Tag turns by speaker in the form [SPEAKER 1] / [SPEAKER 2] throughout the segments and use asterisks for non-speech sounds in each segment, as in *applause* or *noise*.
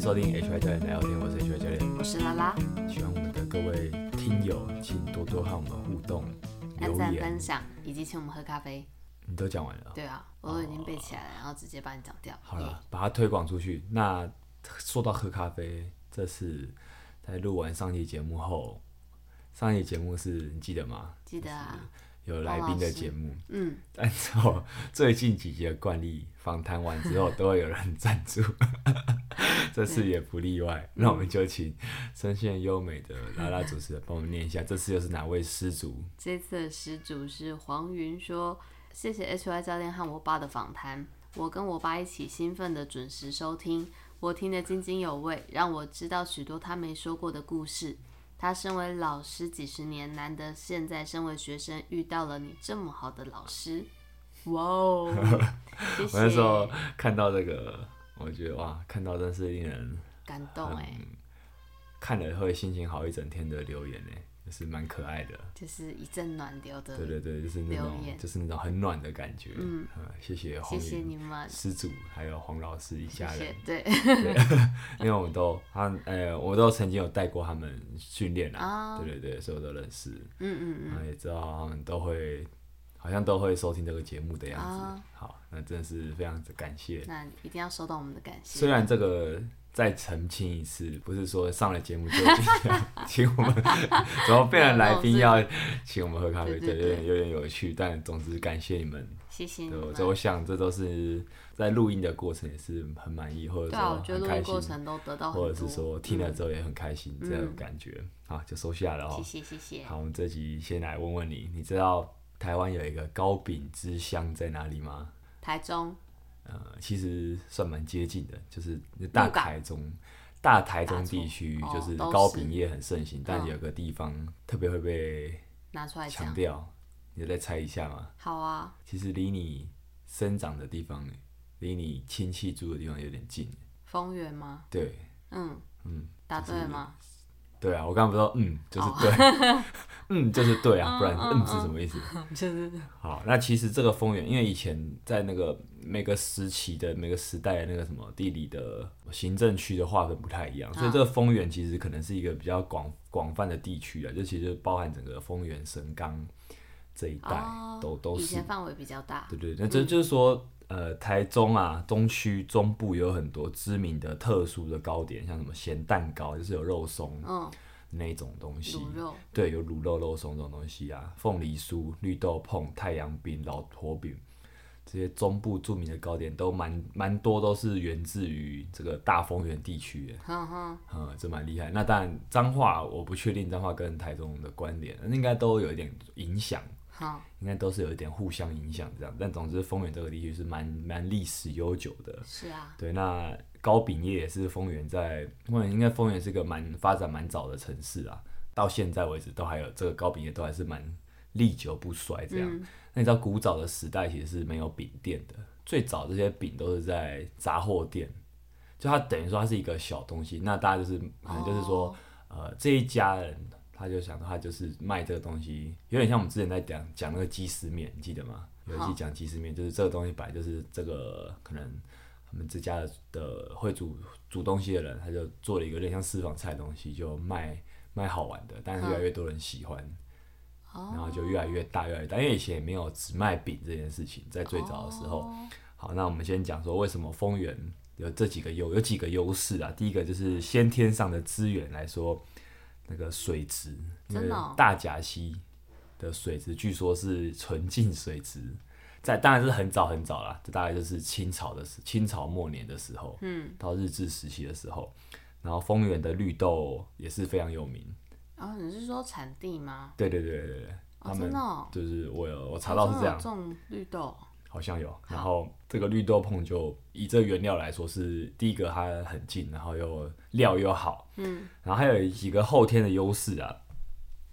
[SPEAKER 1] 收听 HY 教练来聊天，我是 HY 教练。
[SPEAKER 2] 我是拉拉，
[SPEAKER 1] 喜欢我们的各位听友，请多多和我们互动
[SPEAKER 2] 按
[SPEAKER 1] 留
[SPEAKER 2] 赞、
[SPEAKER 1] 言。
[SPEAKER 2] 分享以及请我们喝咖啡。
[SPEAKER 1] 你都讲完了，
[SPEAKER 2] 对啊，我都已经背起来了，然后直接把你讲掉。
[SPEAKER 1] 哦好了，把它推广出去。那说到喝咖啡，这是在录完上期节目后，上期节目是你记得吗？
[SPEAKER 2] 记得啊，
[SPEAKER 1] 有来宾
[SPEAKER 2] 王老
[SPEAKER 1] 的
[SPEAKER 2] 师
[SPEAKER 1] 节目，
[SPEAKER 2] 嗯，
[SPEAKER 1] 按照最近几集的惯例，访谈完之后都会有人赞助， *laughs* 这次也不例外。那我们就请声线优美的拉拉主持人帮我们念一
[SPEAKER 2] 嗯
[SPEAKER 1] 下，这次又是哪位失主？
[SPEAKER 2] 这次的始祖是黄云说，谢谢 HY 教练和我爸的访谈，我跟我爸一起兴奋的准时收听，我听得津津有味，让我知道许多他没说过的故事。他身为老师几十年，难得现在身为学生遇到了你这么好的老师，哇哦！ *laughs* 谢
[SPEAKER 1] *laughs* 我那时候
[SPEAKER 2] 谢，
[SPEAKER 1] 看到这个，我觉得哇，看到真是令人
[SPEAKER 2] 感动哎、
[SPEAKER 1] 看了会心情好一整天的留言呢，欸就是蛮可爱的。
[SPEAKER 2] 就是一阵暖流的。
[SPEAKER 1] 对对对，就是那种
[SPEAKER 2] 嗯留言
[SPEAKER 1] 就是那种很暖的感觉。嗯，谢谢黄
[SPEAKER 2] 谢谢
[SPEAKER 1] 云
[SPEAKER 2] 你们，
[SPEAKER 1] 失主，还有黄老师一
[SPEAKER 2] 谢
[SPEAKER 1] 家人
[SPEAKER 2] 谢。。对 *laughs*
[SPEAKER 1] 因为我们都他们呃，我都曾经有带过他们训练啦，
[SPEAKER 2] 哦
[SPEAKER 1] 对对对，所以我都认识，
[SPEAKER 2] 嗯嗯
[SPEAKER 1] 然后也知道他们都会，好像都会收听这个节目的样子。
[SPEAKER 2] 哦
[SPEAKER 1] 好，那真的是非常的感谢
[SPEAKER 2] 嗯，。那一定要收到我们的感谢。
[SPEAKER 1] 虽然这个再澄清一次，不是说上了节目就一定
[SPEAKER 2] *laughs*
[SPEAKER 1] 要请我们， *laughs* 怎么变成来宾要请我们喝咖啡，
[SPEAKER 2] 对哦对
[SPEAKER 1] 对，有点有点有趣，但总之感谢你们。
[SPEAKER 2] 谢谢你
[SPEAKER 1] 对，我
[SPEAKER 2] 们。
[SPEAKER 1] 这我想这都是在录音的过程也是很满意，或者
[SPEAKER 2] 对啊，我
[SPEAKER 1] 说
[SPEAKER 2] 觉得
[SPEAKER 1] 很
[SPEAKER 2] 录
[SPEAKER 1] 开
[SPEAKER 2] 音
[SPEAKER 1] 心
[SPEAKER 2] 过。程都得到很
[SPEAKER 1] 或
[SPEAKER 2] 多。嗯
[SPEAKER 1] 者是说听了之后也很开心、这种感觉，好就收下了
[SPEAKER 2] 谢
[SPEAKER 1] 哦。
[SPEAKER 2] 谢谢谢。
[SPEAKER 1] 好，我们这集先来问问你，你知道台湾有一个糕饼之乡在哪里吗？
[SPEAKER 2] 台中
[SPEAKER 1] 呃，其实算蛮接近的，就是大
[SPEAKER 2] 鹿港
[SPEAKER 1] 台中。大台中地区
[SPEAKER 2] 大
[SPEAKER 1] 就
[SPEAKER 2] 中
[SPEAKER 1] 是
[SPEAKER 2] 哦都是
[SPEAKER 1] 糕饼业很盛行，但
[SPEAKER 2] 嗯
[SPEAKER 1] 有个地方特别会被
[SPEAKER 2] 拿出来
[SPEAKER 1] 强
[SPEAKER 2] 讲，
[SPEAKER 1] 调，你再猜一下嘛？
[SPEAKER 2] 好啊，
[SPEAKER 1] 其实离你生长的地方，离你亲戚住的地方有点近。
[SPEAKER 2] 丰原吗？
[SPEAKER 1] 对，
[SPEAKER 2] 嗯
[SPEAKER 1] 嗯，
[SPEAKER 2] 答
[SPEAKER 1] 就是
[SPEAKER 2] 对了吗？
[SPEAKER 1] 对啊，我刚刚不是说嗯，就是对，
[SPEAKER 2] 哦
[SPEAKER 1] *laughs* 嗯，就是对啊，不然嗯是什么意思？
[SPEAKER 2] *laughs* 就是
[SPEAKER 1] 好，那其实这个丰原，因为以前在那个每个时期的每个时代的那个什么地理的行政区的划分不太一
[SPEAKER 2] 啊
[SPEAKER 1] 样，所以这个丰原其实可能是一个比较广广泛的地区啊，就其实就包含整个丰原、神冈这一带、
[SPEAKER 2] 哦
[SPEAKER 1] 都都
[SPEAKER 2] 以
[SPEAKER 1] 是
[SPEAKER 2] 前嗯范围比较大。
[SPEAKER 1] 对对，那这就是说，呃，台中啊，中区、中部有很多知名的特殊的糕点，像什么咸蛋糕，就是有肉松
[SPEAKER 2] 嗯，
[SPEAKER 1] 那一种东西，
[SPEAKER 2] 卤肉
[SPEAKER 1] 对，有卤肉、肉松这种东西啊，凤梨酥、绿豆椪、太阳饼、老婆饼。这些中部著名的糕点都蛮蛮多，都是源自于这个大丰原地区的，
[SPEAKER 2] 哼哼，
[SPEAKER 1] 嗯，这蛮厉害。那当然，彰化我不确定彰化跟台中的关联，应该都有一点影响，
[SPEAKER 2] 好，
[SPEAKER 1] 应该都是有一点互相影响这样。但总之，丰原这个地区是蛮蛮历史悠久的。
[SPEAKER 2] 是啊，
[SPEAKER 1] 对，那糕饼业也是丰原在，丰原应该丰原是个蛮发展蛮早的城市啊，到现在为止都还有这个糕饼业都还是蛮历久不衰这样。
[SPEAKER 2] 嗯
[SPEAKER 1] 那你知道古早的时代其实是没有饼店的，最早这些饼都是在杂货店，就它等于说它是一个小东西，那大家就是可能就是说，呃，这一家人他就想说他就是卖这个东西，有点像我们之前在讲讲那个鸡丝面，你记得吗？有一集
[SPEAKER 2] 好
[SPEAKER 1] 讲鸡丝面，就是这个东西本来就是这个可能他们这家的的会煮煮东西的人，他就做了一个有点像私房菜的东西，就卖卖好玩的，但是越来越多人喜欢。然后就越来越大，越来越大，因为以前也没有只卖饼这件事情，在最早的时候。好，那我们先讲说为什么丰原有这几个优有几个优势啊？第一个就是先天上的资源来说，那个水质，那
[SPEAKER 2] 真
[SPEAKER 1] 个
[SPEAKER 2] 的哦
[SPEAKER 1] 大甲溪的水质据说是纯净水质，在当然是很早很早啦，这大概就是清朝的时清朝末年的时候，嗯，到日治时期的时候，然后丰原的绿豆也是非常有名，
[SPEAKER 2] 然啊后你是说产地吗？
[SPEAKER 1] 对对对对对，
[SPEAKER 2] 哦
[SPEAKER 1] 他们
[SPEAKER 2] 真的哦
[SPEAKER 1] 就是我有我查到是这样
[SPEAKER 2] 台，中有种绿豆，哦
[SPEAKER 1] 好像有。然后这个绿豆椪就以这原料来说是第一个，它很近，然后又料又好，嗯，然后还有几个后天的优势啊，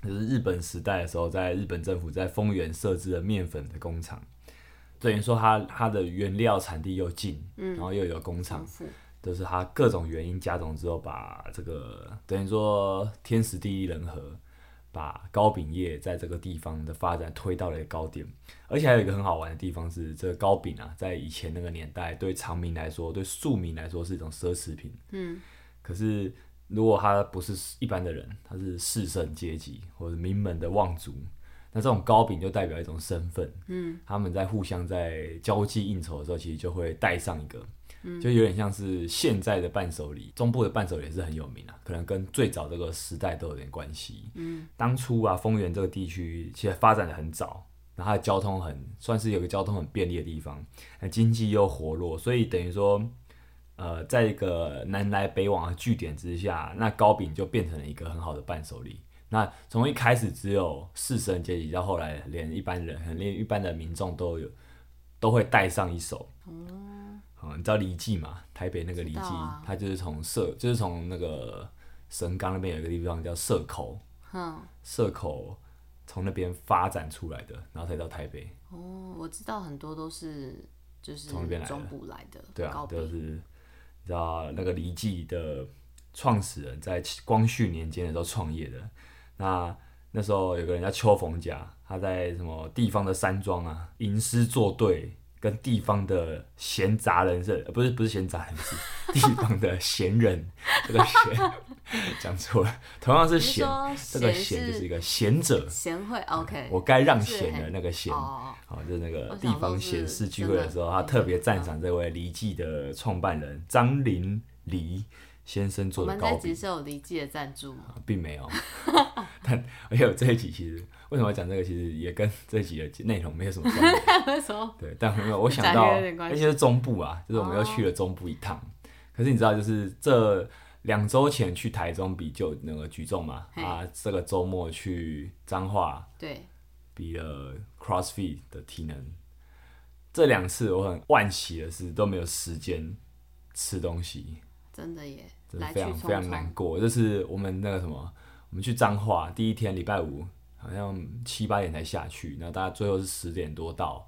[SPEAKER 1] 就是日本时代的时候，在日本政府在丰原设置了面粉的工厂，等于说它它的原料产地又近，嗯，然后又有工厂
[SPEAKER 2] 重，复
[SPEAKER 1] 就是它各种原因加总之后，把这个等于说天时地利人和，把糕饼业在这个地方的发展推到了一个高点。而且还有一个很好玩的地方是，这个糕饼啊，在以前那个年代，对长民来说，对庶民来说是一种奢侈品。嗯，可是如果他不是一般的人，他是士绅阶级或者名门的望族，那这种糕饼就代表一种身份。嗯，他们在互相在交际应酬的时候，其实就会带上一个。就有点像是现在的伴手礼，中部的伴手礼也是很有名啊，可能跟最早这个时代都有点关系。嗯，当初啊，丰原这个地区其实发展的很早，然后它的交通很算是有个交通很便利的地方，那经济又活络，所以等于说，呃，在一个南来北往的据点之下，那糕饼就变成了一个很好的伴手礼。那从一开始只有士绅阶级，到后来连一般人，连一般的民众都有都会带上一手。嗯，你知道李记嘛？台北那个李记，
[SPEAKER 2] 哦知道啊
[SPEAKER 1] 它就是从社，就是从那个神冈那边有一个地方叫社口，
[SPEAKER 2] 哼，
[SPEAKER 1] 社口从那边发展出来的，然后才到台北。
[SPEAKER 2] 哦，我知道很多都是就是
[SPEAKER 1] 从那边来的
[SPEAKER 2] 中部来的
[SPEAKER 1] 对啊
[SPEAKER 2] 糕，
[SPEAKER 1] 就
[SPEAKER 2] 饼，
[SPEAKER 1] 是你知道那个李记的创始人在光绪年间的时候创业的。那那时候有个人叫邱逢甲，他在什么地方的山庄啊，吟诗作对，跟地方的闲杂人士，呃不是不是闲杂人士， *laughs* 地方的闲人，这个闲 *laughs* 讲错了，同样是
[SPEAKER 2] 你是
[SPEAKER 1] 闲， *laughs*
[SPEAKER 2] 说
[SPEAKER 1] 这个
[SPEAKER 2] 闲
[SPEAKER 1] 闲就是
[SPEAKER 2] 是
[SPEAKER 1] 一个贤者，
[SPEAKER 2] 贤惠，OK，
[SPEAKER 1] 我该让
[SPEAKER 2] 就是
[SPEAKER 1] 贤的
[SPEAKER 2] 很
[SPEAKER 1] 那个贤。
[SPEAKER 2] 哦，
[SPEAKER 1] 好，就是那个
[SPEAKER 2] 我
[SPEAKER 1] 地
[SPEAKER 2] 想
[SPEAKER 1] 方
[SPEAKER 2] 说
[SPEAKER 1] 显
[SPEAKER 2] 是
[SPEAKER 1] 示聚
[SPEAKER 2] 真
[SPEAKER 1] 会
[SPEAKER 2] 的
[SPEAKER 1] 的时候，他
[SPEAKER 2] 嗯
[SPEAKER 1] 特别赞赏这位离记的创办人张林黎先生
[SPEAKER 2] 我
[SPEAKER 1] 做的
[SPEAKER 2] 们这
[SPEAKER 1] 糕
[SPEAKER 2] 集
[SPEAKER 1] 饼，啊
[SPEAKER 2] 是有离记的赞助吗？
[SPEAKER 1] 并没有。 *laughs* 但而且我这一集其实为什么要讲这个，其实也跟这一集的内容没有什么关联。
[SPEAKER 2] *laughs* 为什么？
[SPEAKER 1] 对，但没有，我想
[SPEAKER 2] 讲
[SPEAKER 1] 到，
[SPEAKER 2] 有点
[SPEAKER 1] 而
[SPEAKER 2] 关
[SPEAKER 1] 且
[SPEAKER 2] 系哦
[SPEAKER 1] 是中部啊，就是我们又去了中部一趟。可是你知道，就是这两周前去台中比就那个举重嘛，
[SPEAKER 2] 嘿
[SPEAKER 1] 啊，这个周末去彰化
[SPEAKER 2] 对，
[SPEAKER 1] 比了 CrossFit 的体能。这两次我很惋惜的是都没有时间吃东西，
[SPEAKER 2] 真的耶，
[SPEAKER 1] 真的
[SPEAKER 2] 来
[SPEAKER 1] 非
[SPEAKER 2] 去
[SPEAKER 1] 常
[SPEAKER 2] 匆
[SPEAKER 1] 非常
[SPEAKER 2] 匆
[SPEAKER 1] 难，过。就是我们那个什么，我们去彰化第一天礼拜五好像七八点才下去，然后大家最后是十点多到。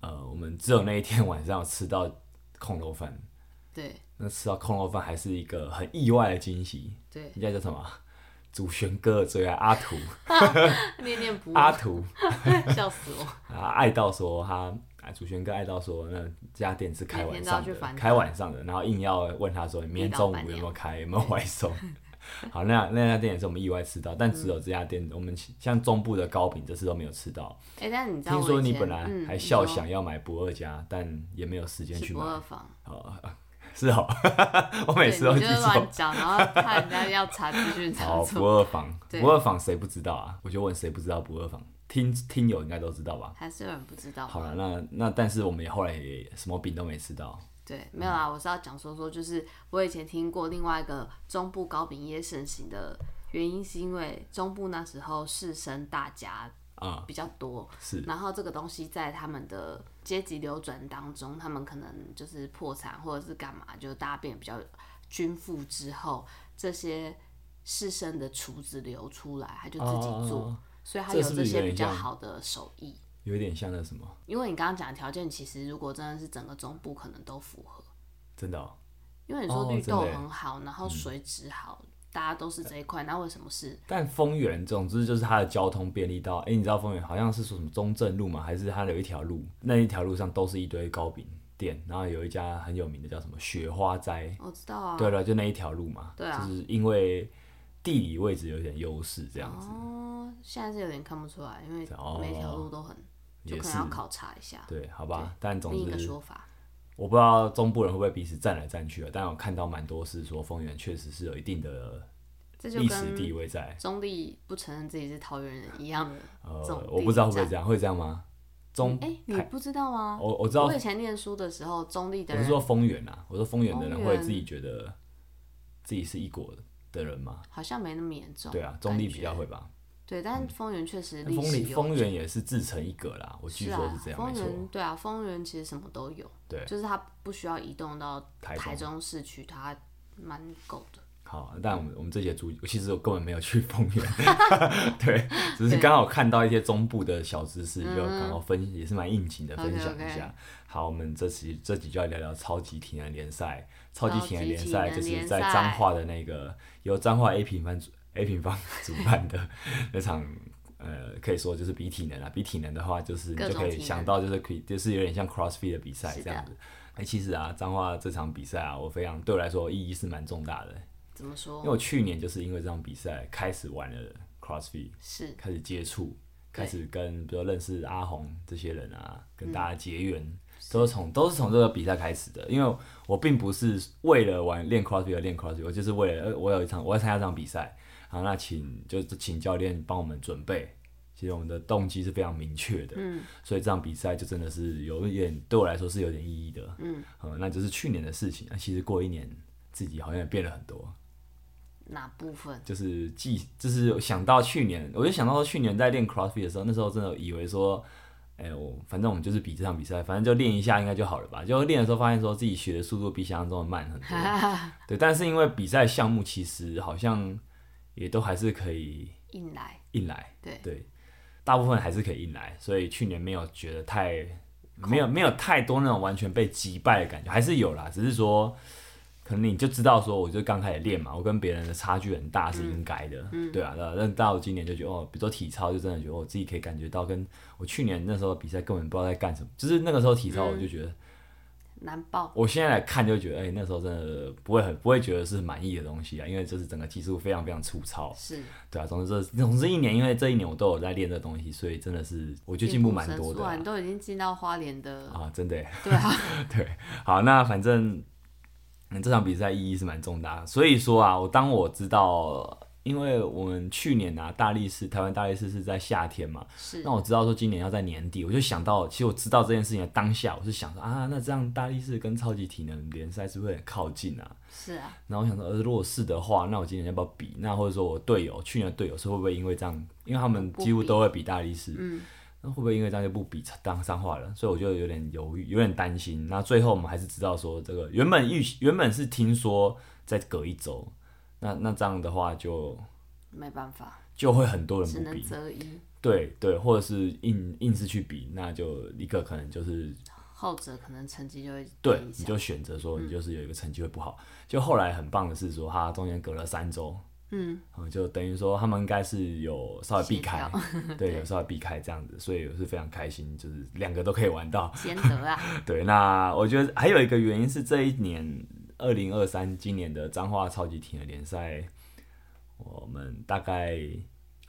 [SPEAKER 1] 呃，我们只有那一天晚上有吃到空肉饭，
[SPEAKER 2] 对
[SPEAKER 1] 那吃到空肉饭还是一个很意外的惊喜。
[SPEAKER 2] 对，
[SPEAKER 1] *laughs* 应该叫什么？啊祖轩哥的最爱阿图，
[SPEAKER 2] 念念不
[SPEAKER 1] 阿
[SPEAKER 2] 忘，
[SPEAKER 1] 图
[SPEAKER 2] 笑死我，
[SPEAKER 1] 啊，爱到说他，啊，主旋哥爱到说那家店是开晚上
[SPEAKER 2] 每天都要去
[SPEAKER 1] 的，
[SPEAKER 2] 烦他
[SPEAKER 1] 开晚上的，然后硬要问他说你明天中午有没有开，
[SPEAKER 2] *laughs*
[SPEAKER 1] 有没有外送。
[SPEAKER 2] 嗯
[SPEAKER 1] 好，那那家店也是我们意外吃到，但只有这家店，我们像中部的糕饼这次都没有吃到。
[SPEAKER 2] 哎，但你知道
[SPEAKER 1] 听
[SPEAKER 2] 我
[SPEAKER 1] 说
[SPEAKER 2] 以
[SPEAKER 1] 你
[SPEAKER 2] 前
[SPEAKER 1] 本来
[SPEAKER 2] 嗯
[SPEAKER 1] 还
[SPEAKER 2] 你
[SPEAKER 1] 笑
[SPEAKER 2] 说
[SPEAKER 1] 想要买不二家，但也没有时间
[SPEAKER 2] 去
[SPEAKER 1] 去
[SPEAKER 2] 不
[SPEAKER 1] 买。
[SPEAKER 2] 二房，
[SPEAKER 1] 哦， *laughs* 是哦， *laughs* 我每
[SPEAKER 2] 对，你
[SPEAKER 1] 次
[SPEAKER 2] 就
[SPEAKER 1] 都记
[SPEAKER 2] 是
[SPEAKER 1] 错
[SPEAKER 2] 乱。讲，然后怕人家要查资讯
[SPEAKER 1] *laughs*
[SPEAKER 2] 查
[SPEAKER 1] 好，不
[SPEAKER 2] 错，
[SPEAKER 1] 二坊，
[SPEAKER 2] 对
[SPEAKER 1] 不二坊谁不知道啊？我就问谁不知道不二坊，听听友应该都知道吧？
[SPEAKER 2] 还是有人不知道。
[SPEAKER 1] 好了，那那但是我们也后来也什么饼都没吃到，
[SPEAKER 2] 对，没有啦，我是要讲说说，就是我以前听过另外一个中部糕饼业盛行的原因，是因为中部那时候士绅大家
[SPEAKER 1] 啊
[SPEAKER 2] 比较多，
[SPEAKER 1] 是
[SPEAKER 2] 然后这个东西在他们的阶级流转当中，他们可能就是破产或者是干嘛，就是大家变得比较均富之后，这些士绅的厨子流出来，他就自己做，
[SPEAKER 1] 哦
[SPEAKER 2] 所以他
[SPEAKER 1] 这
[SPEAKER 2] 有
[SPEAKER 1] 是不是
[SPEAKER 2] 这
[SPEAKER 1] 有
[SPEAKER 2] 些
[SPEAKER 1] 点
[SPEAKER 2] 比较
[SPEAKER 1] 像
[SPEAKER 2] 好的手艺。
[SPEAKER 1] 有点像那什么，
[SPEAKER 2] 因为你刚刚讲的条件，其实如果真的是整个中部可能都符合，
[SPEAKER 1] 真的、哦。
[SPEAKER 2] 因为你
[SPEAKER 1] 哦
[SPEAKER 2] 说绿
[SPEAKER 1] 真
[SPEAKER 2] 豆
[SPEAKER 1] 的耶嗯
[SPEAKER 2] 很好，然后水质好，大家都是这一块，那为什么是？
[SPEAKER 1] 但丰原，总之就是它的交通便利到，哎、你知道丰原好像是说什么中正路嘛，还是它有一条路，那一条路上都是一堆糕饼店，然后有一家很有名的叫什么雪花斋，
[SPEAKER 2] 我知道啊，
[SPEAKER 1] 对了，就那一条路嘛，
[SPEAKER 2] 对啊
[SPEAKER 1] 就是因为地理位置有点优势这样子，
[SPEAKER 2] 哦，现在是有点看不出来，因为
[SPEAKER 1] 啊哦
[SPEAKER 2] 每条路都很，就
[SPEAKER 1] 也
[SPEAKER 2] 可
[SPEAKER 1] 是
[SPEAKER 2] 能要考察一下。
[SPEAKER 1] 对，好吧，但总
[SPEAKER 2] 另一个
[SPEAKER 1] 之
[SPEAKER 2] 说法，
[SPEAKER 1] 我不知道中部人会不会彼此站来站去的，啊但我看到蛮多是说丰原确实是有一定的
[SPEAKER 2] 这就
[SPEAKER 1] 历史地
[SPEAKER 2] 跟
[SPEAKER 1] 位在。
[SPEAKER 2] 中立不承认自己是桃园人一样的这种
[SPEAKER 1] 呃
[SPEAKER 2] 地，理
[SPEAKER 1] 我不知道会不会
[SPEAKER 2] 战
[SPEAKER 1] 这样，会这样吗？中，哦
[SPEAKER 2] 哎、你不知道吗？
[SPEAKER 1] 我我知道，
[SPEAKER 2] 我以前念书的时候，中立的
[SPEAKER 1] 我是
[SPEAKER 2] 人
[SPEAKER 1] 说丰原啊，我说丰原的人
[SPEAKER 2] 丰
[SPEAKER 1] 会
[SPEAKER 2] 原
[SPEAKER 1] 自己觉得自己是一国的人嘛？
[SPEAKER 2] 好像没那么严重。
[SPEAKER 1] 对啊，中立
[SPEAKER 2] 感
[SPEAKER 1] 比较
[SPEAKER 2] 觉
[SPEAKER 1] 会吧。
[SPEAKER 2] 对，但丰原确实历
[SPEAKER 1] 丰
[SPEAKER 2] 史
[SPEAKER 1] 原
[SPEAKER 2] 有
[SPEAKER 1] 丰原也是自成一格啦，我据
[SPEAKER 2] 是
[SPEAKER 1] 说
[SPEAKER 2] 啊
[SPEAKER 1] 是这，样，
[SPEAKER 2] 丰
[SPEAKER 1] 没错。
[SPEAKER 2] 原对啊，丰原其实什么都有，
[SPEAKER 1] 对
[SPEAKER 2] 就是它不需要移动到
[SPEAKER 1] 台中
[SPEAKER 2] 台中市区，它蛮够的。
[SPEAKER 1] 好，但我们我们这节主，其实我根本没有去 *laughs* 丰
[SPEAKER 2] *laughs*
[SPEAKER 1] 原，对，只是刚好看到一些中部的小知识，就刚好分也是蛮应景的分享一
[SPEAKER 2] 嗯 OK，OK
[SPEAKER 1] 下。好，我们这期这集就要聊聊超级体能联赛。超级
[SPEAKER 2] 超
[SPEAKER 1] 体能
[SPEAKER 2] 级
[SPEAKER 1] 联
[SPEAKER 2] 体
[SPEAKER 1] 赛
[SPEAKER 2] 能
[SPEAKER 1] 就是
[SPEAKER 2] 联
[SPEAKER 1] 在
[SPEAKER 2] 赛
[SPEAKER 1] 彰化的那个由彰化 A 平方主 A 平方主办
[SPEAKER 2] *laughs*
[SPEAKER 1] 的那场。呃，可以说就是比体能啊，比体能的话，就是你
[SPEAKER 2] 各
[SPEAKER 1] 就
[SPEAKER 2] 种
[SPEAKER 1] 可以
[SPEAKER 2] 体能
[SPEAKER 1] 想到，就是可以，就是有点像 CrossFit 的比赛
[SPEAKER 2] 是
[SPEAKER 1] 这样
[SPEAKER 2] 的
[SPEAKER 1] 子。哎、其实啊，彰化这场比赛啊，我非常对我来说意义是蛮重大的，
[SPEAKER 2] 怎么
[SPEAKER 1] 因
[SPEAKER 2] 说？
[SPEAKER 1] 为我去年就是因为这场比赛开始玩了 CrossFit，
[SPEAKER 2] 是
[SPEAKER 1] 开始接触，
[SPEAKER 2] 嗯对嗯
[SPEAKER 1] 开始跟比如认识阿红这些人啊，跟大家结缘，都是从都是从这个比赛开始的。因为我并不是为了玩练 CrossFit 而练 CrossFit，我就是为了呃我有一场我要参加这场比赛，然后那请就是请教练帮我们准备。其实我们的动机是非常明确的，
[SPEAKER 2] 嗯
[SPEAKER 1] 所以这场比赛就真的是有一点对我来说是有点意义的，
[SPEAKER 2] 嗯，
[SPEAKER 1] 嗯，那就是去年的事情。那其实过一年，自己好像也变了很多，
[SPEAKER 2] 哪部分？
[SPEAKER 1] 就是记，就是想到去年，我就想到去年在练 CrossFit 的时候，那时候真的以为说，哎、我反正我们就是比这场比赛，反正就练一下应该就好了吧。就练的时候发现说自己学的速度比想象中的慢很多，对。但是因为比赛项目其实好像也都还是可以
[SPEAKER 2] *laughs* 硬来，
[SPEAKER 1] 硬来，
[SPEAKER 2] 对
[SPEAKER 1] 对，大部分还是可以硬来，所以去年没有觉得太没有没有太多那种完全被击败的感觉，还是有啦，只是说可能你就知道说，我就刚开始练嘛，我跟别人的差距很大是应该的，对啊，那但到今年就觉得哦，比如说体操就真的觉得哦我自己可以感觉到，跟我去年那时候比赛根本不知道在干什么，就是那个时候体操我就觉得，
[SPEAKER 2] 难爆，
[SPEAKER 1] 我现在来看就觉得，哎、那时候真的不会很不会觉得是满意的东西啊，因为就是整个技术非常非常粗糙，
[SPEAKER 2] 是
[SPEAKER 1] 对啊，总之这总之一年，因为这一年我都有在练这东西，所以真的是我觉得进步蛮多
[SPEAKER 2] 神速
[SPEAKER 1] 的
[SPEAKER 2] 啊
[SPEAKER 1] 啊
[SPEAKER 2] 你都已经进到花莲的，
[SPEAKER 1] 啊，真的耶。
[SPEAKER 2] 对啊，
[SPEAKER 1] *laughs* 对，好，那反正嗯这场比赛意义是蛮重大的，所以说啊，我当我知道，因为我们去年啊大力士台湾大力士是在夏天嘛，
[SPEAKER 2] 是
[SPEAKER 1] 那我知道说今年要在年底，我就想到，其实我知道这件事情的当下，我是想说啊，那这样大力士跟超级体能联赛是不是很靠近啊？
[SPEAKER 2] 是啊，
[SPEAKER 1] 然后我想说，呃，如果是的话，那我今年要不要比？那或者说我队友去年的队友是会不会因为这样，因为他们几乎都会比大力士，
[SPEAKER 2] 嗯，
[SPEAKER 1] 那会不会因为这样就不比当上话了？所以我就有点犹豫，有点担心。那最后我们还是知道说，这个原本预原本是听说再隔一周，那那这样的话就
[SPEAKER 2] 没办法，
[SPEAKER 1] 就会很多人
[SPEAKER 2] 只
[SPEAKER 1] 不
[SPEAKER 2] 能
[SPEAKER 1] 比，
[SPEAKER 2] 择一，
[SPEAKER 1] 对对，或者是硬硬是去比，那就一个可能就是
[SPEAKER 2] 后者可能成绩就会
[SPEAKER 1] 对
[SPEAKER 2] 低，一
[SPEAKER 1] 你
[SPEAKER 2] 下，
[SPEAKER 1] 就选择
[SPEAKER 2] 嗯
[SPEAKER 1] 说你就是有一个成绩会不好。就后来很棒的是说，他中间隔了三周，
[SPEAKER 2] 嗯，
[SPEAKER 1] 嗯，就等于说他们应该是有稍微避开
[SPEAKER 2] *laughs* 协，
[SPEAKER 1] 对，有稍微避开这样子，所以我是非常开心，就是两个都可以玩到。 *laughs*
[SPEAKER 2] 兼得啊，
[SPEAKER 1] 对，那我觉得还有一个原因是这一年二零二三今年的彰化超级体能联赛，我们大概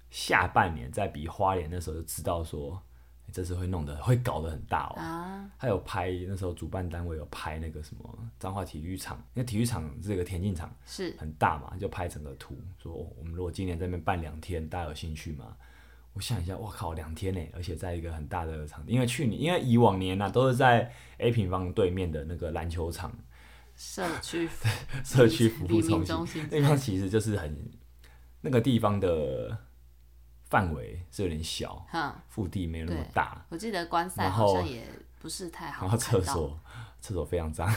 [SPEAKER 1] 下半年在比花莲的时候就知道说，欸这次会弄得会搞得很大哦。
[SPEAKER 2] 啊，
[SPEAKER 1] 还有拍那时候主办单位有拍那个什么彰化体育场，因为体育场这个田径场
[SPEAKER 2] *laughs* 是
[SPEAKER 1] 很大嘛，就拍整个图，说哦我们如果今年在那边办两天，大家有兴趣吗？我想一下，我靠，两天呢，欸而且在一个很大的场地，因为去年，因为以往年呐、都是在 A 平方对面的那个篮球场
[SPEAKER 2] 社区服
[SPEAKER 1] *laughs* 社区服务
[SPEAKER 2] 黎
[SPEAKER 1] 中
[SPEAKER 2] 明
[SPEAKER 1] 心，
[SPEAKER 2] 中心 *laughs*
[SPEAKER 1] 那地方其实就是很那个地方的范围是有点小，
[SPEAKER 2] 哼，
[SPEAKER 1] 腹地没有那么
[SPEAKER 2] 对
[SPEAKER 1] 大，
[SPEAKER 2] 我记得观赛
[SPEAKER 1] 然
[SPEAKER 2] 好
[SPEAKER 1] 后
[SPEAKER 2] 像也不是太好
[SPEAKER 1] 然
[SPEAKER 2] 看到，
[SPEAKER 1] 后厕所厕所非常脏，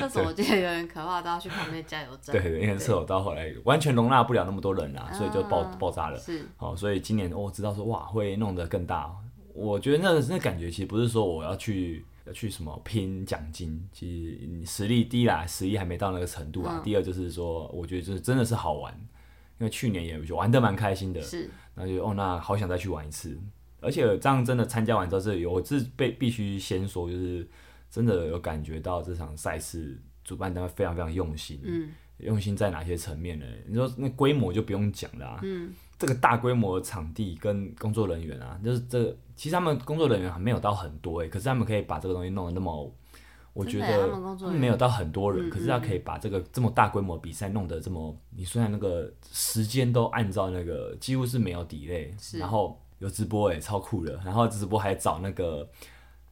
[SPEAKER 2] 厕所我记得有点可怕，都要去旁边加油站，
[SPEAKER 1] 对，因为厕所到后来完全容纳不了那么多人啦、所以就爆
[SPEAKER 2] 啊
[SPEAKER 1] 爆炸了。
[SPEAKER 2] 是
[SPEAKER 1] 好、所以今年哦我知道说哇会弄得更大。我觉得那那感觉其实不是说我要去要去什么拼奖金，其实你实力低啦，实力还没到那个程度啊。
[SPEAKER 2] 嗯
[SPEAKER 1] 第二就是说，我觉得就是真的是好玩，因为去年也玩的蛮开心的，
[SPEAKER 2] 是，
[SPEAKER 1] 然后就哦那好想再去玩一次。而且这样真的参加完之后，是有我是被必须先说，就是真的有感觉到这场赛事主办单位非常非常用心，
[SPEAKER 2] 嗯
[SPEAKER 1] 用心在哪些层面呢？你说那规模就不用讲啦、
[SPEAKER 2] 嗯，
[SPEAKER 1] 这个大规模的场地跟工作人员啊，就是这个其实他们工作人员还没有到很多欸诶、可是他们可以把这个东西弄得那么，我觉
[SPEAKER 2] 真的
[SPEAKER 1] 得
[SPEAKER 2] 耶他们工作人员
[SPEAKER 1] 没有到很多人，
[SPEAKER 2] 嗯
[SPEAKER 1] 可是他可以把这个这么大规模比赛弄得这么，你虽然那个时间都按照那个几乎是没有 delay，
[SPEAKER 2] 是
[SPEAKER 1] 然后有直播诶、欸超酷的，然后直播还找那个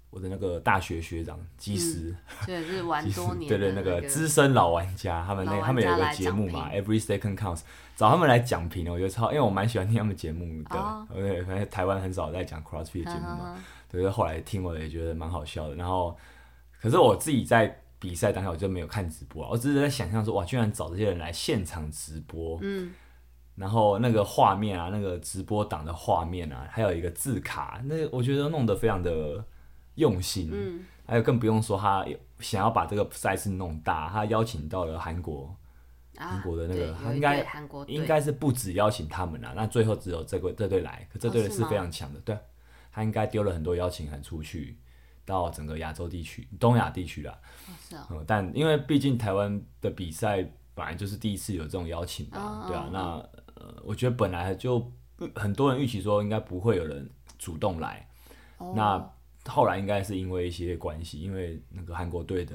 [SPEAKER 1] 我的那个大学学长技
[SPEAKER 2] 嗯
[SPEAKER 1] 师。
[SPEAKER 2] *laughs* 所以是玩多年
[SPEAKER 1] 对
[SPEAKER 2] 的
[SPEAKER 1] 对，那
[SPEAKER 2] 个
[SPEAKER 1] 个资深老玩家，他们那
[SPEAKER 2] 老玩
[SPEAKER 1] 他们有
[SPEAKER 2] 家
[SPEAKER 1] 一个
[SPEAKER 2] 来
[SPEAKER 1] 节
[SPEAKER 2] 讲
[SPEAKER 1] 目嘛，Every Second Counts，找他们来讲评，我觉得超，因为我蛮喜欢听他们节目的，
[SPEAKER 2] 哦嗯
[SPEAKER 1] 对，反正台湾很少在讲 CrossFit 的节
[SPEAKER 2] 呵
[SPEAKER 1] 目
[SPEAKER 2] 呵
[SPEAKER 1] 嘛，
[SPEAKER 2] 呵
[SPEAKER 1] 对，所以后来听我也觉得蛮好笑的。然后，可是我自己在比赛当下我就没有看直播啊，我只是在想象说，哇，居然找这些人来现场直播，
[SPEAKER 2] 嗯，
[SPEAKER 1] 然后那个画面啊，那个直播档的画面啊，还有一个字卡，那个我觉得弄得非常的用心，
[SPEAKER 2] 嗯，
[SPEAKER 1] 还有更不用说他想要把这个赛事弄大，他邀请到了韩国，
[SPEAKER 2] 啊
[SPEAKER 1] 韩国的那个
[SPEAKER 2] 哦对
[SPEAKER 1] 他
[SPEAKER 2] 有一
[SPEAKER 1] 应该
[SPEAKER 2] 队韩国队
[SPEAKER 1] 应该是不止邀请他们啦，那最后只有这个这队来，可这队
[SPEAKER 2] 哦是
[SPEAKER 1] 是
[SPEAKER 2] 吗
[SPEAKER 1] 非常强的，对啊，他应该丢了很多邀请函出去。到整个亚洲地区、东亚地区啦，
[SPEAKER 2] 哦是哦，
[SPEAKER 1] 嗯，但因为毕竟台湾的比赛本来就是第一次有这种邀请吧
[SPEAKER 2] 嗯，
[SPEAKER 1] 对啊
[SPEAKER 2] 嗯，
[SPEAKER 1] 那呃，我觉得本来就很多人预期说应该不会有人主动来，
[SPEAKER 2] 哦
[SPEAKER 1] 那后来应该是因为一些关系，因为那个韩国队的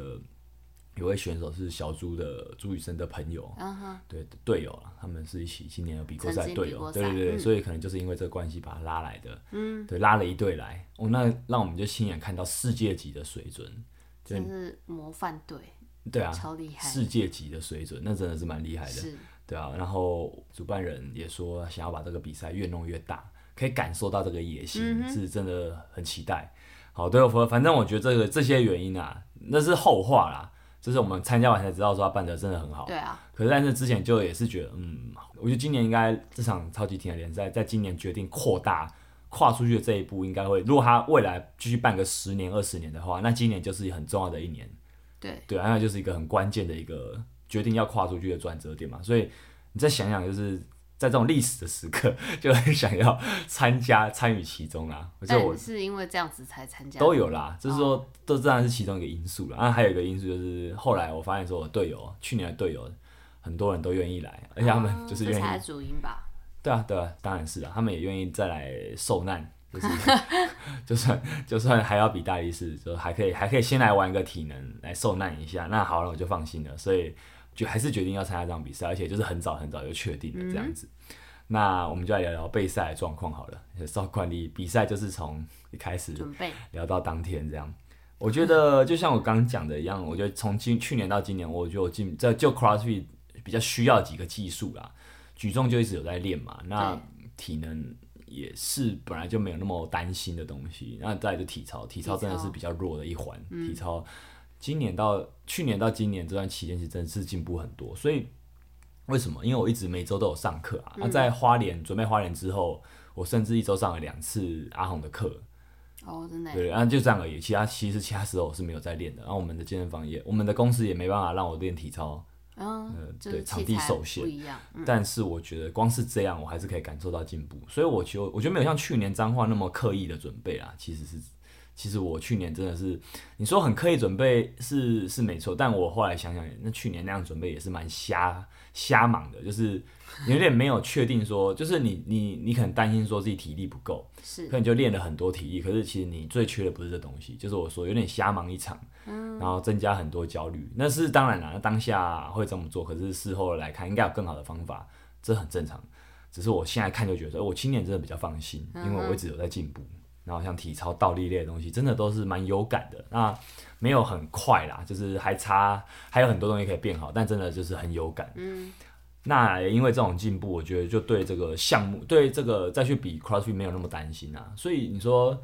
[SPEAKER 1] 有位选手是小朱的朱雨生的朋友，
[SPEAKER 2] 嗯哼，
[SPEAKER 1] 对队友啊，他们是一起今年有比过
[SPEAKER 2] 曾
[SPEAKER 1] 赛
[SPEAKER 2] 经
[SPEAKER 1] 队
[SPEAKER 2] 比过
[SPEAKER 1] 友，
[SPEAKER 2] 赛
[SPEAKER 1] 对对对，
[SPEAKER 2] 嗯
[SPEAKER 1] 所以可能就是因为这个关系把他拉来的，嗯，对，拉了一队来，哦，那让我们就亲眼看到世界级的水准，就
[SPEAKER 2] 真是模范队，
[SPEAKER 1] 对啊，
[SPEAKER 2] 超厉害，
[SPEAKER 1] 世界级的水准，那真的是蛮厉害的，
[SPEAKER 2] 是
[SPEAKER 1] 对啊，然后主办人也说想要把这个比赛越弄越大，可以感受到这个野心，
[SPEAKER 2] 嗯
[SPEAKER 1] 是真的很期待。好，对，我反正我觉得这个这些原因啊，那是后话啦，就是我们参加完才知道说他办的真的很好，
[SPEAKER 2] 对啊，
[SPEAKER 1] 可是但是之前就也是觉得，嗯，我觉得今年应该这场超级体的联赛，在今年决定扩大跨出去的这一步，应该会，如果他未来继续办个十年、二十年的话，那今年就是很重要的一年，
[SPEAKER 2] 对，
[SPEAKER 1] 对啊，那就是一个很关键的一个决定要跨出去的转折点嘛。所以你再想想，就是在这种历史的时刻，就很想要参加参与其中啦。我觉得我
[SPEAKER 2] 但是因为这样子哦才参加，
[SPEAKER 1] 都有啦，就是说，这当然是其中一个因素啦。然后还有一个因素就是，后来我发现说，我队友去年的队友很多人都愿意来，而且他们 *laughs* 就是
[SPEAKER 2] 哦这
[SPEAKER 1] 愿意，
[SPEAKER 2] 才是主因吧？
[SPEAKER 1] 对啊，对啊，当然是啊，他们也愿意再来受难，就是
[SPEAKER 2] *laughs*
[SPEAKER 1] 就算就算还要比大力士，就还可以还可以先来玩一个体能来受难一下，那好了我就放心了，所以就还是决定要参加这场比赛，而且就是很早很早就确定了这样子。
[SPEAKER 2] 嗯
[SPEAKER 1] 那我们就来聊聊备赛的状况好了。照惯例，比赛就是从一开始
[SPEAKER 2] 准备
[SPEAKER 1] 聊到当天这样。我觉得就像我刚刚讲的一样，我觉得从今去年到今年，我觉得我进在就 CrossFit 比较需要几个技术啦，举重就一直有在练嘛，那体能也是本来就没有那么担心的东西，那再来就体操，体操嗯真的是比较弱的一环，体操今年到去年到今年这段期间，其实真的是进步很多，所以为什么？因为我一直每周都有上课啊，那、在花莲准备花莲之后，我甚至一周上了两次阿红的课，
[SPEAKER 2] 哦，真的耶，
[SPEAKER 1] 对，然后就这样而已。其他其实其他时候我是没有在练的。然后我们的健身房也，我们的公司也没办法让我练体操，
[SPEAKER 2] 嗯，就
[SPEAKER 1] 呃对
[SPEAKER 2] 是
[SPEAKER 1] 场
[SPEAKER 2] 器
[SPEAKER 1] 地
[SPEAKER 2] 材
[SPEAKER 1] 受限
[SPEAKER 2] 不一样，嗯
[SPEAKER 1] 但是我觉得光是这样，我还是可以感受到进步。所以我觉得我觉得没有像去年彰化那么刻意的准备啦，其实是。其实我去年真的是，你说很刻意准备是是没错，但我后来想想，那去年那样准备也是蛮瞎瞎忙的，就是有点没有确定说，就是你你你可能担心说自己体力不够，
[SPEAKER 2] 是
[SPEAKER 1] 可能就练了很多体力，可是其实你最缺的不是这东西，就是我说有点瞎忙一场，然后增加很多焦虑。那是当然啦，那当下会这么做，可是事后来看应该有更好的方法，这很正常。只是我现在看就觉得，呃我今年真的比较放心，因为我一直有在进步。然后像体操、倒立类的东西，真的都是蛮有感的。那没有很快啦，就是还差还有很多东西可以变好，但真的就是很有感。嗯，那也因为这种进步，我觉得就对这个项目，对这个再去比 CrossFit 没有那么担心啊。所以你说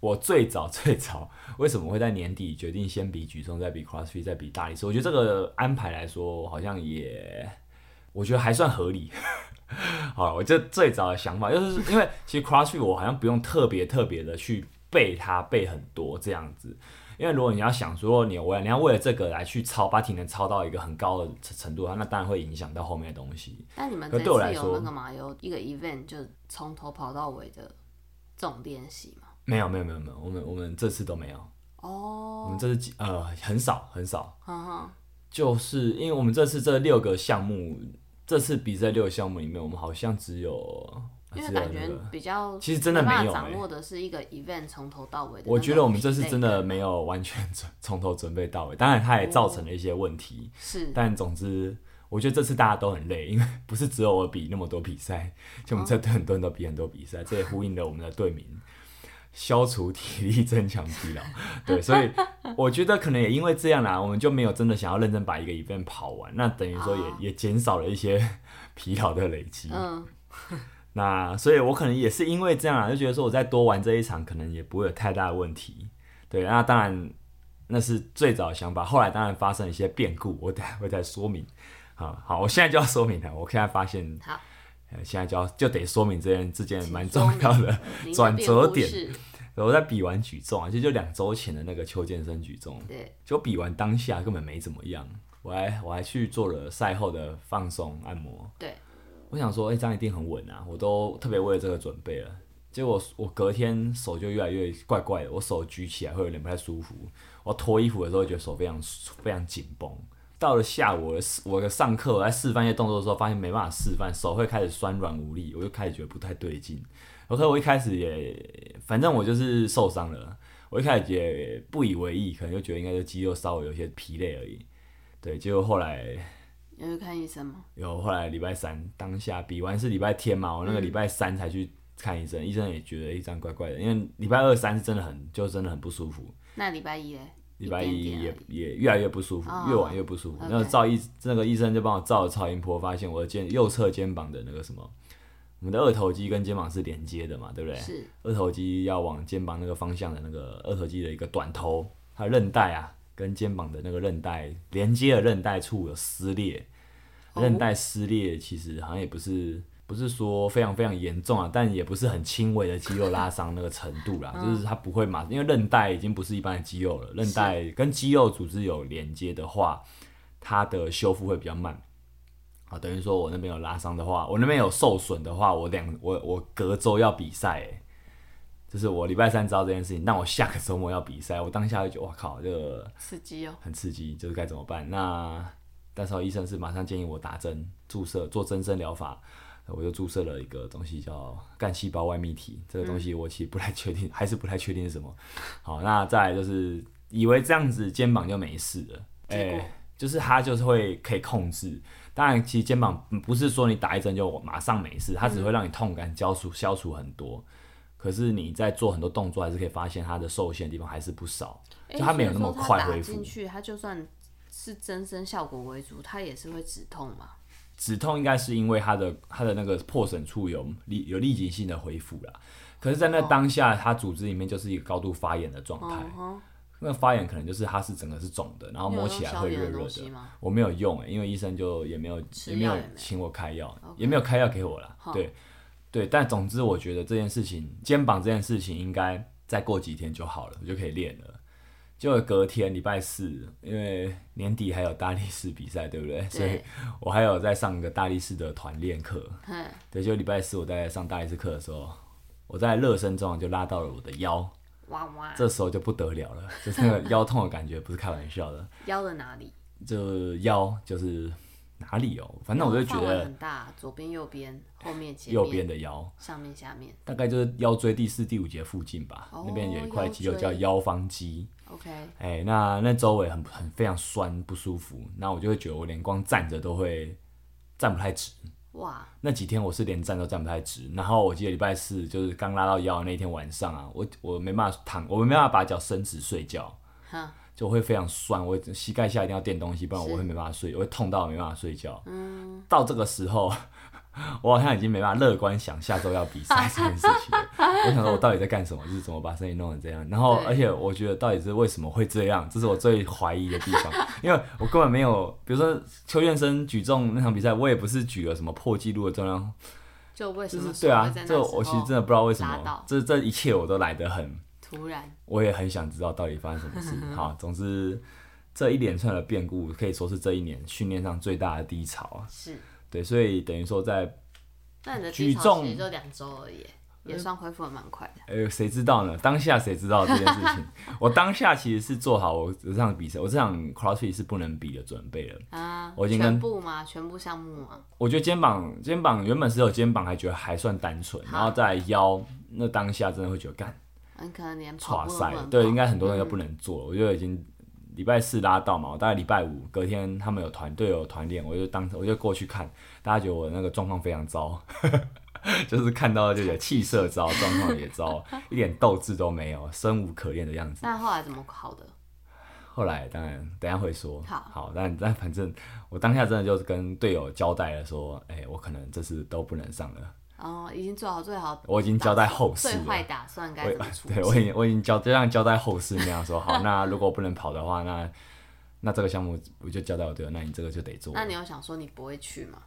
[SPEAKER 1] 我最早最早为什么会在年底决定先比举重，再比 CrossFit，再比大力士？我觉得这个安排来说，好像也我觉得还算合理。 *laughs* 好了，我这最早的想法就是因为其实 CrossFit 我好像不用特别特别的去背它背很多这样子，因为如果你要想说你我你要为了这个来去操，把体能操到一个很高的程度的话，那当然会影响到后面的东西。
[SPEAKER 2] 但你们
[SPEAKER 1] 可
[SPEAKER 2] 这
[SPEAKER 1] 对我来
[SPEAKER 2] 次有
[SPEAKER 1] 说
[SPEAKER 2] 那个嘛？有一个 event 就从头跑到尾的重练习嘛？
[SPEAKER 1] 没有没有没有没有，我们我们这次都没有，我
[SPEAKER 2] 哦，
[SPEAKER 1] 们这次几呃很少很少，
[SPEAKER 2] 哈哈，
[SPEAKER 1] 就是因为我们这次这六个项目，这次比赛六个项目里面，我们好像只有啊
[SPEAKER 2] 因为
[SPEAKER 1] 只有
[SPEAKER 2] 感
[SPEAKER 1] 那
[SPEAKER 2] 觉
[SPEAKER 1] 个。
[SPEAKER 2] 比较
[SPEAKER 1] 其实真的
[SPEAKER 2] 没办
[SPEAKER 1] 没有
[SPEAKER 2] 法掌
[SPEAKER 1] 欸
[SPEAKER 2] 握的是一个 event 从头到尾的。
[SPEAKER 1] 我觉得我们这次真
[SPEAKER 2] 的
[SPEAKER 1] 的没有完全准从头准备到尾，当然它也造成了一些问题，
[SPEAKER 2] 是
[SPEAKER 1] 但总之。我觉得这次大家都很累，因为不是只有我比那么多比赛，就我们这
[SPEAKER 2] 哦
[SPEAKER 1] 队很多人都比很多比赛，这也呼应了我们的队名“消除体力，增强疲劳”。对，所以我觉得可能也因为这样啦，我们就没有真的想要认真把一个 event 跑完，那等于说也、
[SPEAKER 2] 哦
[SPEAKER 1] 也减少了一些 *laughs* 疲劳的累积。
[SPEAKER 2] 嗯，
[SPEAKER 1] 那所以，我可能也是因为这样啊，就觉得说我再多玩这一场，可能也不会有太大的问题。对，那当然那是最早的想法，后来当然发生了一些变故，我等下会再说明。好好，我现在就要说明了，我现在发现，
[SPEAKER 2] 好，
[SPEAKER 1] 呃，现在就要就得说明这件这件蛮
[SPEAKER 2] 请
[SPEAKER 1] 重
[SPEAKER 2] 说明
[SPEAKER 1] 要的。 *laughs*
[SPEAKER 2] 您的
[SPEAKER 1] 转
[SPEAKER 2] 辩
[SPEAKER 1] 折
[SPEAKER 2] 护
[SPEAKER 1] 点
[SPEAKER 2] 是
[SPEAKER 1] 我在比完举重啊，就就两周前的那个邱健身举重，
[SPEAKER 2] 对，
[SPEAKER 1] 就比完当下根本没怎么样，我还我还去做了赛后的放松按摩，
[SPEAKER 2] 对，
[SPEAKER 1] 我想说，哎、这样一定很稳啊！我都特别为了这个准备了。结果我隔天手就越来越怪怪的，我手举起来会有点不太舒服。我脱衣服的时候，觉得手非常非常紧绷。到了下午，我是我上课我在示范一些动作的时候，发现没办法示范，手会开始酸软无力，我就开始觉得不太对劲。然后我一开始也，反正我就是受伤了，我一开始也不以为意，可能就觉得应该就肌肉稍微有些疲累而已。对，结果后来
[SPEAKER 2] 有去看医生吗？
[SPEAKER 1] 有后来礼拜三当下比完是礼拜天嘛，我
[SPEAKER 2] 嗯
[SPEAKER 1] 那个礼拜三才去看医生，医生也觉得一张怪怪的，因为礼拜二三是真的很就真的很不舒服，
[SPEAKER 2] 那礼拜一嘞？
[SPEAKER 1] 礼拜
[SPEAKER 2] 一
[SPEAKER 1] 一
[SPEAKER 2] 点点
[SPEAKER 1] 也
[SPEAKER 2] 而已
[SPEAKER 1] 也越来越不舒服，
[SPEAKER 2] 哦
[SPEAKER 1] 越晚越不舒服。
[SPEAKER 2] OK
[SPEAKER 1] 那个照医那个医生就帮我照了超音波，发现我的肩右侧肩膀的那个什么，我们的二头肌跟肩膀是连接的嘛，对不对？
[SPEAKER 2] 啊是
[SPEAKER 1] 二头肌要往肩膀那个方向的那个二头肌的一个短头，它的韧带啊跟肩膀的那个韧带连接的韧带处有撕裂，
[SPEAKER 2] 哦
[SPEAKER 1] 韧带撕裂其实好像也不是。不是说非常非常严重啊，但也不是很轻微的肌肉拉伤那个程度啦，就是它不会马，因为韧带已经不是一般的肌肉了，韧带跟肌肉组织有连接的话，它的修复会比较慢。啊，等于说我那边有拉伤的话，我那边有受损的话，我两我我隔周要比赛、欸，就是我礼拜三知道这件事情，但我下个周末要比赛，我当下就觉得哇靠，这个
[SPEAKER 2] 刺激哦。
[SPEAKER 1] 很刺激，就是该怎么办？那那时候医生是马上建议我打针注射做增生疗法，我就注射了一个东西叫干细胞外泌体，这个东
[SPEAKER 2] 嗯
[SPEAKER 1] 西我其实不太确定，还是不太确定是什么。好，那再来就是以为这样子肩膀就没事了，哎、
[SPEAKER 2] 结果
[SPEAKER 1] 就是它就是会可以控制。当然，其实肩膀不是说你打一针就马上没事，它只
[SPEAKER 2] 嗯
[SPEAKER 1] 会让你痛感消除消除很多。可是你在做很多动作，还是可以发现它的受限的地方还是不少，
[SPEAKER 2] 诶
[SPEAKER 1] 就它没有那么
[SPEAKER 2] 所以说它
[SPEAKER 1] 快恢
[SPEAKER 2] 打
[SPEAKER 1] 复
[SPEAKER 2] 进。去，它就算是增生效果为主，它也是会止痛嘛。
[SPEAKER 1] 止痛应该是因为它的它的那个破损处有立有立即性的恢复啦。可是，在那当下，它组织里面就是一个高度发炎的状态。
[SPEAKER 2] 嗯哼，
[SPEAKER 1] 那发炎可能就是它是整个是肿的，然后
[SPEAKER 2] 你有
[SPEAKER 1] 摸
[SPEAKER 2] 用
[SPEAKER 1] 起来
[SPEAKER 2] 消
[SPEAKER 1] 会
[SPEAKER 2] 炎
[SPEAKER 1] 热
[SPEAKER 2] 的
[SPEAKER 1] 热
[SPEAKER 2] 东
[SPEAKER 1] 的
[SPEAKER 2] 西。吗？
[SPEAKER 1] 我没有用、欸，因为医生就也没有
[SPEAKER 2] 吃
[SPEAKER 1] 也没有
[SPEAKER 2] 药也没
[SPEAKER 1] 请我开药
[SPEAKER 2] OK
[SPEAKER 1] 也没有开药给我啦。
[SPEAKER 2] 好
[SPEAKER 1] 对对，但总之我觉得这件事情，肩膀这件事情应该再过几天就好了，我就可以练了。就隔天礼拜四，因为年底还有大力士比赛，对不对？所以
[SPEAKER 2] 对，
[SPEAKER 1] 我还有在上一个大力士的团练课。
[SPEAKER 2] 哼，
[SPEAKER 1] 对，就礼拜四我在上大力士课的时候，我在热身中就拉到了我的腰，
[SPEAKER 2] 哇哇，
[SPEAKER 1] 这时候就不得了了，就是那个
[SPEAKER 2] *laughs*
[SPEAKER 1] 腰痛的感觉，不是开玩笑的。
[SPEAKER 2] 腰的哪里？
[SPEAKER 1] 就腰就是哪里哦，反正我就觉
[SPEAKER 2] 范围
[SPEAKER 1] 得
[SPEAKER 2] 很大，左边、右边、后面、前面、
[SPEAKER 1] 右边的腰，
[SPEAKER 2] 上面、下面。
[SPEAKER 1] 大概就是腰椎第四、第五节附近吧，
[SPEAKER 2] 哦
[SPEAKER 1] 那边有一块肌肉
[SPEAKER 2] 腰椎
[SPEAKER 1] 叫腰方肌。
[SPEAKER 2] OK，
[SPEAKER 1] 哎、那那周围很很非常酸不舒服，那我就会觉得我连光站着都会站不太直。
[SPEAKER 2] 哇，
[SPEAKER 1] 那几天我是连站都站不太直，然后我记得礼拜四就是刚拉到腰的那天晚上啊，我我没办法躺，我没办法把脚伸直睡觉，
[SPEAKER 2] 哼，
[SPEAKER 1] 就会非常酸，我膝盖下一定要垫东西，不然我
[SPEAKER 2] 是嗯
[SPEAKER 1] 会没办法睡，我会痛到没办法睡觉。到这个时候， *laughs* 我好像已经没办法乐观想下周要比赛这件事情了。
[SPEAKER 2] *laughs*
[SPEAKER 1] 我想说，我到底在干什么？就是怎么把身体弄成这样？然后，
[SPEAKER 2] 对
[SPEAKER 1] 而且我觉得到底是为什么会这样，这是我最怀疑的地方， *laughs* 因为我根本没有，比如说邱院生举重那场比赛，我也不是举了什么破纪录的重量，
[SPEAKER 2] 就为什
[SPEAKER 1] 就
[SPEAKER 2] 么
[SPEAKER 1] 是对啊
[SPEAKER 2] 手会在，那
[SPEAKER 1] 这
[SPEAKER 2] 时
[SPEAKER 1] 我其实
[SPEAKER 2] 候
[SPEAKER 1] 真的不知道为什
[SPEAKER 2] 拉到
[SPEAKER 1] 么，这这一切我都来得很
[SPEAKER 2] 突然
[SPEAKER 1] 我也很想知道到底发生什么事。好，总之这一连串的变故可以说是这一年训练上最大的低潮啊。
[SPEAKER 2] 是，
[SPEAKER 1] 对，所以等于说在
[SPEAKER 2] 那你的
[SPEAKER 1] 举
[SPEAKER 2] 低潮
[SPEAKER 1] 重
[SPEAKER 2] 其实就两周而已，也算恢复的蛮快的。
[SPEAKER 1] 呃，谁知道呢？当下谁知道这件事情？我当下其实是做好我这场比赛，我这场 CrossFit 是不能比的准备了。
[SPEAKER 2] 啊，
[SPEAKER 1] 我已经跟
[SPEAKER 2] 全部吗？全部项目吗？
[SPEAKER 1] 我觉得肩膀肩膀原本是有肩膀，还觉得还算单纯，
[SPEAKER 2] 好
[SPEAKER 1] 然后再来腰，那当下真的会觉得干。
[SPEAKER 2] 很嗯可能连跑
[SPEAKER 1] 哇
[SPEAKER 2] 步都
[SPEAKER 1] 塞
[SPEAKER 2] 不，能
[SPEAKER 1] 对，
[SPEAKER 2] 跑
[SPEAKER 1] 应该很多人都不能做。我就已经礼拜四拉到嘛，我大概礼拜五隔天他们有团队有团练，我就当我就过去看，大家觉得我那个状况非常糟， *laughs* 就是看到就觉得气色糟，状况也糟， *laughs* 一点斗志都没有，生无可恋的样子。
[SPEAKER 2] 那后来怎么好的？
[SPEAKER 1] 后来当然等一下会说，
[SPEAKER 2] 好
[SPEAKER 1] 但但反正我当下真的就是跟队友交代了说，哎、我可能这次都不能上了，
[SPEAKER 2] 哦，已经做好最好
[SPEAKER 1] 我已经交代后事
[SPEAKER 2] 最
[SPEAKER 1] 了。
[SPEAKER 2] 坏打算该
[SPEAKER 1] 我
[SPEAKER 2] 怎
[SPEAKER 1] *laughs*
[SPEAKER 2] 么处
[SPEAKER 1] 对
[SPEAKER 2] 置？
[SPEAKER 1] 我已经我已经交就像交代后事那样说，好， *laughs* 那如果我不能跑的话，那那这个项目我就交代我队友，那你这个就得做。
[SPEAKER 2] 那你有想说你不会去吗？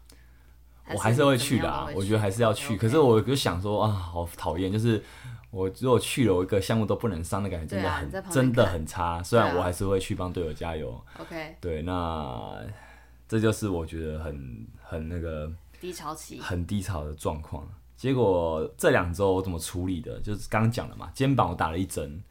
[SPEAKER 1] 我还是会去的
[SPEAKER 2] 的
[SPEAKER 1] 啊，我觉得还是要去。
[SPEAKER 2] OK，OK
[SPEAKER 1] 可是我就想说啊，好讨厌，就是我如果去了，我一个项目都不能上，那感觉真
[SPEAKER 2] 对
[SPEAKER 1] 的
[SPEAKER 2] 啊
[SPEAKER 1] 很
[SPEAKER 2] 你在旁边
[SPEAKER 1] 真的
[SPEAKER 2] 看
[SPEAKER 1] 很差。虽然
[SPEAKER 2] 对啊
[SPEAKER 1] 我还是会去帮队友加油，
[SPEAKER 2] OK
[SPEAKER 1] 对，那这就是我觉得很很那个
[SPEAKER 2] 低潮期
[SPEAKER 1] 很低潮的状况。结果这两周我怎么处理的？就是刚刚讲了嘛，肩膀我打了一针，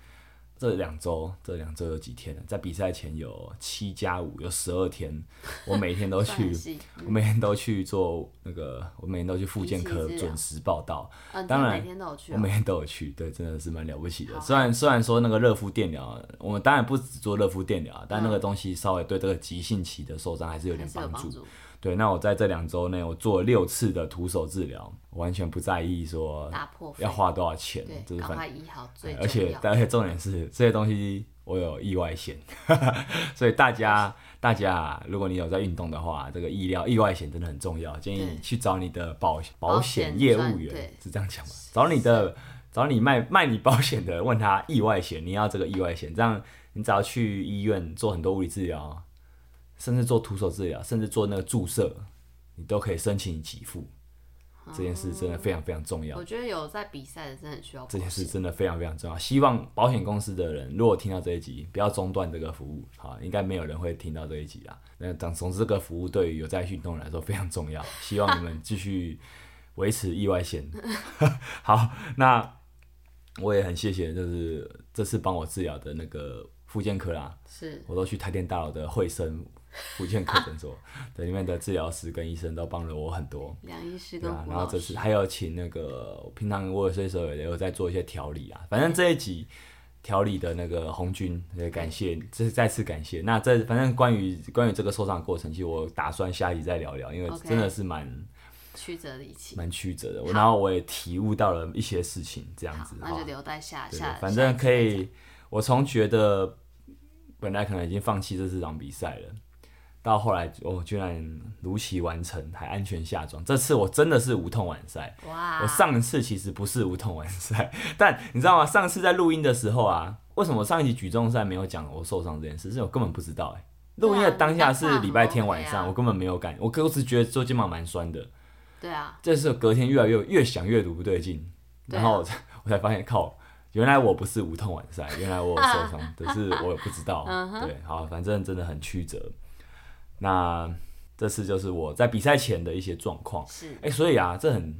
[SPEAKER 1] 这两周，这两周有几天了？在比赛前有七加五，有十二天， *laughs* 我每天都
[SPEAKER 2] 算 *laughs*
[SPEAKER 1] 去
[SPEAKER 2] 很细，
[SPEAKER 1] 我每天都去做那个，我每天都去复健
[SPEAKER 2] 定期
[SPEAKER 1] 科
[SPEAKER 2] 治疗啊
[SPEAKER 1] 准时报道，
[SPEAKER 2] 嗯，
[SPEAKER 1] 当
[SPEAKER 2] 你
[SPEAKER 1] 然
[SPEAKER 2] 每天都有去
[SPEAKER 1] 我
[SPEAKER 2] 哦、
[SPEAKER 1] 每天都有去，对，真的是蛮了不起的。
[SPEAKER 2] 好
[SPEAKER 1] 虽然虽然说那个热敷电疗，我们当然不只做热敷电疗啊，但那个东西稍微对这个急性期的受伤还是有
[SPEAKER 2] 嗯还
[SPEAKER 1] 点
[SPEAKER 2] 是有帮
[SPEAKER 1] 助。
[SPEAKER 2] 助。
[SPEAKER 1] 对，那我在这两周内，我做了六次的徒手治疗，我完全不在意说
[SPEAKER 2] 大破
[SPEAKER 1] 嗯
[SPEAKER 2] 费
[SPEAKER 1] 要花多少钱，就
[SPEAKER 2] 对，
[SPEAKER 1] 是
[SPEAKER 2] 赶
[SPEAKER 1] 反
[SPEAKER 2] 快医好最重要。
[SPEAKER 1] 哎而且而且重点是这些东西我有意外险， *laughs* 所以大家大家如果你有在运动的话，这个意料意外险真的很重要，建议
[SPEAKER 2] 对
[SPEAKER 1] 你去找你的保
[SPEAKER 2] 保
[SPEAKER 1] 保
[SPEAKER 2] 险
[SPEAKER 1] 险业
[SPEAKER 2] 专
[SPEAKER 1] 务员
[SPEAKER 2] 对，
[SPEAKER 1] 是这样讲吗？找你的找你卖卖你保险的人，问他意外险，你要这个意外险，这样你只要去医院做很多物理治疗，甚至做徒手治疗，甚至做那个注射，你都可以申请给付。这件事真
[SPEAKER 2] 哦
[SPEAKER 1] 的非常非常重要
[SPEAKER 2] 我。觉得有在比赛的真的很需要
[SPEAKER 1] 这件事
[SPEAKER 2] 保险
[SPEAKER 1] 真的非常非常重要。希望保险公司的人，如果听到这一集，不要中断这个服务。好，应该没有人会听到这一集啦。那总总之，这个服务对于有在运动人来说非常重要。希望你们继续维持意外险。 *laughs* 好，那我也很谢谢，就是这次帮我治疗的那个复健科啦，
[SPEAKER 2] 是
[SPEAKER 1] 我都去台电大楼的惠生复健科诊所，对里面的治疗师跟医生都帮了我很多。
[SPEAKER 2] 梁医师
[SPEAKER 1] 对
[SPEAKER 2] 跟
[SPEAKER 1] 啊，
[SPEAKER 2] 胡
[SPEAKER 1] 然后
[SPEAKER 2] 老
[SPEAKER 1] 这
[SPEAKER 2] 师，
[SPEAKER 1] 次还有请那个平常我有些时候也有在做一些调理啊，反正这一集调理的那个红军也感谢，这是再次感谢。那这反正关于关于这个受伤的过程，其实我打算下一集再聊聊，因为
[SPEAKER 2] OK
[SPEAKER 1] 真的是蛮
[SPEAKER 2] 曲折离奇。
[SPEAKER 1] 蛮曲折的。
[SPEAKER 2] 好
[SPEAKER 1] 我然后我也体悟到了一些事情，这样
[SPEAKER 2] 好
[SPEAKER 1] 子，
[SPEAKER 2] 那就留待下
[SPEAKER 1] 对
[SPEAKER 2] 下，，
[SPEAKER 1] 反
[SPEAKER 2] 下一
[SPEAKER 1] 正
[SPEAKER 2] 次
[SPEAKER 1] 可
[SPEAKER 2] 再讲
[SPEAKER 1] 以，我从觉得本来可能已经放弃这四场比赛了，到后来我、哦居然如期完成，还安全下庄。这次我真的是无痛完赛。
[SPEAKER 2] 哇，
[SPEAKER 1] 我上一次其实不是无痛完赛， *laughs* 但你知道吗？上次在录音的时候啊，为什么上一集举重赛没有讲我受伤这件事？是我根本不知道哎、
[SPEAKER 2] 对啊
[SPEAKER 1] 录音的当下是礼拜天晚
[SPEAKER 2] 你当下
[SPEAKER 1] 上，
[SPEAKER 2] 很 OK 啊
[SPEAKER 1] 我根本没有感，我我只觉得做肩膀蛮酸的。
[SPEAKER 2] 对啊，
[SPEAKER 1] 这是隔天越来越越想越读不对劲，
[SPEAKER 2] 对啊
[SPEAKER 1] 然后 *laughs* 我才我才发现靠，原来我不是无痛完赛，原来我有受伤，只是我也不知
[SPEAKER 2] *laughs*
[SPEAKER 1] 道。
[SPEAKER 2] 嗯
[SPEAKER 1] 对，好，反正真的很曲折。那这次就是我在比赛前的一些状况。
[SPEAKER 2] 是
[SPEAKER 1] 哎、所以啊，这很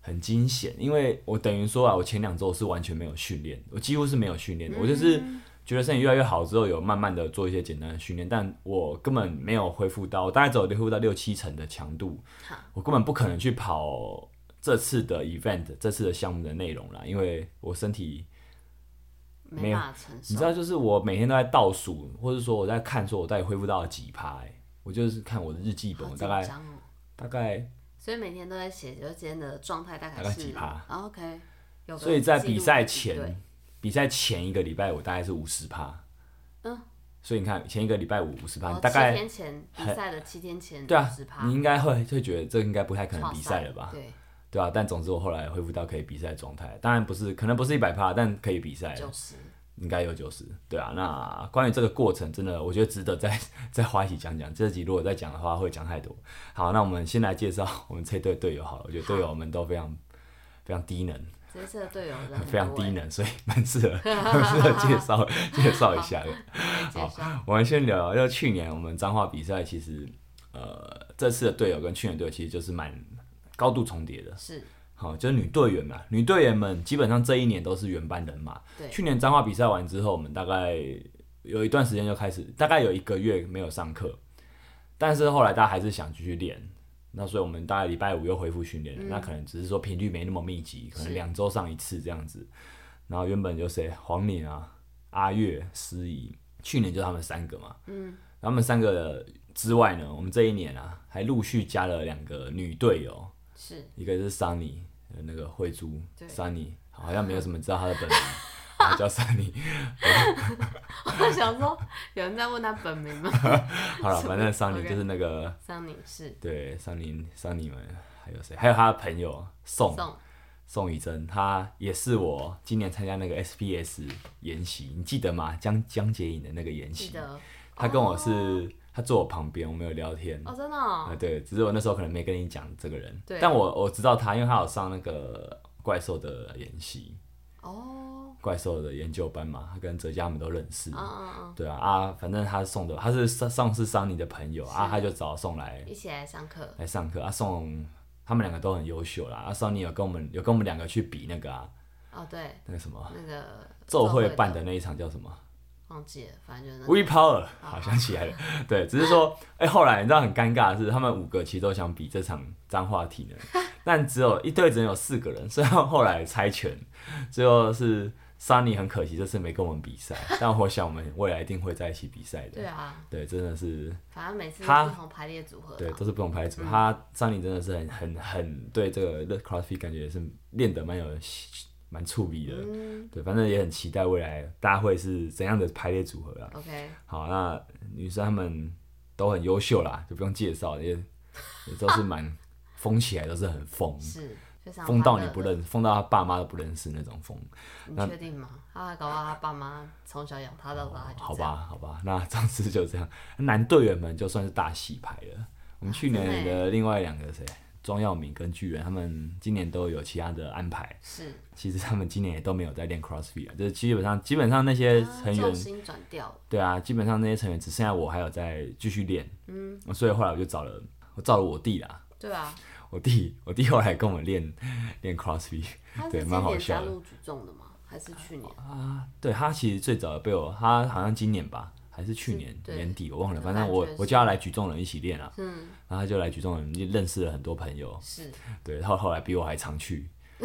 [SPEAKER 1] 很惊险，因为我等于说啊，我前两周是完全没有训练，我几乎是没有训
[SPEAKER 2] 嗯
[SPEAKER 1] 练的，我就是觉得身体越来越好之后，有慢慢的做一些简单的训练，但我根本没有恢复到，我大概只有恢复到六七成的强度
[SPEAKER 2] 好，
[SPEAKER 1] 我根本不可能去跑这次的 event，这次的项目的内容啦，因为我身体。
[SPEAKER 2] 没
[SPEAKER 1] 没有
[SPEAKER 2] 办法承
[SPEAKER 1] 你
[SPEAKER 2] 受
[SPEAKER 1] 知。道，就是我每天都在倒数，或者说我在看，说我到底恢复到了几趴、欸，我就是看我的日记本，
[SPEAKER 2] 好
[SPEAKER 1] 我
[SPEAKER 2] 紧
[SPEAKER 1] 大概
[SPEAKER 2] 张哦，
[SPEAKER 1] 大概
[SPEAKER 2] 所以每天都在写，就今天的状态大概
[SPEAKER 1] 大概
[SPEAKER 2] 是
[SPEAKER 1] 几趴
[SPEAKER 2] 啊？OK，有个
[SPEAKER 1] 所以在
[SPEAKER 2] 记录
[SPEAKER 1] 比赛
[SPEAKER 2] 记录对
[SPEAKER 1] 前，比赛前一个礼拜我大概是五十趴，
[SPEAKER 2] 嗯，
[SPEAKER 1] 所以你看前一个礼拜五五十趴，
[SPEAKER 2] 哦
[SPEAKER 1] 你大
[SPEAKER 2] 七
[SPEAKER 1] 概
[SPEAKER 2] 天前比赛的七天前
[SPEAKER 1] 对啊
[SPEAKER 2] 十趴，
[SPEAKER 1] 你应该会会觉得这应该不太可能
[SPEAKER 2] 跨
[SPEAKER 1] 比赛了吧？
[SPEAKER 2] 对，
[SPEAKER 1] 对啊，但总之我后来恢复到可以比赛的状态，当然不是可能不是一百趴，但可以比赛了，
[SPEAKER 2] 九十，
[SPEAKER 1] 应该有九十，对啊。那关于这个过程，真的我觉得值得再 *laughs* 再花一起讲讲。这集如果再讲的话，会讲太多。好，那我们先来介绍我们这队队友好了，我觉得队友们都非常非常低能。
[SPEAKER 2] 这次的队友人很
[SPEAKER 1] *laughs* 非常
[SPEAKER 2] 多
[SPEAKER 1] 低
[SPEAKER 2] 欸，
[SPEAKER 1] 能，所以蛮适合 *laughs* 蛮适合介绍介绍一下的。
[SPEAKER 2] 介绍
[SPEAKER 1] 我们先聊，就去年我们彰化比赛，其实呃这次的队友跟去年队友其实就是蛮高度重叠的。
[SPEAKER 2] 是
[SPEAKER 1] 好，就是女队员嘛，女队员们基本上这一年都是原班人马。
[SPEAKER 2] 对
[SPEAKER 1] 去年彰化比赛完之后，我们大概有一段时间就开始，大概有一个月没有上课，但是后来大家还是想继续练。那所以我们大概礼拜五又恢复训练了，那可能只是说频率没那么密集，可能
[SPEAKER 2] 嗯是
[SPEAKER 1] 两周上一次这样子。然后原本有谁，黄敏啊、阿月、思怡，去年就他们三个嘛。嗯。他们三个之外呢，我们这一年啊，还陆续加了两个女队友。
[SPEAKER 2] 是 *laughs*
[SPEAKER 1] 一个是 Sunny，呃那个慧珠
[SPEAKER 2] 对
[SPEAKER 1] Sunny，好像没有什么人知道他的
[SPEAKER 2] *laughs*
[SPEAKER 1] 本名，他叫 Sunny。
[SPEAKER 2] 我想说，有人在问他本名吗？
[SPEAKER 1] 好了，
[SPEAKER 2] 什么
[SPEAKER 1] 反正 Sunny
[SPEAKER 2] OK
[SPEAKER 1] 就是那个
[SPEAKER 2] 桑尼是
[SPEAKER 1] 对 Sunny Sunny 们，还有谁？还有他的朋友宋
[SPEAKER 2] 宋，
[SPEAKER 1] 宋雨珍，他也是我今年参加那个 SPS 研习，你记得吗？江江洁颖的那个研
[SPEAKER 2] 记
[SPEAKER 1] 习，
[SPEAKER 2] 得哦
[SPEAKER 1] 他跟我是他坐我旁边，我们有聊天。
[SPEAKER 2] 哦，真的
[SPEAKER 1] 啊、
[SPEAKER 2] 哦，
[SPEAKER 1] 对，只是我那时候可能没跟你讲这个人
[SPEAKER 2] 对，
[SPEAKER 1] 但我我知道他，因为他有上那个怪兽的演习，
[SPEAKER 2] 哦，
[SPEAKER 1] 怪兽的研究班嘛，他跟哲佳他们都认识。
[SPEAKER 2] 嗯嗯嗯，
[SPEAKER 1] 对啊啊，反正他送的，他是上上次桑尼的朋友啊，
[SPEAKER 2] 是
[SPEAKER 1] 他就找宋来
[SPEAKER 2] 嗯一起来上课，
[SPEAKER 1] 来上课啊，宋他们两个都很优秀啦，啊，桑尼有跟我们有跟我们两个去比那个啊，
[SPEAKER 2] 哦，对，
[SPEAKER 1] 那个什么
[SPEAKER 2] 那
[SPEAKER 1] *laughs*
[SPEAKER 2] 个
[SPEAKER 1] 奏会办
[SPEAKER 2] 的
[SPEAKER 1] 的那一场叫什么
[SPEAKER 2] 忘记了，反正就是那个
[SPEAKER 1] We Power，好想起来了。对，只是说，哎、后来你知道很尴尬的是，他们五个其实都想比这场脏话体
[SPEAKER 2] *laughs*
[SPEAKER 1] 能，但只有一队只能有四个人，所以他们后来猜拳，最后是 Sunny 很可惜这次没跟我们比赛，但我想我们未来一定会在一起比赛的
[SPEAKER 2] 对。啊，
[SPEAKER 1] 对，真的是
[SPEAKER 2] 反正每次
[SPEAKER 1] 他
[SPEAKER 2] 都不同排列组合
[SPEAKER 1] 对，
[SPEAKER 2] 嘛，
[SPEAKER 1] 都是不同牌
[SPEAKER 2] 嗯
[SPEAKER 1] 组。他张林真的是很很很对这个 CrossFit 感觉也是练得蛮有蛮触笔的。
[SPEAKER 2] 嗯
[SPEAKER 1] 对，反正也很期待未来大家会是怎样的排列组合啊啦。
[SPEAKER 2] ，OK，
[SPEAKER 1] 好，那女生她们都很优秀啦，就不用介绍了，也也都是蛮疯起来，都是很疯，
[SPEAKER 2] 是非常
[SPEAKER 1] 疯到
[SPEAKER 2] 欢
[SPEAKER 1] 你
[SPEAKER 2] 乐
[SPEAKER 1] 不
[SPEAKER 2] 的，
[SPEAKER 1] 认，疯到他爸妈都不认识那种疯。
[SPEAKER 2] 你确定吗？他搞不好他爸妈从小养他到大，
[SPEAKER 1] 好，吧，好吧，那上次就这样。男队员们就算是大洗牌了。我们去年
[SPEAKER 2] 真的
[SPEAKER 1] 的另外两个谁，庄耀明跟巨人，他们今年都有其他的安排。
[SPEAKER 2] 是
[SPEAKER 1] 其实他们今年也都没有在练 CrossFit 啊，就是基本上基本上那些成员
[SPEAKER 2] 啊重，心转掉了，
[SPEAKER 1] 对啊，基本上那些成员只剩下我还有在继续练。嗯，所以后来我就找了我找了我弟啦，
[SPEAKER 2] 对啊，
[SPEAKER 1] 我弟我弟后来跟我练练 CrossFit。
[SPEAKER 2] 他是
[SPEAKER 1] 对
[SPEAKER 2] 今
[SPEAKER 1] 蛮好
[SPEAKER 2] 年
[SPEAKER 1] 笑
[SPEAKER 2] 加
[SPEAKER 1] 的啊
[SPEAKER 2] 入举重的吗？还是去年？
[SPEAKER 1] 对他其实最早被我，他好像今年吧，还是去
[SPEAKER 2] 是
[SPEAKER 1] 年
[SPEAKER 2] 对
[SPEAKER 1] 年底，我忘了，
[SPEAKER 2] 我
[SPEAKER 1] 反正
[SPEAKER 2] 感
[SPEAKER 1] 我
[SPEAKER 2] 觉
[SPEAKER 1] 我叫他来举重人一起练啊，
[SPEAKER 2] 嗯，
[SPEAKER 1] 然后他就来举重人，就认识了很多朋友，
[SPEAKER 2] 是，
[SPEAKER 1] 对，后后来比我还常去，
[SPEAKER 2] *laughs*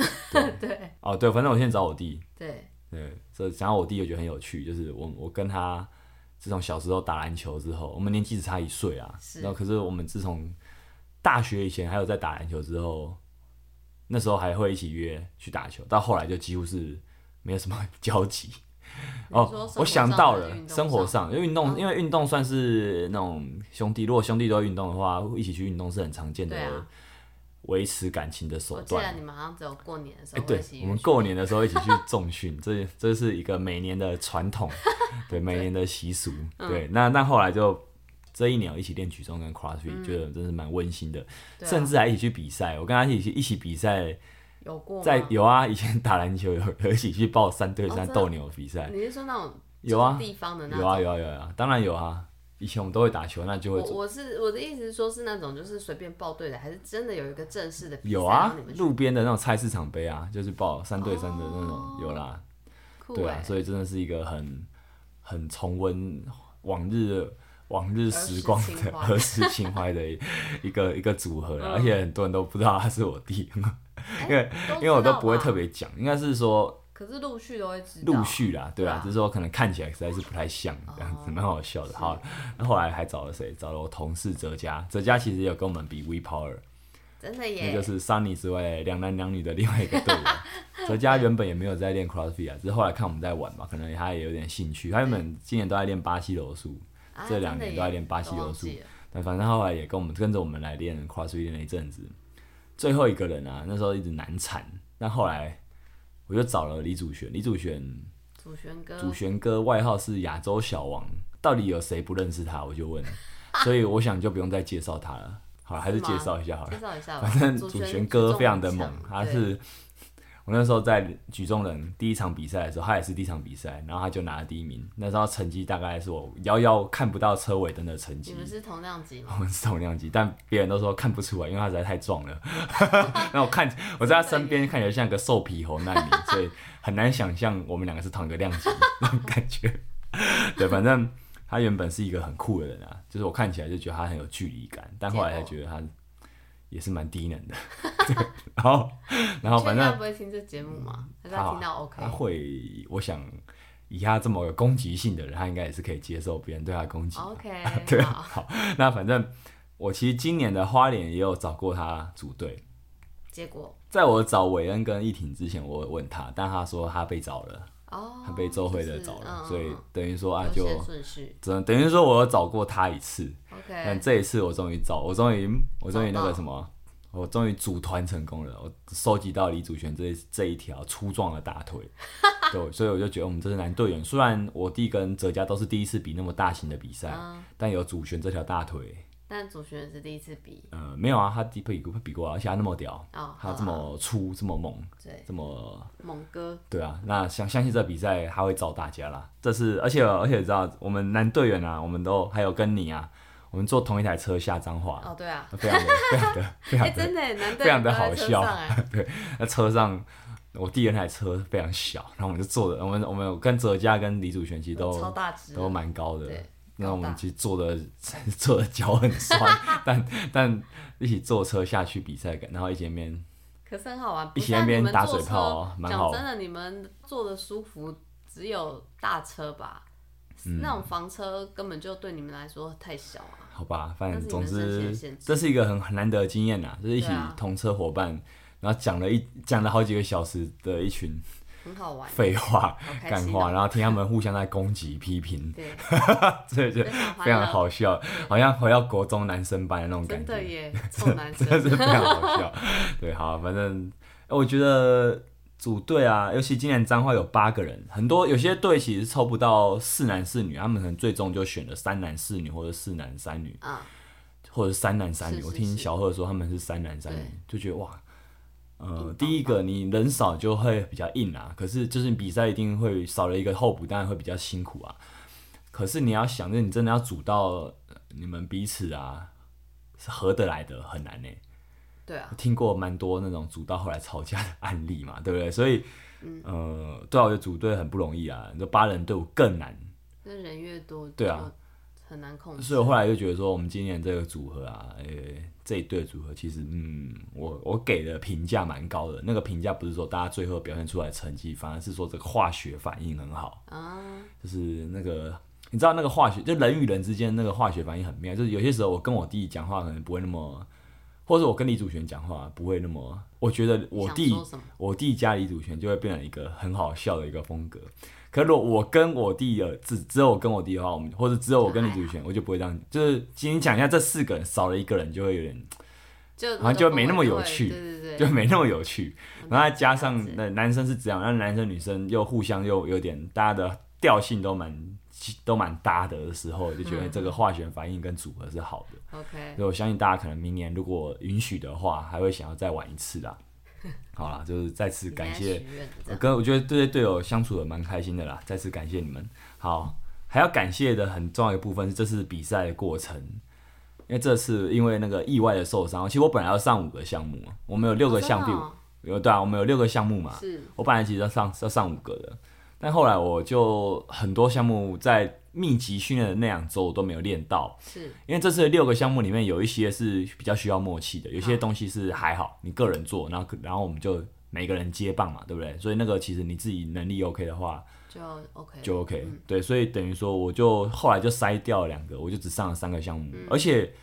[SPEAKER 2] 对
[SPEAKER 1] 哦对，反正我现在找我弟，
[SPEAKER 2] 对，
[SPEAKER 1] 对，所以讲到我弟我觉得很有趣，就是我我跟他自从小时候打篮球之后，我们年纪只差一岁啊，
[SPEAKER 2] 是
[SPEAKER 1] 然后可是我们自从大学以前还有在打篮球之后，那时候还会一起约去打球，到后来就几乎是没有什么 *laughs* 交集。
[SPEAKER 2] 你说
[SPEAKER 1] 哦，
[SPEAKER 2] 生
[SPEAKER 1] 我
[SPEAKER 2] 活
[SPEAKER 1] 想
[SPEAKER 2] 上
[SPEAKER 1] 到
[SPEAKER 2] 还是
[SPEAKER 1] 了
[SPEAKER 2] 运，动
[SPEAKER 1] 生活
[SPEAKER 2] 上嗯
[SPEAKER 1] 上，因为运动，因为运动算是那种兄弟，如果兄弟都会运动的话，一起去运动是很常见的
[SPEAKER 2] 对啊
[SPEAKER 1] 维持感情的手
[SPEAKER 2] 我记
[SPEAKER 1] 段
[SPEAKER 2] 得。你们好像只有过年的时
[SPEAKER 1] 哎、
[SPEAKER 2] 候会
[SPEAKER 1] 对
[SPEAKER 2] 一起，
[SPEAKER 1] 我们
[SPEAKER 2] 约
[SPEAKER 1] 过年的时候一起去重训，这这是一个每年的传统，对每年的习俗。对，那那后来就这一年有一起练举重跟 CrossFit，、觉得真是蛮温馨的，
[SPEAKER 2] 对啊
[SPEAKER 1] 甚至还一起去比赛。我跟他一起一起比赛，
[SPEAKER 2] 有过
[SPEAKER 1] 在
[SPEAKER 2] 吗？
[SPEAKER 1] 有啊，以前打篮球有有一起去报三对三
[SPEAKER 2] 真的
[SPEAKER 1] 斗牛比赛，
[SPEAKER 2] 你是说那种
[SPEAKER 1] 哎有啊
[SPEAKER 2] 就是地方的那
[SPEAKER 1] 有
[SPEAKER 2] 种？
[SPEAKER 1] 啊有啊有啊，当然有啊。以前我们都会打球，那就会
[SPEAKER 2] 我我是我的意思是说，是那种就是随便报队的，还是真的有一个正式的比赛？
[SPEAKER 1] 有啊
[SPEAKER 2] 然后你们，去
[SPEAKER 1] 路边的那种菜市场杯啊，就是报三对三的那种，有啦，
[SPEAKER 2] 酷
[SPEAKER 1] 对
[SPEAKER 2] 哎、
[SPEAKER 1] 啊，所以真的是一个很很重温往日往日时光
[SPEAKER 2] 儿时
[SPEAKER 1] 的
[SPEAKER 2] 情怀
[SPEAKER 1] 儿时情怀的一一个一个组合啦，
[SPEAKER 2] 嗯
[SPEAKER 1] 而且很多人都不知道他是我弟，
[SPEAKER 2] 哎
[SPEAKER 1] 因为因为我都不会特
[SPEAKER 2] 别，
[SPEAKER 1] 别讲，应该是说
[SPEAKER 2] 可是陆续都会知道。哦
[SPEAKER 1] 陆续啦，对啊
[SPEAKER 2] 对啊，
[SPEAKER 1] 只是说可能看起来实在是不太像这样子，蛮好笑的。好，那后来还找了谁？找了我同事哲佳，哲佳其实也有跟我们比 We Power，
[SPEAKER 2] 真的
[SPEAKER 1] 那
[SPEAKER 2] 耶，
[SPEAKER 1] 就是 Sunny 之外两男两女的另外一个队友。哲佳原本也没有在练 CrossFit 啊，只是后来看我们在玩嘛，可能他也有点兴趣。他原本今年都在练巴西柔术，
[SPEAKER 2] 啊
[SPEAKER 1] 这两
[SPEAKER 2] 真的
[SPEAKER 1] 年
[SPEAKER 2] 耶
[SPEAKER 1] 都在练巴西
[SPEAKER 2] 都
[SPEAKER 1] 柔
[SPEAKER 2] 忘
[SPEAKER 1] 术
[SPEAKER 2] 记了
[SPEAKER 1] 但反正他后来也跟我们跟着我们来练 CrossFit 练了一阵子。最后一个人啊，那时候一直难产，但后来我就找了李祖璇，李祖璇
[SPEAKER 2] 祖轩哥，
[SPEAKER 1] 祖璇哥外号是亚洲小王，到底有谁不认识他？我就问，所以我想就不用再介绍他了。好了，还是
[SPEAKER 2] 吗
[SPEAKER 1] 介绍一下好了
[SPEAKER 2] 介。绍一下吧。
[SPEAKER 1] 反正
[SPEAKER 2] 祖
[SPEAKER 1] 祖
[SPEAKER 2] 轩
[SPEAKER 1] 璇哥非常的猛
[SPEAKER 2] 举重很，强
[SPEAKER 1] 他
[SPEAKER 2] 对
[SPEAKER 1] 是我那时候在举重人第一场比赛的时候，他也是第一场比赛，然后他就拿了第一名。那时候成绩大概是我遥遥看不到车尾灯的成
[SPEAKER 2] 你
[SPEAKER 1] 绩。
[SPEAKER 2] 们是同量级吗？
[SPEAKER 1] *laughs* 我们是同量级，但别人都说看不出来，因为他实在太壮了。 *laughs* 那我看我在他身边看起来像个瘦皮猴难民，所以很难想象我们两个是同一个量级 *laughs* 那种感觉。对，反正他原本是一个很酷的人啊，就是我看起来就觉得他很有距离感，但后来才觉得他也是蛮低能的。 *laughs* 对，然后然后
[SPEAKER 2] 你确
[SPEAKER 1] 反
[SPEAKER 2] 定他
[SPEAKER 1] 正
[SPEAKER 2] 不会听这节目吗？还是
[SPEAKER 1] 他
[SPEAKER 2] 他听到 OK？
[SPEAKER 1] 他会，我想以他这么有攻击性的人，他应该也是可以接受别人对他的攻击。
[SPEAKER 2] OK，
[SPEAKER 1] *laughs* 对啊
[SPEAKER 2] 好，
[SPEAKER 1] 那反正我其实今年的花莲也有找过他组队。
[SPEAKER 2] 结果
[SPEAKER 1] 在我找韦恩跟易婷之前，我有问他，但他说他被找了，
[SPEAKER 2] 哦，
[SPEAKER 1] 他被周慧
[SPEAKER 2] 就
[SPEAKER 1] 的
[SPEAKER 2] 是
[SPEAKER 1] 找了，
[SPEAKER 2] 嗯
[SPEAKER 1] 所以
[SPEAKER 2] 嗯
[SPEAKER 1] 等于说啊，
[SPEAKER 2] 优
[SPEAKER 1] 就
[SPEAKER 2] 先顺序
[SPEAKER 1] 只能等于说我有找过他一次，但
[SPEAKER 2] OK，
[SPEAKER 1] 这一次我终于找，我终于我终于那
[SPEAKER 2] 找
[SPEAKER 1] 个
[SPEAKER 2] 到
[SPEAKER 1] 什么，我终于组团成功了，我收集到李祖璇这这一条粗壮的大
[SPEAKER 2] *laughs*
[SPEAKER 1] 腿，对，所以我就觉得我嗯们这是男队员，虽然我弟跟哲佳都是第一次比那么大型的比赛，
[SPEAKER 2] 嗯
[SPEAKER 1] 但有祖璇这条大腿，
[SPEAKER 2] 但祖轩是第一次比
[SPEAKER 1] 呃，没有啊，他第比过比过啊，而且他那么屌，
[SPEAKER 2] 哦，
[SPEAKER 1] 他这
[SPEAKER 2] 好啦
[SPEAKER 1] 么粗，这么猛，
[SPEAKER 2] 对
[SPEAKER 1] 这么
[SPEAKER 2] 猛哥
[SPEAKER 1] 对啊，那相相信这比赛他会照大家啦。这是而且而且你知道，我们男队员啊，我们都还有跟你啊，我们坐同一台车下彰化，
[SPEAKER 2] 哦，对啊，
[SPEAKER 1] 非常的 *laughs* 非常的非
[SPEAKER 2] 哎，
[SPEAKER 1] 常的，
[SPEAKER 2] 真的耶，男队
[SPEAKER 1] 非常的
[SPEAKER 2] 都在
[SPEAKER 1] 好
[SPEAKER 2] 车
[SPEAKER 1] 笑
[SPEAKER 2] 上哎，
[SPEAKER 1] 那车上我弟的那台车非常小，然后我们就坐的，我们我们有跟哲嘉跟李祖璇其实 *laughs* 都
[SPEAKER 3] 哦超大只的，
[SPEAKER 1] 都蛮高的
[SPEAKER 3] 对。
[SPEAKER 1] 那我
[SPEAKER 3] 高
[SPEAKER 1] 们
[SPEAKER 3] 大
[SPEAKER 1] 其实坐的 *laughs* 坐的脚很
[SPEAKER 3] *laughs*
[SPEAKER 1] 酸，但但一起坐车下去比赛感，然后一见面
[SPEAKER 3] 可是很好玩。
[SPEAKER 1] 一
[SPEAKER 3] 不
[SPEAKER 1] 起
[SPEAKER 3] 是
[SPEAKER 1] 在
[SPEAKER 3] 啊
[SPEAKER 1] 那
[SPEAKER 3] 你
[SPEAKER 1] 边
[SPEAKER 3] 们
[SPEAKER 1] 打
[SPEAKER 3] 坐
[SPEAKER 1] 水
[SPEAKER 3] 车
[SPEAKER 1] 炮啊蛮好
[SPEAKER 3] 讲真的，你们坐的舒服，只有大车吧？
[SPEAKER 1] 嗯
[SPEAKER 3] 那种房车根本就对你们来说太小啊。
[SPEAKER 1] 好吧，反
[SPEAKER 3] 但
[SPEAKER 1] 正
[SPEAKER 3] 是你
[SPEAKER 1] 总
[SPEAKER 3] 们深陷
[SPEAKER 1] 之
[SPEAKER 3] 陷
[SPEAKER 1] 这是一个很很难得的经验呐，就是一起
[SPEAKER 3] 对啊
[SPEAKER 1] 同车伙伴，然后讲了一讲了好几个小时的一群
[SPEAKER 3] 很好
[SPEAKER 1] *laughs*
[SPEAKER 3] 玩，
[SPEAKER 1] 废话
[SPEAKER 3] 好 *laughs* 开
[SPEAKER 1] 干
[SPEAKER 3] 心
[SPEAKER 1] 话，
[SPEAKER 3] 哦。
[SPEAKER 1] 然后听他们互相在攻击批评， *laughs*
[SPEAKER 3] 对，*laughs*
[SPEAKER 1] 这就
[SPEAKER 3] 非常欢乐
[SPEAKER 1] 非常好笑，好像回到国中男生班的那种感
[SPEAKER 3] 真
[SPEAKER 1] 觉， *laughs*
[SPEAKER 3] 的耶，臭男
[SPEAKER 1] 真的
[SPEAKER 3] 生
[SPEAKER 1] 是非常好笑。对，好，反正呃我觉得组队啊，尤其今年彰化有八个人，很多有些队其实凑不到四男四女，他们可能最终就选了三男四女或者四男三女，
[SPEAKER 3] 啊，
[SPEAKER 1] 或者三男三女。
[SPEAKER 3] 是是
[SPEAKER 1] 我听
[SPEAKER 3] 是
[SPEAKER 1] 小贺说他们是三男三女
[SPEAKER 3] 对，
[SPEAKER 1] 就觉得哇。
[SPEAKER 3] 硬
[SPEAKER 1] 呃，
[SPEAKER 3] 邦
[SPEAKER 1] 第一个你人少就会比较硬啊，可是就是比赛一定会少了一个候补，当然会比较辛苦啊。可是你要想，就是你真的要组到呃你们彼此啊是合得来的，很难呢、
[SPEAKER 3] 对啊，
[SPEAKER 1] 听过蛮多那种组到后来吵架的案例嘛，对不对？所以，
[SPEAKER 3] 嗯
[SPEAKER 1] 呃，对啊，我觉得组队很不容易啊，你说八人队伍更难。
[SPEAKER 3] 那人越多，
[SPEAKER 1] 对啊，
[SPEAKER 3] 很难控制
[SPEAKER 1] 所以。我后来就觉得说，我们今年这个组合啊，呃、这一对组合其实，嗯，我我给的评价蛮高的。那个评价不是说大家最后表现出来的成绩，反而是说这个化学反应很好。
[SPEAKER 3] 啊，
[SPEAKER 1] 就是那个，你知道那个化学，就人与人之间那个化学反应很妙。就是有些时候我跟我弟讲话可能不会那么，或者是我跟李祖璇讲话不会那么，我觉得我
[SPEAKER 3] 你
[SPEAKER 1] 弟
[SPEAKER 3] 想说什么
[SPEAKER 1] 我弟加李祖璇就会变成一个很好笑的一个风格。可是如果我跟我弟的只只有我跟我弟的话，我们或者只有我跟李祖璇，我就不会这样。就是今天讲一下这四个人少了一个人，就会有点
[SPEAKER 3] 就
[SPEAKER 1] 好像就没那么有趣
[SPEAKER 3] 对对对，
[SPEAKER 1] 就没那么有趣。然后再加上
[SPEAKER 3] 嗯了解
[SPEAKER 1] 那男生是这样，那男生女生又互相又有点大家的调性都蛮都蛮搭的的时候，就
[SPEAKER 3] 嗯
[SPEAKER 1] 觉得这个化学反应跟组合是好的。
[SPEAKER 3] OK，
[SPEAKER 1] 所以我相信大家可能明年如果允许的话，还会想要再玩一次
[SPEAKER 3] *laughs*
[SPEAKER 1] 啦。好啦，就是再次感谢
[SPEAKER 3] 你现在许愿这
[SPEAKER 1] 我
[SPEAKER 3] 样
[SPEAKER 1] 跟我觉得这些队友相处的蛮开心的啦，再次感谢你们。好，还要感谢的很重要一个部分是这次比赛的过程，因为这次因为那个意外的受伤，其实我本来要上五个项目，我们有六个项目，
[SPEAKER 3] 哦
[SPEAKER 1] 有对啊，我们有六个项目嘛，
[SPEAKER 3] 是
[SPEAKER 1] 我本来其实要上要上五个的，但后来我就很多项目在密集训练的那两周我都没有练到，
[SPEAKER 3] 是
[SPEAKER 1] 因为这次的六个项目里面有一些是比较需要默契的，有些
[SPEAKER 3] 嗯
[SPEAKER 1] 东西是还好你个人做，然后然后我们就每个人接棒嘛，对不对？所以那个其实你自己能力 OK 的话
[SPEAKER 3] 就 OK，嗯
[SPEAKER 1] 就 OK，、对，所以等于说我就后来就筛掉了两个，我就只上了三个项目，
[SPEAKER 3] 嗯
[SPEAKER 1] 而且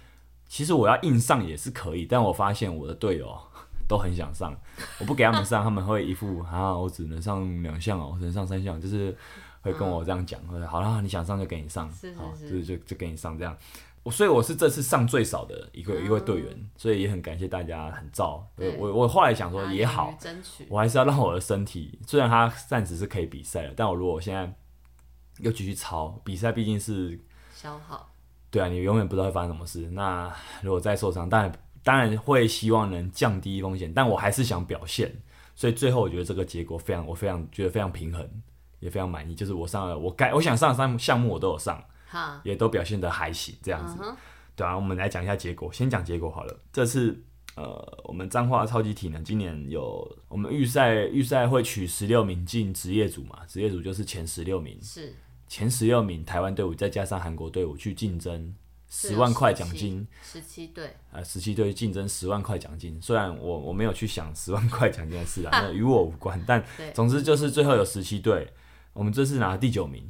[SPEAKER 1] 其实我要硬上也是可以，但我发现我的队友 *laughs* 都很想上，我不给他们上，他们会一副啊，我只能上两项哦，我只能上三项，就是会跟我这样讲，或者好啦，你想上就给你上，
[SPEAKER 3] 是是
[SPEAKER 1] 好，
[SPEAKER 3] 是
[SPEAKER 1] 就是就就给你上这样。我所以我是这次上最少的一个、一位队员，所以也很感谢大家很照。我
[SPEAKER 3] 哦对啊
[SPEAKER 1] 我我后来想说
[SPEAKER 3] 大家
[SPEAKER 1] 也好
[SPEAKER 3] 勇于，争取
[SPEAKER 1] 我还是要让我的身体，虽然它暂时是可以比赛的，但我如果现在又继续操，比赛毕竟是
[SPEAKER 3] 消耗，
[SPEAKER 1] 对啊，你永远不知道会发生什么事。那如果再受伤，当然当然会希望能降低风险，但我还是想表现，所以最后我觉得这个结果非常，我非常觉得非常平衡，也非常满意。就是我上了我该我想上的三项目我都有上，
[SPEAKER 3] 哈，
[SPEAKER 1] 也都表现得还行这样子
[SPEAKER 3] 嗯。哼，
[SPEAKER 1] 对啊，我们来讲一下结果，先讲结果好了。这次呃，我们彰化超级体能今年有我们预赛预赛会取十六名进职业组嘛，职业组就是前十六名，
[SPEAKER 3] 是
[SPEAKER 1] 前十六名台湾队伍再加上韩国队伍去竞争十万块奖金，
[SPEAKER 3] 十七队，
[SPEAKER 1] 啊，十七队竞争十万块奖金。虽然我我没有去想十万块奖金的事啊， *laughs* 那与我无关，但
[SPEAKER 3] 对
[SPEAKER 1] 总之就是最后有十七队，我们这次拿了第九名，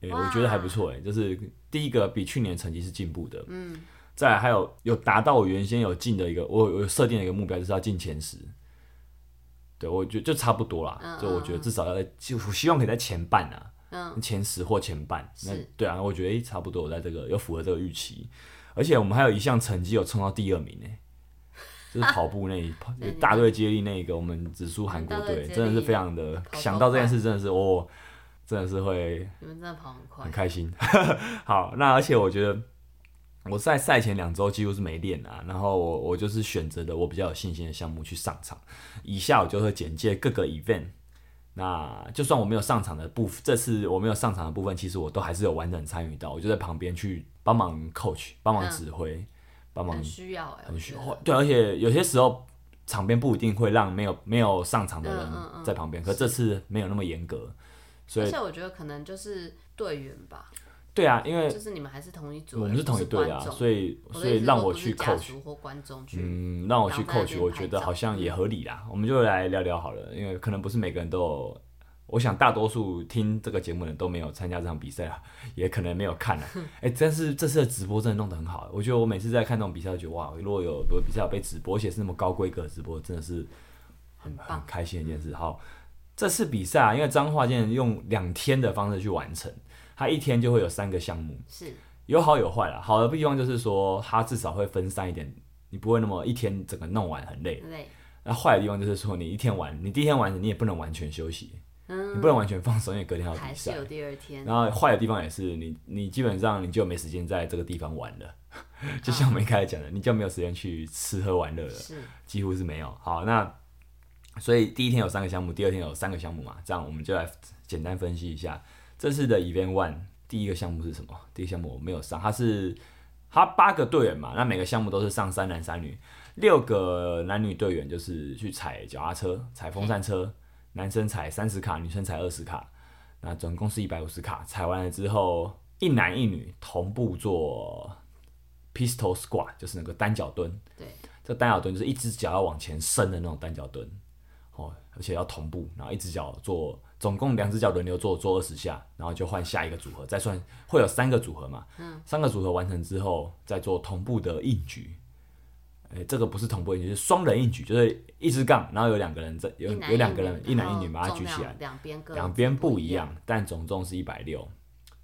[SPEAKER 1] 诶、
[SPEAKER 3] 哇
[SPEAKER 1] 我觉得还不错诶、就是第一个比去年成绩是进步的，嗯，再来还有有达到我原先有进的一个，我有我有设定的一个目标就是要进前十。对，我觉得就差不多啦，
[SPEAKER 3] 嗯
[SPEAKER 1] 就我觉得至少要在，就我希望可以在前半啊，
[SPEAKER 3] 嗯，
[SPEAKER 1] 前十或前半，那
[SPEAKER 3] 是
[SPEAKER 1] 对啊，我觉得、诶差不多，我在这个有符合这个预期，而且我们还有一项成绩有冲到第二名呢、就是跑步
[SPEAKER 3] *laughs*
[SPEAKER 1] 那一跑
[SPEAKER 3] 对你嗯
[SPEAKER 1] 大队接力那一个，我们只输韩国
[SPEAKER 3] 大队
[SPEAKER 1] 队，
[SPEAKER 3] 接力
[SPEAKER 1] 真的是非常的
[SPEAKER 3] 跑
[SPEAKER 1] 想
[SPEAKER 3] 多
[SPEAKER 1] 到这件
[SPEAKER 3] 快
[SPEAKER 1] 事，真的是哦，真的是会
[SPEAKER 3] 你们真的跑很快
[SPEAKER 1] 很，开心。 *laughs* 好，那而且我觉得我在赛前两周几乎是没练啊，然后我我就是选择了我比较有信心的项目去上场。以下我就会简介各个 event。那就算我没有上场的部分，这次我没有上场的部分，其实我都还是有完整参与到，我就在旁边去帮忙 coach，帮忙
[SPEAKER 3] 嗯
[SPEAKER 1] 指挥，帮忙
[SPEAKER 3] 很需要哎，
[SPEAKER 1] 很需
[SPEAKER 3] 我觉得
[SPEAKER 1] 对，而且有些时候场边不一定会让没有没有上场的
[SPEAKER 3] 嗯嗯
[SPEAKER 1] 人
[SPEAKER 3] 嗯
[SPEAKER 1] 在旁边，可这次没有那么严格，所
[SPEAKER 3] 而
[SPEAKER 1] 以
[SPEAKER 3] 且我觉得可能就是队员吧，
[SPEAKER 1] 对啊，因为
[SPEAKER 3] 就是你们还是同一组人，
[SPEAKER 1] 我们是同一队的、啊，所
[SPEAKER 3] 以
[SPEAKER 1] 以所以让我去
[SPEAKER 3] 家
[SPEAKER 1] coach，
[SPEAKER 3] 属或观众去，
[SPEAKER 1] 嗯，让我去
[SPEAKER 3] 然后在那
[SPEAKER 1] coach，
[SPEAKER 3] 边嗯
[SPEAKER 1] 我
[SPEAKER 3] 拍
[SPEAKER 1] 觉得
[SPEAKER 3] 照
[SPEAKER 1] 好像也合理啦。我们就来聊聊好了，因为可能不是每个人都有，我想大多数听这个节目的人都没有参加这场比赛啊，也可能没有
[SPEAKER 3] *laughs*
[SPEAKER 1] 看啊。哎、但是这次的直播真的弄得很好，啊我觉得我每次在看这种比赛，觉得哇，如果有如果比赛有被直播，而且是那么高规格的直播，真的是
[SPEAKER 3] 很
[SPEAKER 1] 很
[SPEAKER 3] 棒。
[SPEAKER 1] 开心的一件事。好，这次比赛、啊、因为彰化竟然用两天的方式去完成，它一天就会有三个项目。
[SPEAKER 3] 是，
[SPEAKER 1] 有好有坏啦。好的地方就是说，它至少会分散一点，你不会那么一天整个弄完很累。
[SPEAKER 3] 累，
[SPEAKER 1] 那坏的地方就是说，你一天玩，你第一天玩，你也不能完全休息，
[SPEAKER 3] 嗯，
[SPEAKER 1] 你不能完全放松，因为隔天还有
[SPEAKER 3] 还
[SPEAKER 1] 比
[SPEAKER 3] 是
[SPEAKER 1] 赛
[SPEAKER 3] 有。第二天，
[SPEAKER 1] 然后坏的地方也是你，你基本上你就没时间在这个地方玩了， *laughs* 就像我们一开始讲的，你就没有时间去吃喝玩乐了。
[SPEAKER 3] 是
[SPEAKER 1] 几乎是没有。好，那所以第一天有三个项目，第二天有三个项目嘛，这样我们就来简单分析一下这次的 Event One 第一个项目是什么？第一个项目我没有上，它是它八个队员嘛，那每个项目都是上三男三女，六个男女队员就是去踩脚踏车、踩风扇车，男生踩三十卡，女生踩二十卡，那总共是一百五十卡。踩完了之后，一男一女同步做 pistol squat，就是那个单脚蹲。
[SPEAKER 3] 对，
[SPEAKER 1] 这单脚蹲就是一只脚要往前伸的那种单脚蹲，哦，而且要同步，然后一只脚做，总共两只脚轮流做，做二十下，然后就换下一个组合，再算会有三个组合嘛，嗯，三个组合完成之后，再做同步的硬举，哎，这个不是同步硬举，是双人硬举，就是一只杠，然后有两个人在有
[SPEAKER 3] 一男
[SPEAKER 1] 有两
[SPEAKER 3] 一
[SPEAKER 1] 个
[SPEAKER 3] 女
[SPEAKER 1] 人一男
[SPEAKER 3] 然
[SPEAKER 1] 一
[SPEAKER 3] 后
[SPEAKER 1] 女把它
[SPEAKER 3] 重
[SPEAKER 1] 举起
[SPEAKER 3] 量
[SPEAKER 1] 来，
[SPEAKER 3] 两边各
[SPEAKER 1] 两
[SPEAKER 3] 自
[SPEAKER 1] 边
[SPEAKER 3] 嗯不
[SPEAKER 1] 不一，样，但总重是一百六，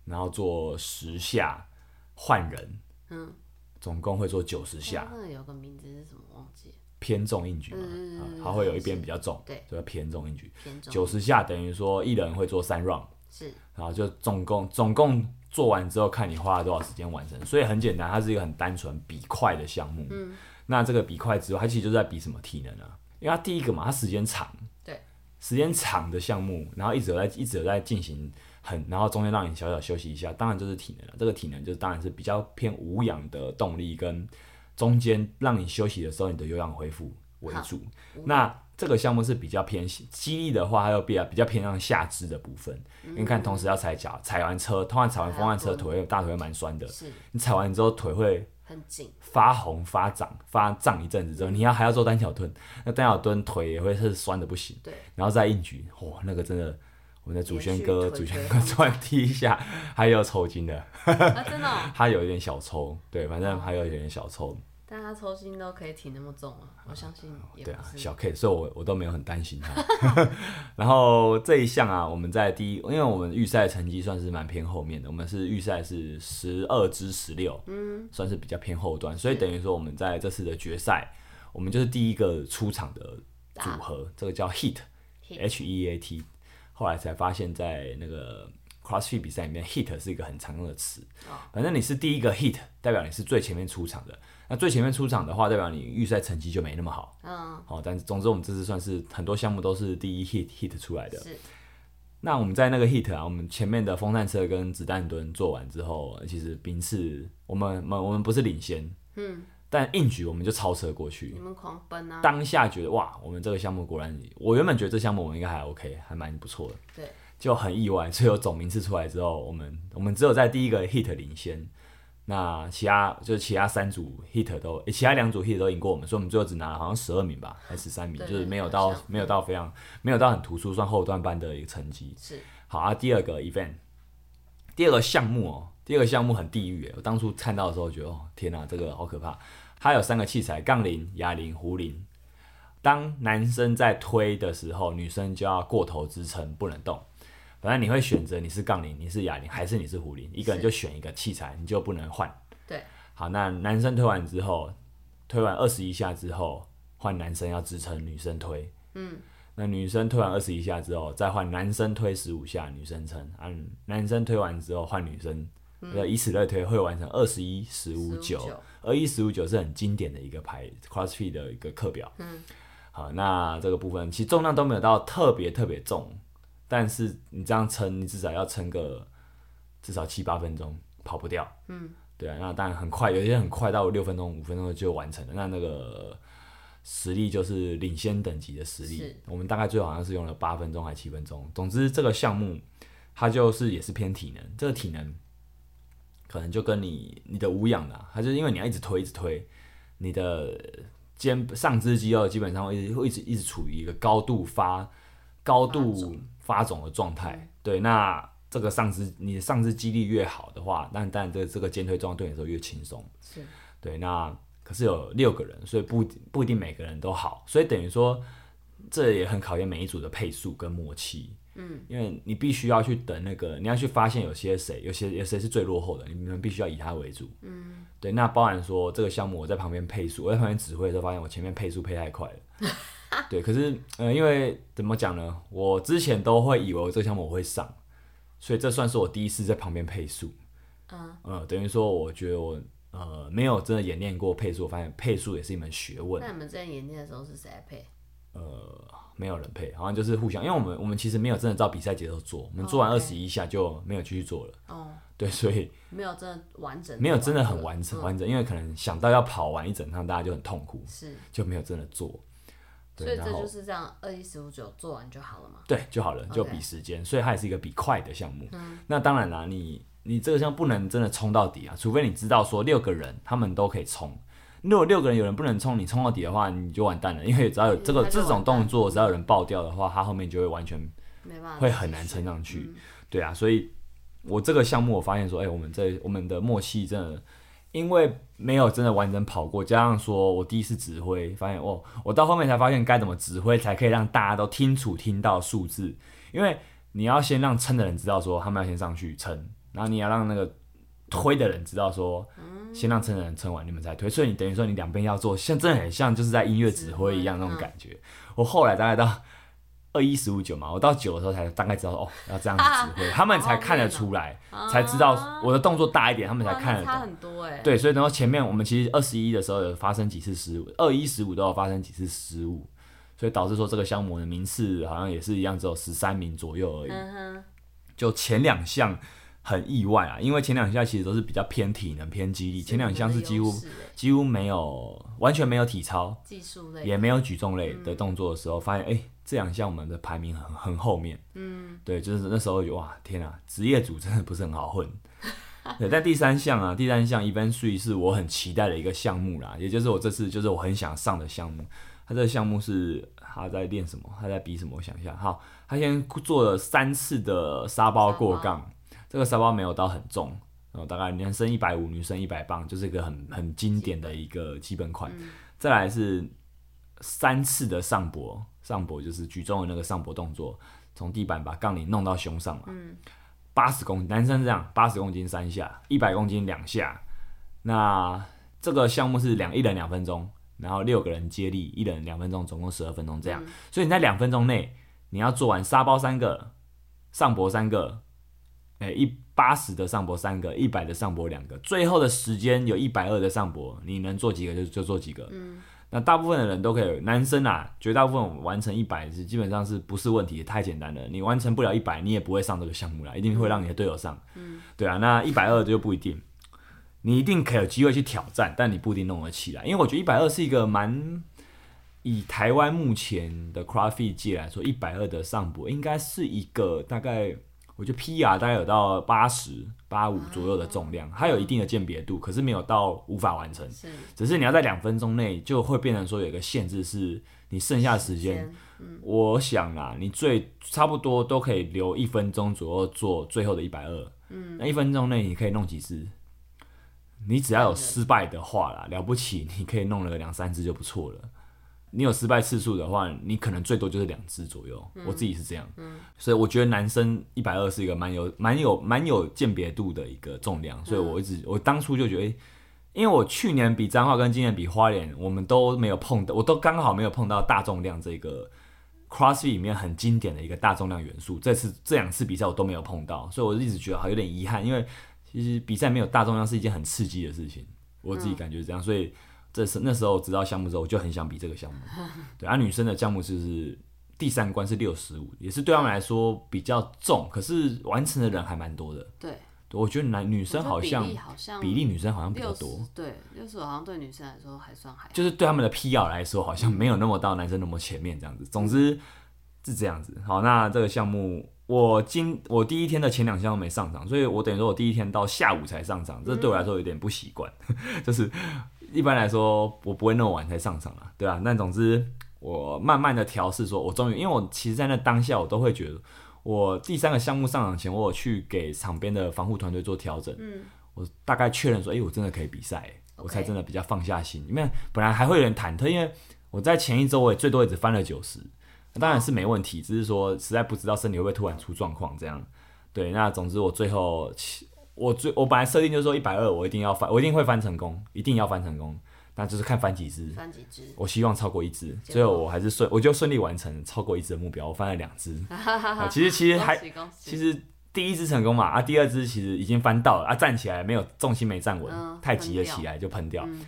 [SPEAKER 1] 然后做十下换人，
[SPEAKER 3] 嗯，
[SPEAKER 1] 总共会做九十下
[SPEAKER 3] 哎，那个有个名字是什么忘记了，
[SPEAKER 1] 偏重硬举嘛，
[SPEAKER 3] 嗯
[SPEAKER 1] 啊
[SPEAKER 3] 嗯嗯
[SPEAKER 1] 它会有一边比较重，
[SPEAKER 3] 对
[SPEAKER 1] 所以偏重硬举。
[SPEAKER 3] 偏重
[SPEAKER 1] 九十下等于说一人会做三 round，
[SPEAKER 3] 是
[SPEAKER 1] 然后就总共总共做完之后看你花了多少时间完成，所以很简单，它是一个很单纯比快的项目。
[SPEAKER 3] 嗯，
[SPEAKER 1] 那这个比快之后，它其实就是在比什么体能啊？因为它第一个嘛，它时间长，
[SPEAKER 3] 对，
[SPEAKER 1] 时间长的项目，然后一直有在一直有在进行很，然后中间让你小小休息一下，当然就是体能了。这个体能就是当然是比较偏无氧的动力跟中间让你休息的时候你的有氧恢复为主。那这个项目是比较偏肌力的话，它又比较比较偏向下肢的部分，因为看同时要踩脚，踩完车，通常踩完风
[SPEAKER 3] 还要
[SPEAKER 1] 扇车
[SPEAKER 3] 蹲
[SPEAKER 1] 腿会大腿会蛮酸的，
[SPEAKER 3] 是
[SPEAKER 1] 你踩完之后腿会
[SPEAKER 3] 很
[SPEAKER 1] *laughs*
[SPEAKER 3] 紧，
[SPEAKER 1] 发红、发胀、发胀一阵子之后，你要还要做单脚蹲，那单脚蹲腿也会是酸的不行，
[SPEAKER 3] 对，
[SPEAKER 1] 然后再硬举，哇、那个真的，我们的祖轩
[SPEAKER 3] 连续
[SPEAKER 1] 哥，祖
[SPEAKER 3] 腿
[SPEAKER 1] 轩
[SPEAKER 3] 推
[SPEAKER 1] 哥
[SPEAKER 3] 方
[SPEAKER 1] 突然踢一下，他又抽筋了，
[SPEAKER 3] 啊真的哦，
[SPEAKER 1] 他有一点小抽，对，反正他有一点小抽，
[SPEAKER 3] 但他抽筋都可以挺那么重
[SPEAKER 1] *laughs*
[SPEAKER 3] 啊，我相信也
[SPEAKER 1] 对
[SPEAKER 3] 不
[SPEAKER 1] 啊，
[SPEAKER 3] 是
[SPEAKER 1] 小 K，所以我我都没有很担心他。 *laughs* 然后这一项啊，我们在第一，因为我们预赛成绩算是蛮偏后面的，我们是预赛是十二至十六，嗯，算是比较偏后端，所以等于说我们在这次的决赛，我们就是第一个出场的组合，这个叫 Hit
[SPEAKER 3] 啊 Heat
[SPEAKER 1] H E A T，后来才发现，在那个 CrossFit 比赛里面，hit 是一个很常用的词。
[SPEAKER 3] 哦
[SPEAKER 1] 反正你是第一个 hit，代表你是最前面出场的。那最前面出场的话，代表你预赛成绩就没那么好。
[SPEAKER 3] 嗯
[SPEAKER 1] 好、哦但是总之我们这次算是很多项目都是第一 hit hit 出来的。
[SPEAKER 3] 是
[SPEAKER 1] 那我们在那个 hit 啊，我们前面的风扇车跟子弹蹲做完之后，其实名次我们我们我们不是领先，
[SPEAKER 3] 嗯，
[SPEAKER 1] 但硬举我们就超车过去
[SPEAKER 3] 你。们狂奔啊，
[SPEAKER 1] 当下觉得哇，我们这个项目果然，我原本觉得这项目我们应该还 OK，还蛮不错的。
[SPEAKER 3] 对，
[SPEAKER 1] 就很意外， *laughs* 最后总名次出来之后，我们我们只有在第一个 hit 领先，那其他就是其他三组 hit 都，诶其他两组 hit 都赢过我们，所以我们最后只拿了好像十二名吧，还十三名，
[SPEAKER 3] 对
[SPEAKER 1] 就是没有
[SPEAKER 3] 好
[SPEAKER 1] 到
[SPEAKER 3] 像
[SPEAKER 1] 没有到非常没有到很突出，算后段班的一个成绩。
[SPEAKER 3] 是
[SPEAKER 1] 好啊，第二个 event，第二个项目哦，第二个项目很地狱诶，我当初看到的时候觉得哦天哪、这个好可怕。它有三个器材：杠铃、哑铃、壶铃。当男生在推的时候，女生就要过头支撑，不能动。反正你会选择你是杠铃，你是哑铃，还是你是壶铃，一个人
[SPEAKER 3] 是
[SPEAKER 1] 就选一个器材，你就不能换。
[SPEAKER 3] 对，
[SPEAKER 1] 好，那男生推完之后，推完二十一下之后，换男生要支撑女生推。
[SPEAKER 3] 嗯，
[SPEAKER 1] 那女生推完二十一下之后，再换男生推十五下，女生撑。啊，男生推完之后换女生，呃，以此类推，会完成二十一、十五、九。
[SPEAKER 3] 九
[SPEAKER 1] 二一十五九是很经典的一个排 CrossFit 的一个课表。
[SPEAKER 3] 嗯，
[SPEAKER 1] 好，那这个部分其实重量都没有到特别特别重，但是你这样撑，你至少要撑个至少七八分钟，跑不掉。嗯，对啊，那当然很快，有些很快到六分钟、五分钟就完成了。那那个实力就是领先等级的实力
[SPEAKER 3] 是。
[SPEAKER 1] 我们大概最后好像是用了八分钟还七分钟，总之这个项目它就是也是偏体能，这个体能可能就跟你你的无氧啊啦，它就是因为你要一直推一直推，你的肩上肢肌肉基本上会一直会一直一直处于一个高度发高度发肿的状态。对，那这个上肢你的上肢肌力越好的话，那当然这这个肩推状对你来说越轻松。
[SPEAKER 3] 是
[SPEAKER 1] 对，那可是有六个人，所以不不一定每个人都好，所以等于说这也很考验每一组的配速跟默契。嗯，因为你必须要去等那个，你要去发现有些谁，有些有谁是最落后的，你们必须要以他为主。嗯，对，那包含说这个项目我在旁边配速，我在旁边指挥的时候发现我前面配速配太快了。 *laughs* 对，可是呃，因为怎么讲呢，我之前都会以为我这个项目我会上，所以这算是我第一次在旁边配速。嗯，呃，等于说我觉得我呃，没有真的演练过配速，我发现配速也是一门学问
[SPEAKER 3] 那。你们之前演练的时候是谁来配？
[SPEAKER 1] 呃，没有人配，好像就是互相，因为我们我们其实没有真的照比赛节奏做，我们做完
[SPEAKER 3] 哦
[SPEAKER 1] 二
[SPEAKER 3] ，OK
[SPEAKER 1] 十一下就没有继续做了。
[SPEAKER 3] 哦， *laughs*
[SPEAKER 1] 对，所以
[SPEAKER 3] 没有真的完整，
[SPEAKER 1] 没有真的很完
[SPEAKER 3] 嗯
[SPEAKER 1] 整完整，因为可能想到要跑完一整趟，大家就很痛苦，
[SPEAKER 3] 是，
[SPEAKER 1] 就没有真的做。
[SPEAKER 3] 所
[SPEAKER 1] 对，
[SPEAKER 3] 以这
[SPEAKER 1] 然后
[SPEAKER 3] 就是这样，二一十五九做完就好了嘛。
[SPEAKER 1] 对就好了，就
[SPEAKER 3] OK 嗯
[SPEAKER 1] 比时间所以它也是一个比快的项目。那当然啦，你你这个项目不能真的冲到底啊，除非你知道说六个人他们都可以冲。如果六个人有人不能冲，你冲到底的话，你就完蛋了，因为只要有这个
[SPEAKER 3] 嗯他就
[SPEAKER 1] 这
[SPEAKER 3] 完
[SPEAKER 1] 种
[SPEAKER 3] 蛋
[SPEAKER 1] 动作，只要有人爆掉的话，他后面就会完全
[SPEAKER 3] 没办法，
[SPEAKER 1] 会很难撑上去。对啊，所以我这个项目我发现说，哎、我们这我们的默契真的，因为没有真的完整跑过，加上说我第一次指挥，发现哦，我到后面才发现该怎么指挥才可以让大家都清楚听到数字，因为你要先让撑的人知道说他们要先上去撑，然后你要让那个。推的人知道说，先让撑的人撑完，你们才推，所以你等于说你两边要做，像真的很像就是在音乐指挥一样那种感觉。我后来大概到二一十五九嘛，我到九的时候才大概知道说哦，要这样子
[SPEAKER 3] 啊
[SPEAKER 1] 指挥，他们
[SPEAKER 3] 哦
[SPEAKER 1] 才看得出来，才知道我的动作大一点，他们才
[SPEAKER 3] 哇
[SPEAKER 1] 看得
[SPEAKER 3] 啊那差
[SPEAKER 1] 懂。
[SPEAKER 3] 很多哎。
[SPEAKER 1] 对，所以然后前面我们其实二十一的时候有发生几次失误，二一十五都有发生几次失误，所以导致说这个项目的名次好像也是一样，只有十三名左右而已。
[SPEAKER 3] 嗯哼，
[SPEAKER 1] 就前两项很意外啊，因为前两项其实都是比较偏体能、偏肌力，前两项是几乎
[SPEAKER 3] 是我们的优势哎
[SPEAKER 1] 几乎没有完全没有体操，
[SPEAKER 3] 技术类
[SPEAKER 1] 也没有举重类的动作的时候，发现哎、诶这两项我们的排名很很后面。嗯，对，就是那时候就哇，天啊，职业组真的不是很好 *laughs* 混。对，但第三项啊，第三项 Event Three 是我很期待的一个项目啦，也就是我这次就是我很想上的项目。他这个项目是他在练什么？他在比什么？我想一下，好，他先做了三次的沙包过杠，这个沙包没有到很重，然后大概男生一百五，女生一百磅，就是一个很很经典的一个基本款。再来是三次的上搏，上搏就是举重的那个上搏动作，从地板把杠铃弄到胸上嘛。
[SPEAKER 3] 嗯
[SPEAKER 1] 八十公男生是这样，八十公斤三下，一百公斤两下。那这个项目是两一人两分钟，然后六个人接力，一人两分钟，总共十二分钟这样。所以你在两分钟内，你要做完沙包三个，上搏三个，哎、一八十的上搏三个，一百的上搏两个，最后的时间有一百二的上搏，你能做几个就就做几个。那大部分的人都可以，男生啊，绝大部分我们完成一百是基本上是不是问题，太简单了。你完成不了一百，你也不会上这个项目啦，一定会让你的队友上。嗯，对啊，那一百二就不一定，你一定可以有机会去挑战，但你不一定弄得起来，因为我觉得一百二是一个蛮。以台湾目前的 CrossFit 界来说，一百二的上博应该是一个大概，我觉得 PR 大概有到八十八五左右的重量，它有一定的鉴别度，可是没有到无法完成。
[SPEAKER 3] 是
[SPEAKER 1] 只是你要在两分钟内就会变成说有一个限制，是你剩下的时间。我想啊，你最差不多都可以留一分钟左右做最后的一百二。嗯，那一分钟内你可以弄几只？你只要有失败的话啦，了不起你可以弄了两三只就不错了。你有失败次数的话，你可能最多就是两只左右。我自己是这样，所以我觉得男生一百二是一个蛮有、蛮有、蛮有鉴别度的一个重量，所以我一直我当初就觉得，诶因为我去年比彰化跟今年比花莲，我们都没有碰到，我都刚好没有碰到大重量这个 CrossFit 里面很经典的一个大重量元素。这次这两次比赛我都没有碰到，所以我一直觉得好有点遗憾，因为其实比赛没有大重量是一件很刺激的事情，我自己感觉是这样，所以。这是那时候知道项目之后，我就很想比这个项目。对，而、啊女生的项目就是第三关是六十五，也是对他们来说比较重，可是完成的人还蛮多的。
[SPEAKER 2] 对，
[SPEAKER 1] 我觉得男女生好像
[SPEAKER 2] 比例好像
[SPEAKER 1] 比例女生好像比较
[SPEAKER 2] 六
[SPEAKER 1] 多，
[SPEAKER 2] 十对六十，好像对女生来说还算还好
[SPEAKER 1] 就是对他们的辟谣来说，好像没有那么到男生那么前面这样子。总之是这样子。好，那这个项目我今我第一天的前两项都没上场，所以我等于说我第一天到下午才上场，这对我来说有点不习惯。 *laughs* 就是一般来说我不会那么晚才上场啦，对啊。但总之我慢慢的调试，说我哦终于，因为我其实在那当下我都会觉得。我第三个项目上场前，我有去给场边的防护团队做调整，
[SPEAKER 3] 嗯，
[SPEAKER 1] 我大概确认说，哎、我真的可以比赛、我
[SPEAKER 3] OK
[SPEAKER 1] 才真的比较放下心。因为本来还会有点忐忑，因为我在前一周我也最多也只翻了九十，当然是没问题，只是说实在不知道身体会不会突然出状况这样。对，那总之我最后其我最我本来设定就是说一百二我一定要翻，我一定会翻成功，一定要翻成功，那就是看翻几只。
[SPEAKER 3] 翻几只，
[SPEAKER 1] 我希望超过一只，最后我还是顺，我就顺利完成超过一只的目标，我翻了两
[SPEAKER 3] *laughs*
[SPEAKER 1] 只、啊其实其实
[SPEAKER 3] 恭
[SPEAKER 1] 还
[SPEAKER 3] 喜恭喜，
[SPEAKER 1] 其实第一只成功嘛，啊，第二只其实已经翻到了，啊，站起来没有重心没站稳，
[SPEAKER 3] 嗯
[SPEAKER 1] 太急
[SPEAKER 3] 喷
[SPEAKER 1] 了
[SPEAKER 3] 掉
[SPEAKER 1] 起来就喷掉，
[SPEAKER 3] 嗯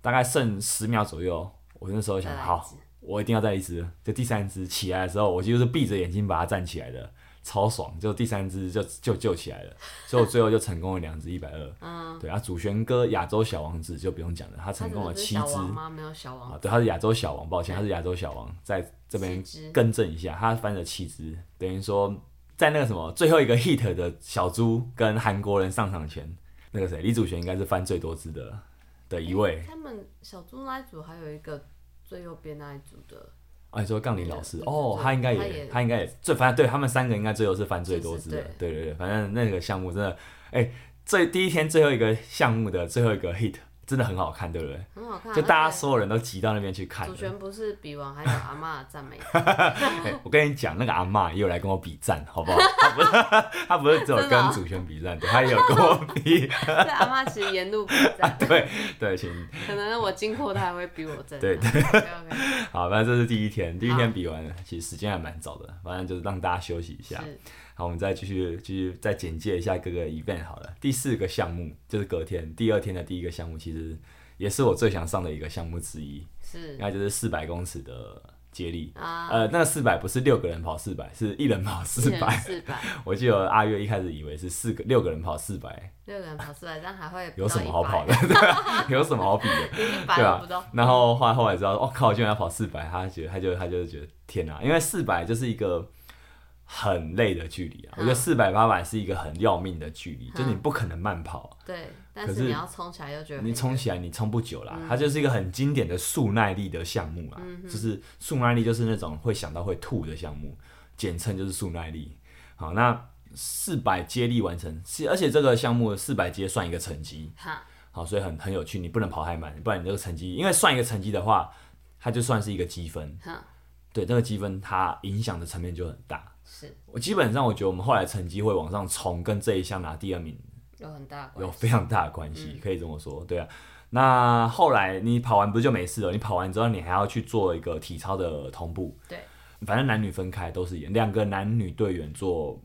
[SPEAKER 1] 大概剩十秒左右，我那时候想
[SPEAKER 3] 再来一
[SPEAKER 1] 好
[SPEAKER 3] 只，
[SPEAKER 1] 我一定要再一只，就第三只起来的时候，我就是闭着眼睛把它站起来的，超爽，就第三只就就救起
[SPEAKER 3] *laughs*
[SPEAKER 1] 来了，所以我最后就成功了两只一百二，
[SPEAKER 3] 嗯，
[SPEAKER 1] 对啊，主旋哥亚洲小王子就不用讲了，他成功了
[SPEAKER 3] 它是不是
[SPEAKER 1] 七
[SPEAKER 3] 小
[SPEAKER 1] 只。
[SPEAKER 3] 王吗？没有小王
[SPEAKER 1] 啊，，对，他是亚洲小王，抱歉，他是亚洲小王，在这边
[SPEAKER 3] 七只
[SPEAKER 1] 更正一下，他翻了七只，等于说在那个什么最后一个 hit 的小猪跟韩国人上场前，那个谁李祖璇应该是翻最多只的的一位，
[SPEAKER 3] 他们小猪那一组还有一个最右边那一组的，
[SPEAKER 1] 啊，你说杠铃老师
[SPEAKER 3] 哎对
[SPEAKER 1] 哦，
[SPEAKER 3] 对
[SPEAKER 1] 他应该
[SPEAKER 3] 他
[SPEAKER 1] 也
[SPEAKER 3] 也
[SPEAKER 1] 他应该也最反正对他们三个应该最后是翻最多只的
[SPEAKER 3] 就是，
[SPEAKER 1] 对对对，反正那个项目真的，哎，最第一天最后一个项目的最后一个 hit 真的很好看，对不对？
[SPEAKER 3] 很好看。啊
[SPEAKER 1] 就大家
[SPEAKER 3] 而且
[SPEAKER 1] 所有人都挤到那边去看
[SPEAKER 3] 主
[SPEAKER 1] 了，
[SPEAKER 3] 旋不是比完还有阿嬷的赞美，
[SPEAKER 1] 哎我跟你讲，那个阿嬷也有来跟我比战，好不 *laughs* 好？她不是，她不是只有
[SPEAKER 3] 真的
[SPEAKER 1] 跟
[SPEAKER 3] 哦
[SPEAKER 1] 主权比
[SPEAKER 3] *laughs*
[SPEAKER 1] 战，对，她也有跟我
[SPEAKER 3] *laughs*
[SPEAKER 1] 比。
[SPEAKER 3] 对阿嬷其实沿路比赞，
[SPEAKER 1] 对啊对，请
[SPEAKER 3] 可能我经过她还会比我赞。
[SPEAKER 1] 对
[SPEAKER 3] 对 OK，
[SPEAKER 1] 好，反正这是第一天，第一天
[SPEAKER 3] 好
[SPEAKER 1] 比完，其实时间还蛮早的，反正就是让大家休息一下。
[SPEAKER 3] 是
[SPEAKER 1] 好，我们再继续继续再简介一下各个 event 好了。第四个项目就是隔天第二天的第一个项目，其实也是我最想上的一个项目之一，
[SPEAKER 3] 是
[SPEAKER 1] 那就是四百公尺的接力。
[SPEAKER 3] 啊，
[SPEAKER 1] 呃，那个四百不是六个人跑四百，是一人跑四
[SPEAKER 3] 一人
[SPEAKER 1] 百。
[SPEAKER 3] 四百，
[SPEAKER 1] *laughs* 我记得阿月一开始以为是四个六个人跑四百，
[SPEAKER 3] 六个人跑四百，这样还会
[SPEAKER 1] 有什么好跑的？？对啊， *laughs* 有什么好比的？
[SPEAKER 3] *laughs* 一百
[SPEAKER 1] 对
[SPEAKER 3] 都
[SPEAKER 1] 啊
[SPEAKER 3] 不到，。
[SPEAKER 1] 然后后来后来知道，我、靠，居然要跑四百，他觉得他就他就觉得天哪、因为四百就是一个很累的距离啊。我觉得
[SPEAKER 3] 嗯
[SPEAKER 1] 四百八百是一个很要命的距离，就是你
[SPEAKER 3] 嗯
[SPEAKER 1] 不可能慢跑，
[SPEAKER 3] 对，但
[SPEAKER 1] 可
[SPEAKER 3] 是
[SPEAKER 1] 是
[SPEAKER 3] 你要冲起来又觉得
[SPEAKER 1] 你
[SPEAKER 3] 很
[SPEAKER 1] 冲起来你冲不久
[SPEAKER 3] 嗯
[SPEAKER 1] 啦。它就是一个很经典的速耐力的项目啦，啊就是速耐力就是那种会想到会吐的项目，简称就是速耐力。好，那四百接力完成，是而且这个项目四百接算一个成绩，
[SPEAKER 3] 哈，
[SPEAKER 1] 好，所以很很有趣，你不能跑太慢，不然你这个成绩，因为算一个成绩的话，它就算是一个积分，
[SPEAKER 3] 哈，
[SPEAKER 1] 对，这个积分它影响的层面就很大。
[SPEAKER 3] 是
[SPEAKER 1] 我基本上我觉得我们后来成绩会往上冲，跟这一项拿第二名
[SPEAKER 3] 有很大的关
[SPEAKER 1] 有
[SPEAKER 3] 系。
[SPEAKER 1] 非常大的关系，可以这么说，对啊。那后来你跑完不是就没事了？你跑完之后，你还要去做一个体操的同步，
[SPEAKER 3] 对，
[SPEAKER 1] 反正男女分开都是一样，两个男女队员做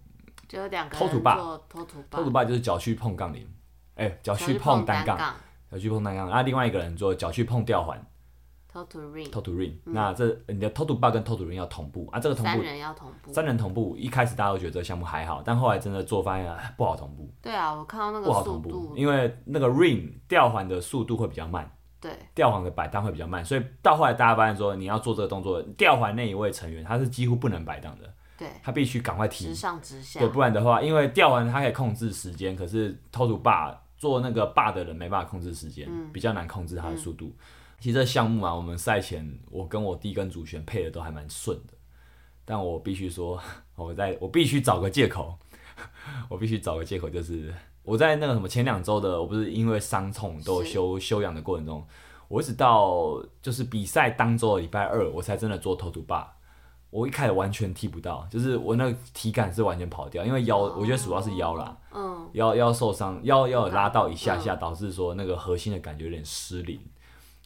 [SPEAKER 2] 就有两个
[SPEAKER 1] 偷
[SPEAKER 2] 人
[SPEAKER 1] 土霸
[SPEAKER 2] 做偷土霸，
[SPEAKER 1] 偷土霸，就是脚去碰杠铃，哎、脚
[SPEAKER 2] 然后
[SPEAKER 1] 去
[SPEAKER 2] 去
[SPEAKER 1] 碰单
[SPEAKER 2] 单
[SPEAKER 1] 杠，，脚去碰单杠，然后啊另外一个人做脚去碰吊环。
[SPEAKER 2] 偷土 ring，
[SPEAKER 1] toe to ring，、那这你的 toe to bar 跟 toe to ring 要同步啊，这个同
[SPEAKER 2] 嗯三
[SPEAKER 1] 步
[SPEAKER 2] 人要同步。
[SPEAKER 1] 三人同步，一开始大家都觉得这个项目还好，但后来真的做发现啊不好同步，
[SPEAKER 2] 对啊，我看到那
[SPEAKER 1] 不
[SPEAKER 2] 个
[SPEAKER 1] 好
[SPEAKER 2] 速
[SPEAKER 1] 同步，
[SPEAKER 2] 度，
[SPEAKER 1] 因为那个 ring 吊环的速度会比较慢，
[SPEAKER 2] 对，
[SPEAKER 1] 吊环的摆荡会比较慢，所以到后来大家发现说你要做这个动作，吊环那一位成员他是几乎不能摆荡的，
[SPEAKER 2] 对，
[SPEAKER 1] 他必须赶快停
[SPEAKER 2] 直，上直下
[SPEAKER 1] 嗯对，，不然的话，因为吊环它可以控制时间，可是偷土霸做那个霸的人没办法控制时间，比较难控制它的速度。其实这项目啊，我们赛前我跟我弟跟主旋配的都还蛮顺的，但我必须说，我在我必须找个借口， *laughs* 我必须找个借口，就是我在那个什么前两周的，我不是因为伤痛都有
[SPEAKER 2] 是
[SPEAKER 1] 休休养的过程中，我一直到就是比赛当周的礼拜二，我才真的做头土霸。我一开始完全踢不到，就是我那个体感是完全跑掉，因为腰，我觉得主要是腰啦，
[SPEAKER 2] 嗯，
[SPEAKER 1] 腰腰受伤，腰腰有拉到一下下，导致说那个核心的感觉有点失灵，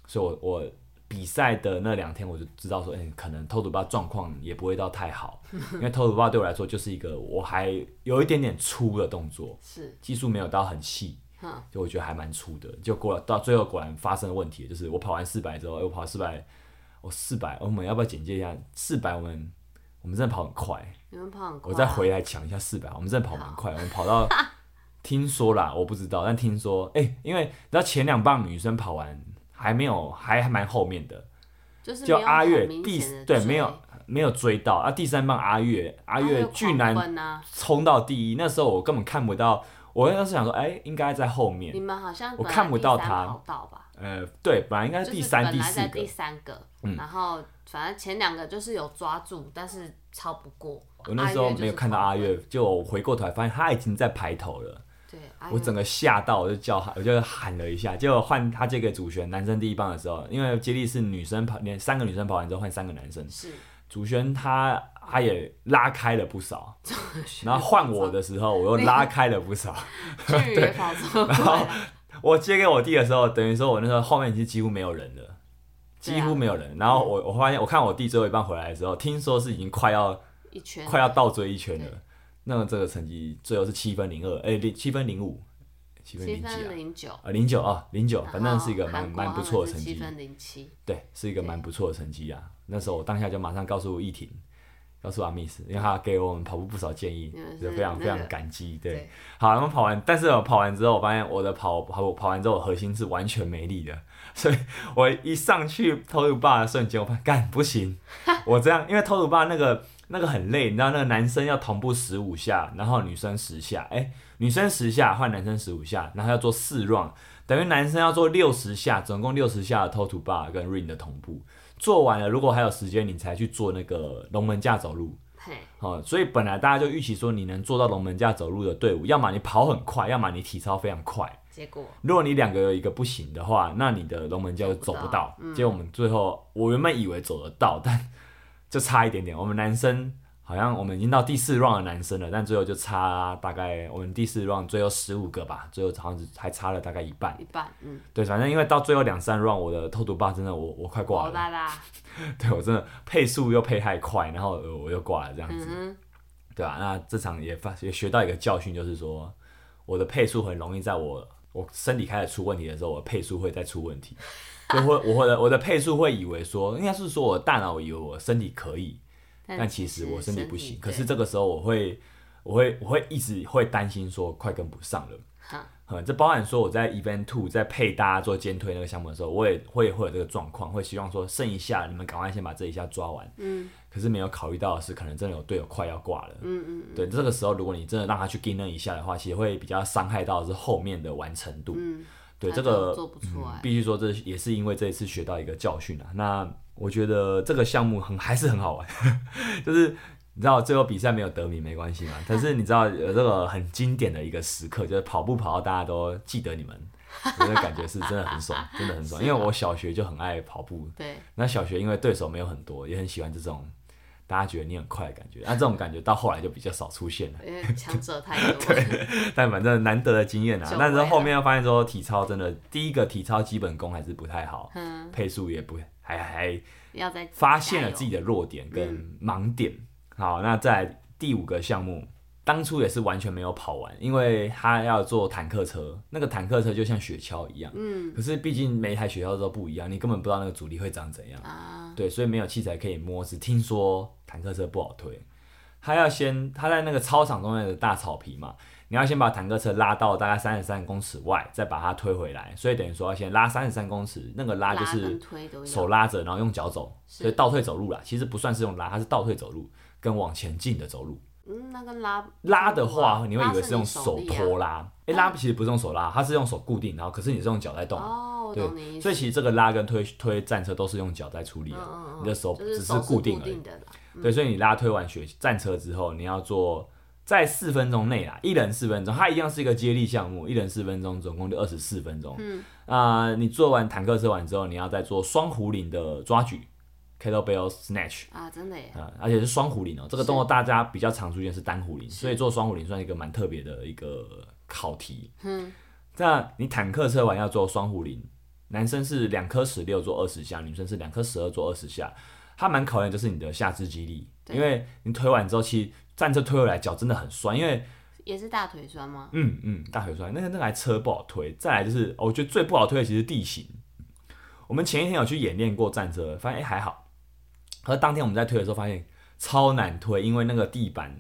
[SPEAKER 1] 所以我我比赛的那两天我就知道说，哎、可能偷土巴状况也不会到太好，因为偷土巴对我来说就是一个我还有一点点粗的动作，
[SPEAKER 2] 是，
[SPEAKER 1] 技术没有到很细，
[SPEAKER 2] 哼，
[SPEAKER 1] 就我觉得还蛮粗的。就果到最后果然发生了问题，就是我跑完四百之后，哎我跑四百，我四百，我们要不要简介一下四百？400我们我们真的跑很快，
[SPEAKER 2] 你们跑很
[SPEAKER 1] 我
[SPEAKER 2] 快啊， *laughs*
[SPEAKER 1] 再回来讲一下四百，我们真的跑蛮快，我们跑到听说啦，我不知道，但听说，哎、因为你知道前两棒女生跑完还没有，还还蛮后面的，
[SPEAKER 2] 就是
[SPEAKER 1] 就
[SPEAKER 2] 没有
[SPEAKER 1] 阿月
[SPEAKER 2] 很明
[SPEAKER 1] 第
[SPEAKER 2] 显的
[SPEAKER 1] 对
[SPEAKER 2] 追
[SPEAKER 1] 没有没有追到啊，第三棒阿月阿
[SPEAKER 2] 阿
[SPEAKER 1] 月巨
[SPEAKER 2] 狂
[SPEAKER 1] 难
[SPEAKER 2] 奔啊！
[SPEAKER 1] 冲到第一，那时候我根本看不到，我那时候想说，哎、应该在后面
[SPEAKER 2] 你，们好像
[SPEAKER 1] 我
[SPEAKER 2] 本来
[SPEAKER 1] 看不
[SPEAKER 2] 第
[SPEAKER 1] 到
[SPEAKER 2] 三
[SPEAKER 1] 他
[SPEAKER 2] 跑道吧？
[SPEAKER 1] 呃，对，本来应该是第三、
[SPEAKER 2] 嗯就是、
[SPEAKER 1] 第
[SPEAKER 2] 本来
[SPEAKER 1] 四
[SPEAKER 2] 在
[SPEAKER 1] 个嗯
[SPEAKER 2] 第，三个，然后反正前两个就是有抓住，但是超不过。
[SPEAKER 1] 我那时候
[SPEAKER 2] 阿月就是
[SPEAKER 1] 没有看到阿
[SPEAKER 2] 狂奔，
[SPEAKER 1] 月，就我回过头来发现他已经在排头了。
[SPEAKER 2] 对，阿月
[SPEAKER 1] 我整个吓到，我就叫他，我就喊了一下。结果换他这个主旋男生第一棒的时候，因为接力是女生跑，连三个女生跑完之后换三个男生，
[SPEAKER 2] 是 *laughs*
[SPEAKER 1] 主旋他他也拉开了不少，然后换我的时候我又拉开了不少。
[SPEAKER 2] 巨也跑错
[SPEAKER 1] 然后
[SPEAKER 2] 了，
[SPEAKER 1] 我接给我弟的时候，等于说我那时候后面已经几乎没有人了，几乎没有
[SPEAKER 2] 啊
[SPEAKER 1] 人。然后我我发现我看我弟最后一棒回来的时候，听说是已经快要
[SPEAKER 2] 一圈
[SPEAKER 1] 快要倒追一圈了。那这个成绩最后是七分零二，哎，零七分零五，七分
[SPEAKER 2] 七
[SPEAKER 1] 零几啊
[SPEAKER 2] 分？零九，
[SPEAKER 1] 啊，零九啊，零九，
[SPEAKER 2] 然后
[SPEAKER 1] 反正是一个蛮
[SPEAKER 2] 韩国
[SPEAKER 1] 蛮
[SPEAKER 2] 他
[SPEAKER 1] 不
[SPEAKER 2] 们
[SPEAKER 1] 错的
[SPEAKER 2] 是
[SPEAKER 1] 成
[SPEAKER 2] 七
[SPEAKER 1] 绩，
[SPEAKER 2] 分零七，
[SPEAKER 1] 对，是一个蛮不错的成绩啊。那时候我当下就马上告诉依婷，告诉阿密斯，因为他给我们跑步不少建议
[SPEAKER 2] 你们，
[SPEAKER 1] 就是非常非
[SPEAKER 2] 那
[SPEAKER 1] 常
[SPEAKER 2] 个
[SPEAKER 1] 感激。对
[SPEAKER 2] 对，
[SPEAKER 1] 好，然后跑完，但是我跑完之后，我发现我的跑跑跑完之后，核心是完全没力的，所以我一上去偷鲁爸的瞬间，我发现干不行，我这样，因为偷鲁爸那个 *laughs* 那个很累，你知道那个男生要同步十五下，然后女生十下，哎、女生十下换男生十五下，然后要做四 round，等于男生要做六十下，总共六十下的偷鲁爸跟 ring 的同步。做完了，如果还有时间，你才去做那个龙门架走路。
[SPEAKER 2] 嘿，
[SPEAKER 1] 哦，所以本来大家就预期说你能做到龙门架走路的队伍，要么你跑很快，要么你体操非常快。
[SPEAKER 2] 结果
[SPEAKER 1] 如果你两个有一个不行的话，那你的龙门架就走不到。嗯结果我们最后，我原本以为走得到，但 *laughs* 就差一点点。我们男生好像我们已经到第四 round 的男生了，但最后就差大概我们第四 round 最后十五个吧，最后好像只还差了大概一半。
[SPEAKER 2] 一半，嗯，
[SPEAKER 1] 对，反正因为到最后两三 round，我的偷毒霸真的我我快挂
[SPEAKER 2] 好
[SPEAKER 1] 了，
[SPEAKER 2] 啦啦，
[SPEAKER 1] *laughs* 对我真的配速又配太快，然后呃我又挂了这样子。
[SPEAKER 2] 嗯
[SPEAKER 1] 对啊，那这场也发也学到一个教训，就是说我的配速很容易在我我身体开始出问题的时候，我的配速会再出问 *laughs* 题，就会我的我的配速会以为说，应该是说我的大脑以为我身体可以，
[SPEAKER 2] 哼，
[SPEAKER 1] 但其实我身体不行。可嗯是
[SPEAKER 2] 对
[SPEAKER 1] 这个时候我会我会我会一直会担心说快跟不上了。
[SPEAKER 2] 哈
[SPEAKER 1] 嗯，这包含说我在 Event Two 在配大家做肩推那个项目的时候，我也会会有这个状况，会希望说剩一下你们赶快先把这一下抓完。嗯。可是没有考虑到的是，可能真的有队友快要挂了。嗯嗯。对，这个时候如果你真的让他去跟那一下的话，其实会比较伤害到的是后面的完成度。嗯。对
[SPEAKER 2] 他
[SPEAKER 1] 这
[SPEAKER 2] 就
[SPEAKER 1] 个嗯
[SPEAKER 2] 做不出来
[SPEAKER 1] 必须说这也是因为这一次学到一个教训啊。那我觉得这个项目很还是很好玩， *laughs* 就是你知道最后比赛没有得名没关系
[SPEAKER 2] *laughs*
[SPEAKER 1] 嘛，但是你知道有这个很经典的一个时刻，就是跑步跑到大家都记得你们，我的感觉是真的很爽，真的很爽。因为我小学就很爱跑步，
[SPEAKER 2] 对，
[SPEAKER 1] 那小学因为对手没有很多，也很喜欢这种大家觉得你很快的感觉。那、这种感觉到后来就比较少出现了，*laughs*
[SPEAKER 2] 因为强者太多了，
[SPEAKER 1] 但反正难得的经验啊
[SPEAKER 2] 久。违
[SPEAKER 1] 但
[SPEAKER 2] 了
[SPEAKER 1] 是后面又发现说体操真的，第一个体操基本功还是不太好，
[SPEAKER 2] 嗯，
[SPEAKER 1] 配速也不还还
[SPEAKER 2] 要再
[SPEAKER 1] 发现了自己
[SPEAKER 2] 的
[SPEAKER 1] 的弱点跟盲点。好，那再来第五个项目，当初也是完全没有跑完，因为他要做坦克车，那个坦克车就像雪橇一样，嗯，可是毕竟每一台雪橇都不一样，你根本不知道那个阻力会长怎样，
[SPEAKER 2] 啊，
[SPEAKER 1] 对，所以没有器材可以摸，只听说坦克车不好推。他要先，他在那个操场中间的大草皮嘛，你要先把坦克车拉到大概三十三公尺外，再把它推回来，所以等于说要先拉三十三公尺，那个拉啊就
[SPEAKER 2] 拉
[SPEAKER 1] 是
[SPEAKER 2] 跟推都
[SPEAKER 1] 手
[SPEAKER 2] 有，
[SPEAKER 1] 拉着，然后用脚走，
[SPEAKER 2] 是
[SPEAKER 1] 所以倒退走路啦。其实不算是用拉，它是倒退走路跟往前进的走路。
[SPEAKER 2] 嗯，那跟拉
[SPEAKER 1] 拉的话，你会以为
[SPEAKER 2] 拉
[SPEAKER 1] 是用
[SPEAKER 2] 你手
[SPEAKER 1] 手
[SPEAKER 2] 力啊
[SPEAKER 1] 拖拉，诶，拉其实不是用手拉，它是用手固定，然后可是你是用脚在动。
[SPEAKER 2] 哦，我懂你
[SPEAKER 1] 对，所
[SPEAKER 2] 意思，
[SPEAKER 1] 以其实这个拉跟推推战车都是用脚在处理的，
[SPEAKER 2] 嗯
[SPEAKER 1] 你的手
[SPEAKER 2] 就是
[SPEAKER 1] 只
[SPEAKER 2] 手是
[SPEAKER 1] 固定而已。
[SPEAKER 2] 定的啦，
[SPEAKER 1] 对，所以你拉推完学战车之后，你要做在四分钟内啦，一人四分钟，它一样是一个接力项目，一人四分钟，总共就二十四分钟。嗯，啊、你做完坦克车完之后，你要再做双壶铃的抓举 （kettlebell snatch）。
[SPEAKER 2] 啊，真的耶，
[SPEAKER 1] 啊、而且是双壶铃哦，这个动作大家比较常出现是单壶铃，
[SPEAKER 2] 是
[SPEAKER 1] 所以做双壶铃算一个蛮特别的一个考题。
[SPEAKER 2] 嗯，
[SPEAKER 1] 那你坦克车完要做双壶铃，男生是两颗十六做二十下，女生是两颗十二做二十下。它蛮考验就是你的下肢肌力，
[SPEAKER 2] 对
[SPEAKER 1] 因为你推完之后，其实站车推回来脚真的很酸，因为
[SPEAKER 2] 也是大腿酸吗？
[SPEAKER 1] 嗯嗯大腿酸，那个那台车不好推。再来就是哦我觉得最不好推的其实是地形，我们前一天有去演练过战车，发现哎、还好，可是当天我们在推的时候发现超难推，因为那个地板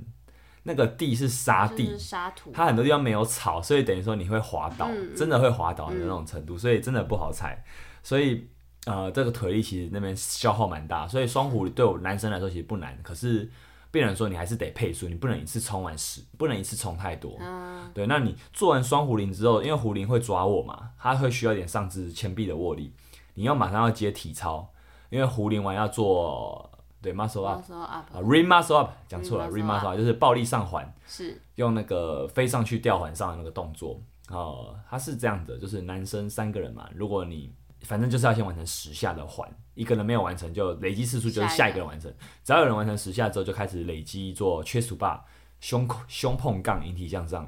[SPEAKER 1] 那个地是沙
[SPEAKER 2] 哦就
[SPEAKER 1] 地，
[SPEAKER 2] 是沙土，
[SPEAKER 1] 它很多地方没有草，所以等于说你会滑倒，
[SPEAKER 2] 嗯嗯
[SPEAKER 1] 真的会滑倒的那种程度，所以真的不好踩。所以呃，这个腿力其实那边消耗蛮大，所以双壶对我男生来说其实不难，可是病人说你还是得配速，你不能一次冲完十，不能一次冲太多。
[SPEAKER 2] 嗯，
[SPEAKER 1] 对，那你做完双壶铃之后，因为壶铃会抓握嘛，它会需要一点上肢前臂的握力，你要马上要接体操，因为壶铃完要做对 muscle
[SPEAKER 2] 到
[SPEAKER 1] up
[SPEAKER 2] 时候 up
[SPEAKER 1] 啊 ring muscle up 讲错了
[SPEAKER 2] Ring
[SPEAKER 1] ring
[SPEAKER 2] 嗯 muscle
[SPEAKER 1] muscle up 就是暴力上环。
[SPEAKER 2] 是
[SPEAKER 1] 用那个飞上去吊环上的那个动作，哦、它是这样子的，就是男生三个人嘛，如果你反正就是要先完成十下的环，一个人没有完成就累积次数就是
[SPEAKER 2] 下
[SPEAKER 1] 下
[SPEAKER 2] 一
[SPEAKER 1] 一
[SPEAKER 2] 个
[SPEAKER 1] 个人完成，只要有人完成十下之后就开始累积做 chest bar 胸口胸碰杠引体向上，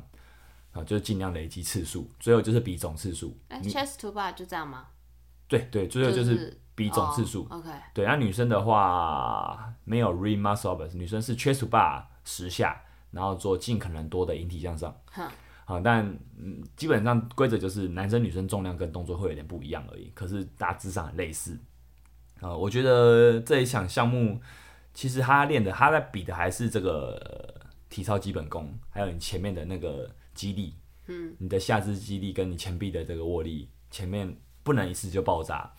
[SPEAKER 1] 啊、就是尽量累积次数，最后就是比总次数，
[SPEAKER 2] 哎
[SPEAKER 1] 你
[SPEAKER 2] chest to bar 就这样吗？
[SPEAKER 1] 对对，最后就是
[SPEAKER 2] 是
[SPEAKER 1] 比总次数，
[SPEAKER 2] 哦 OK，
[SPEAKER 1] 对，那女生的话没有 re muscle up，女生是 chest bar 十下，然后做尽可能多的引体向上
[SPEAKER 2] 哼。
[SPEAKER 1] 好，但嗯，基本上规则就是男生女生重量跟动作会有点不一样而已，可是大致上很类似。啊、我觉得这一项项目其实他练的，他在比的还是这个呃体操基本功，还有你前面的那个肌力，嗯，你的下肢肌力跟你前臂的这个握力，前面不能一次就爆炸，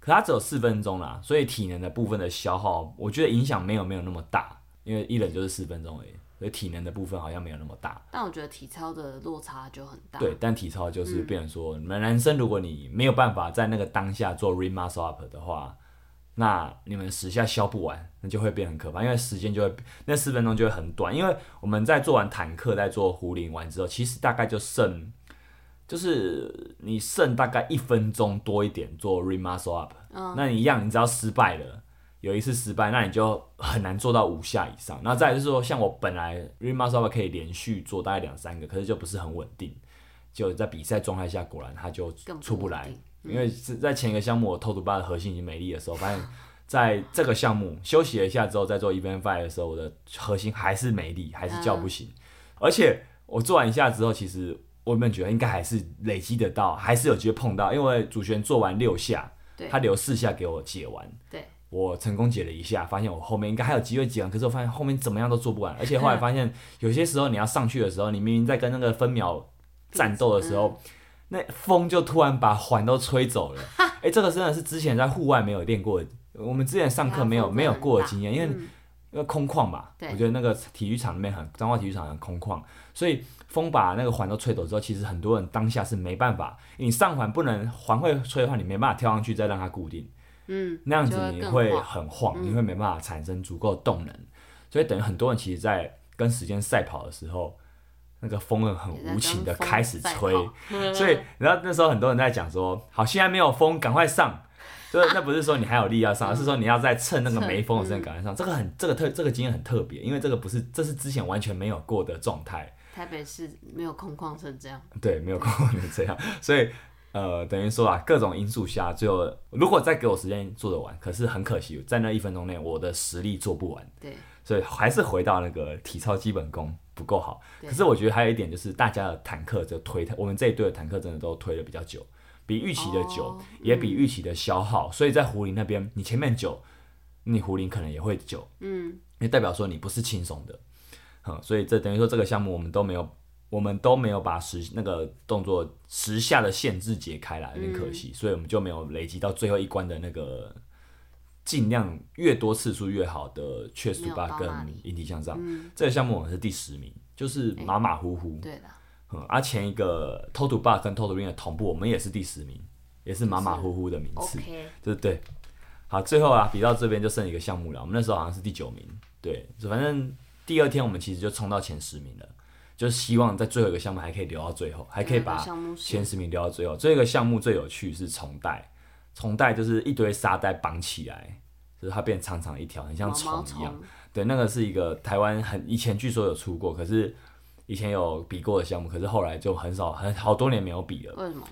[SPEAKER 1] 可它只有四分钟啦，所以体能的部分的消耗，我觉得影响没有没有那么大，因为一人就是四分钟而已，所以体能的部分好像没有那么大。
[SPEAKER 2] 但我觉得体操的落差就很大，
[SPEAKER 1] 对，但体操就是变成说，你们男生如果你没有办法在那个当下做 ring muscle up 的话，那你们十下消不完，那就会变很可怕，因为时间就会那四分钟就会很短，因为我们在做完坦克，在做壶铃完之后，其实大概就剩。就是你剩大概一分钟多一点做 ring muscle up，、那
[SPEAKER 2] 嗯
[SPEAKER 1] 你一样，你只要失败了，有一次失败，那你就很难做到五下以上。那再来就是说，像我本来 ring muscle up 可以连续做大概两三个，可是就不是很稳定。就在比赛状态下，果然他就
[SPEAKER 2] 更
[SPEAKER 1] 出
[SPEAKER 2] 不
[SPEAKER 1] 不
[SPEAKER 2] 稳
[SPEAKER 1] 来
[SPEAKER 2] 定，嗯
[SPEAKER 1] 因为是在前一个项目我偷渡吧的核心已经没力的时候，发现在这个项目休息了一下之后，再做 event five 的时候，我的核心还是没力，还是叫
[SPEAKER 2] 嗯
[SPEAKER 1] 不醒。而且我做完一下之后，其实我原本觉得应该还是累积得到，还是有机会碰到，因为主旋做完六下
[SPEAKER 2] 对，
[SPEAKER 1] 他留四下给我解完，
[SPEAKER 2] 对，
[SPEAKER 1] 我成功解了一下，发现我后面应该还有机会解完，可是我发现后面怎么样都做不完，而且
[SPEAKER 2] *laughs*
[SPEAKER 1] 后来发现有些时候你要上去的时候，你明明在跟那个分秒战斗的时候，
[SPEAKER 2] 嗯
[SPEAKER 1] 那风就突然把环都吹
[SPEAKER 2] *laughs*
[SPEAKER 1] 走了。哎、这个真的是之前在户外没有练过的，我们之前上课没有
[SPEAKER 2] 对啊
[SPEAKER 1] 没有过的
[SPEAKER 2] 风真
[SPEAKER 1] 经验，因为
[SPEAKER 2] 嗯
[SPEAKER 1] 因为空旷嘛，
[SPEAKER 2] 对
[SPEAKER 1] 我觉得那个体育场那边很彰化体育场很空旷，所以风把那个环都吹走之后，其实很多人当下是没办法，你上环不能环会吹的话，你没办法跳上去再让它固定，
[SPEAKER 2] 嗯，
[SPEAKER 1] 那样子
[SPEAKER 2] 就会
[SPEAKER 1] 你
[SPEAKER 2] 更
[SPEAKER 1] 会
[SPEAKER 2] 晃
[SPEAKER 1] 很晃，
[SPEAKER 2] 嗯
[SPEAKER 1] 你会没办法产生足够的动能，所以等于很多人其实，在跟时间赛跑的时候，那个风很很
[SPEAKER 2] 也在
[SPEAKER 1] 无情的
[SPEAKER 2] 跟风
[SPEAKER 1] 开始
[SPEAKER 2] 赛
[SPEAKER 1] 吹，
[SPEAKER 2] 跑 *laughs*
[SPEAKER 1] 所以然后那时候很多人在讲说，好，现在没有风，赶快上。就是那不是说你还有力要上，而是说你要在趁那个没风的时间赶快上。这个很这个特这个经验很特别，因为这个不是这是之前完全没有过的状态，
[SPEAKER 2] 台北市没有空旷成这样，
[SPEAKER 1] 对，没有过你这样，所以呃等于说啊，各种因素下，最后如果再给我时间做得完，可是很可惜，在那一分钟内我的实力做不完。
[SPEAKER 2] 对，
[SPEAKER 1] 所以还是回到那个体操基本功不够好。
[SPEAKER 2] 对
[SPEAKER 1] 可是我觉得还有一点就是，大家的坦克就推，我们这一队的坦克真的都推的比较久，比预期的久，
[SPEAKER 2] 哦
[SPEAKER 1] 也比预期的消耗。所以在胡林那边，你前面久，你胡林可能也会久，
[SPEAKER 2] 嗯，
[SPEAKER 1] 因为代表说你不是轻松的。嗯，所以这等于说这个项目我们都没有，我们都没有把时那个动作时下的限制解开来，有点可
[SPEAKER 2] 嗯
[SPEAKER 1] 惜，所以我们就没有累积到最后一关的那个尽量越多次数越好的确速
[SPEAKER 2] 没有
[SPEAKER 1] 八
[SPEAKER 2] 到
[SPEAKER 1] 跟
[SPEAKER 2] 那里嗯
[SPEAKER 1] 引体向上。这个项目我们是第十名，就是马马虎虎。
[SPEAKER 2] 对的，
[SPEAKER 1] 嗯，而、前一个 total bar 跟 total ring 的同步，我们也是第十名，也是马马虎虎的名次。
[SPEAKER 3] OK，
[SPEAKER 1] 对对。好，最后啊，比到这边就剩一个项目了。我们那时候好像是第九名，对，就反正第二天我们其实就冲到前十名了，就是希望在最后一个项目还可以留到最后，还可以
[SPEAKER 2] 那
[SPEAKER 1] 把
[SPEAKER 2] 个项目是
[SPEAKER 1] 前十名留到最后。最后一个项目最有趣是重带，重带就是一堆沙袋绑起来，就是它变长长一条，很像
[SPEAKER 2] 毛毛
[SPEAKER 1] 虫一样
[SPEAKER 2] 虫。，
[SPEAKER 1] 对，那个是一个台湾很以前据说有出过，可是以前有比过的项目，可是后来就很少，很好多年没有比了。
[SPEAKER 2] 为什么？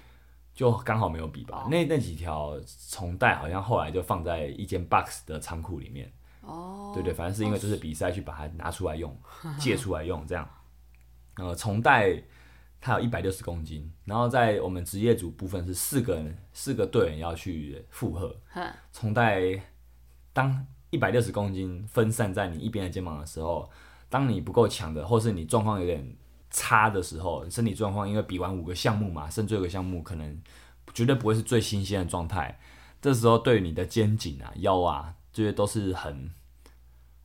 [SPEAKER 1] 就刚好没有比吧。
[SPEAKER 2] 哦
[SPEAKER 1] 那那几条虫带好像后来就放在一间 box 的仓库里面，
[SPEAKER 2] 哦，
[SPEAKER 1] 对对，反正是因为就是比赛去把它拿出来用，借出来用这样。呃，虫带它有一百六十公斤，然后在我们职业组部分是四个人，四个队员要去负荷
[SPEAKER 2] 哼
[SPEAKER 1] 虫带，当一百六十公斤分散在你一边的肩膀的时候，当你不够强的，或是你状况有点差的时候，身体状况因为比完五个项目嘛，甚至有个项目可能绝对不会是最新鲜的状态，这时候对于你的肩颈啊、腰啊，这些都是很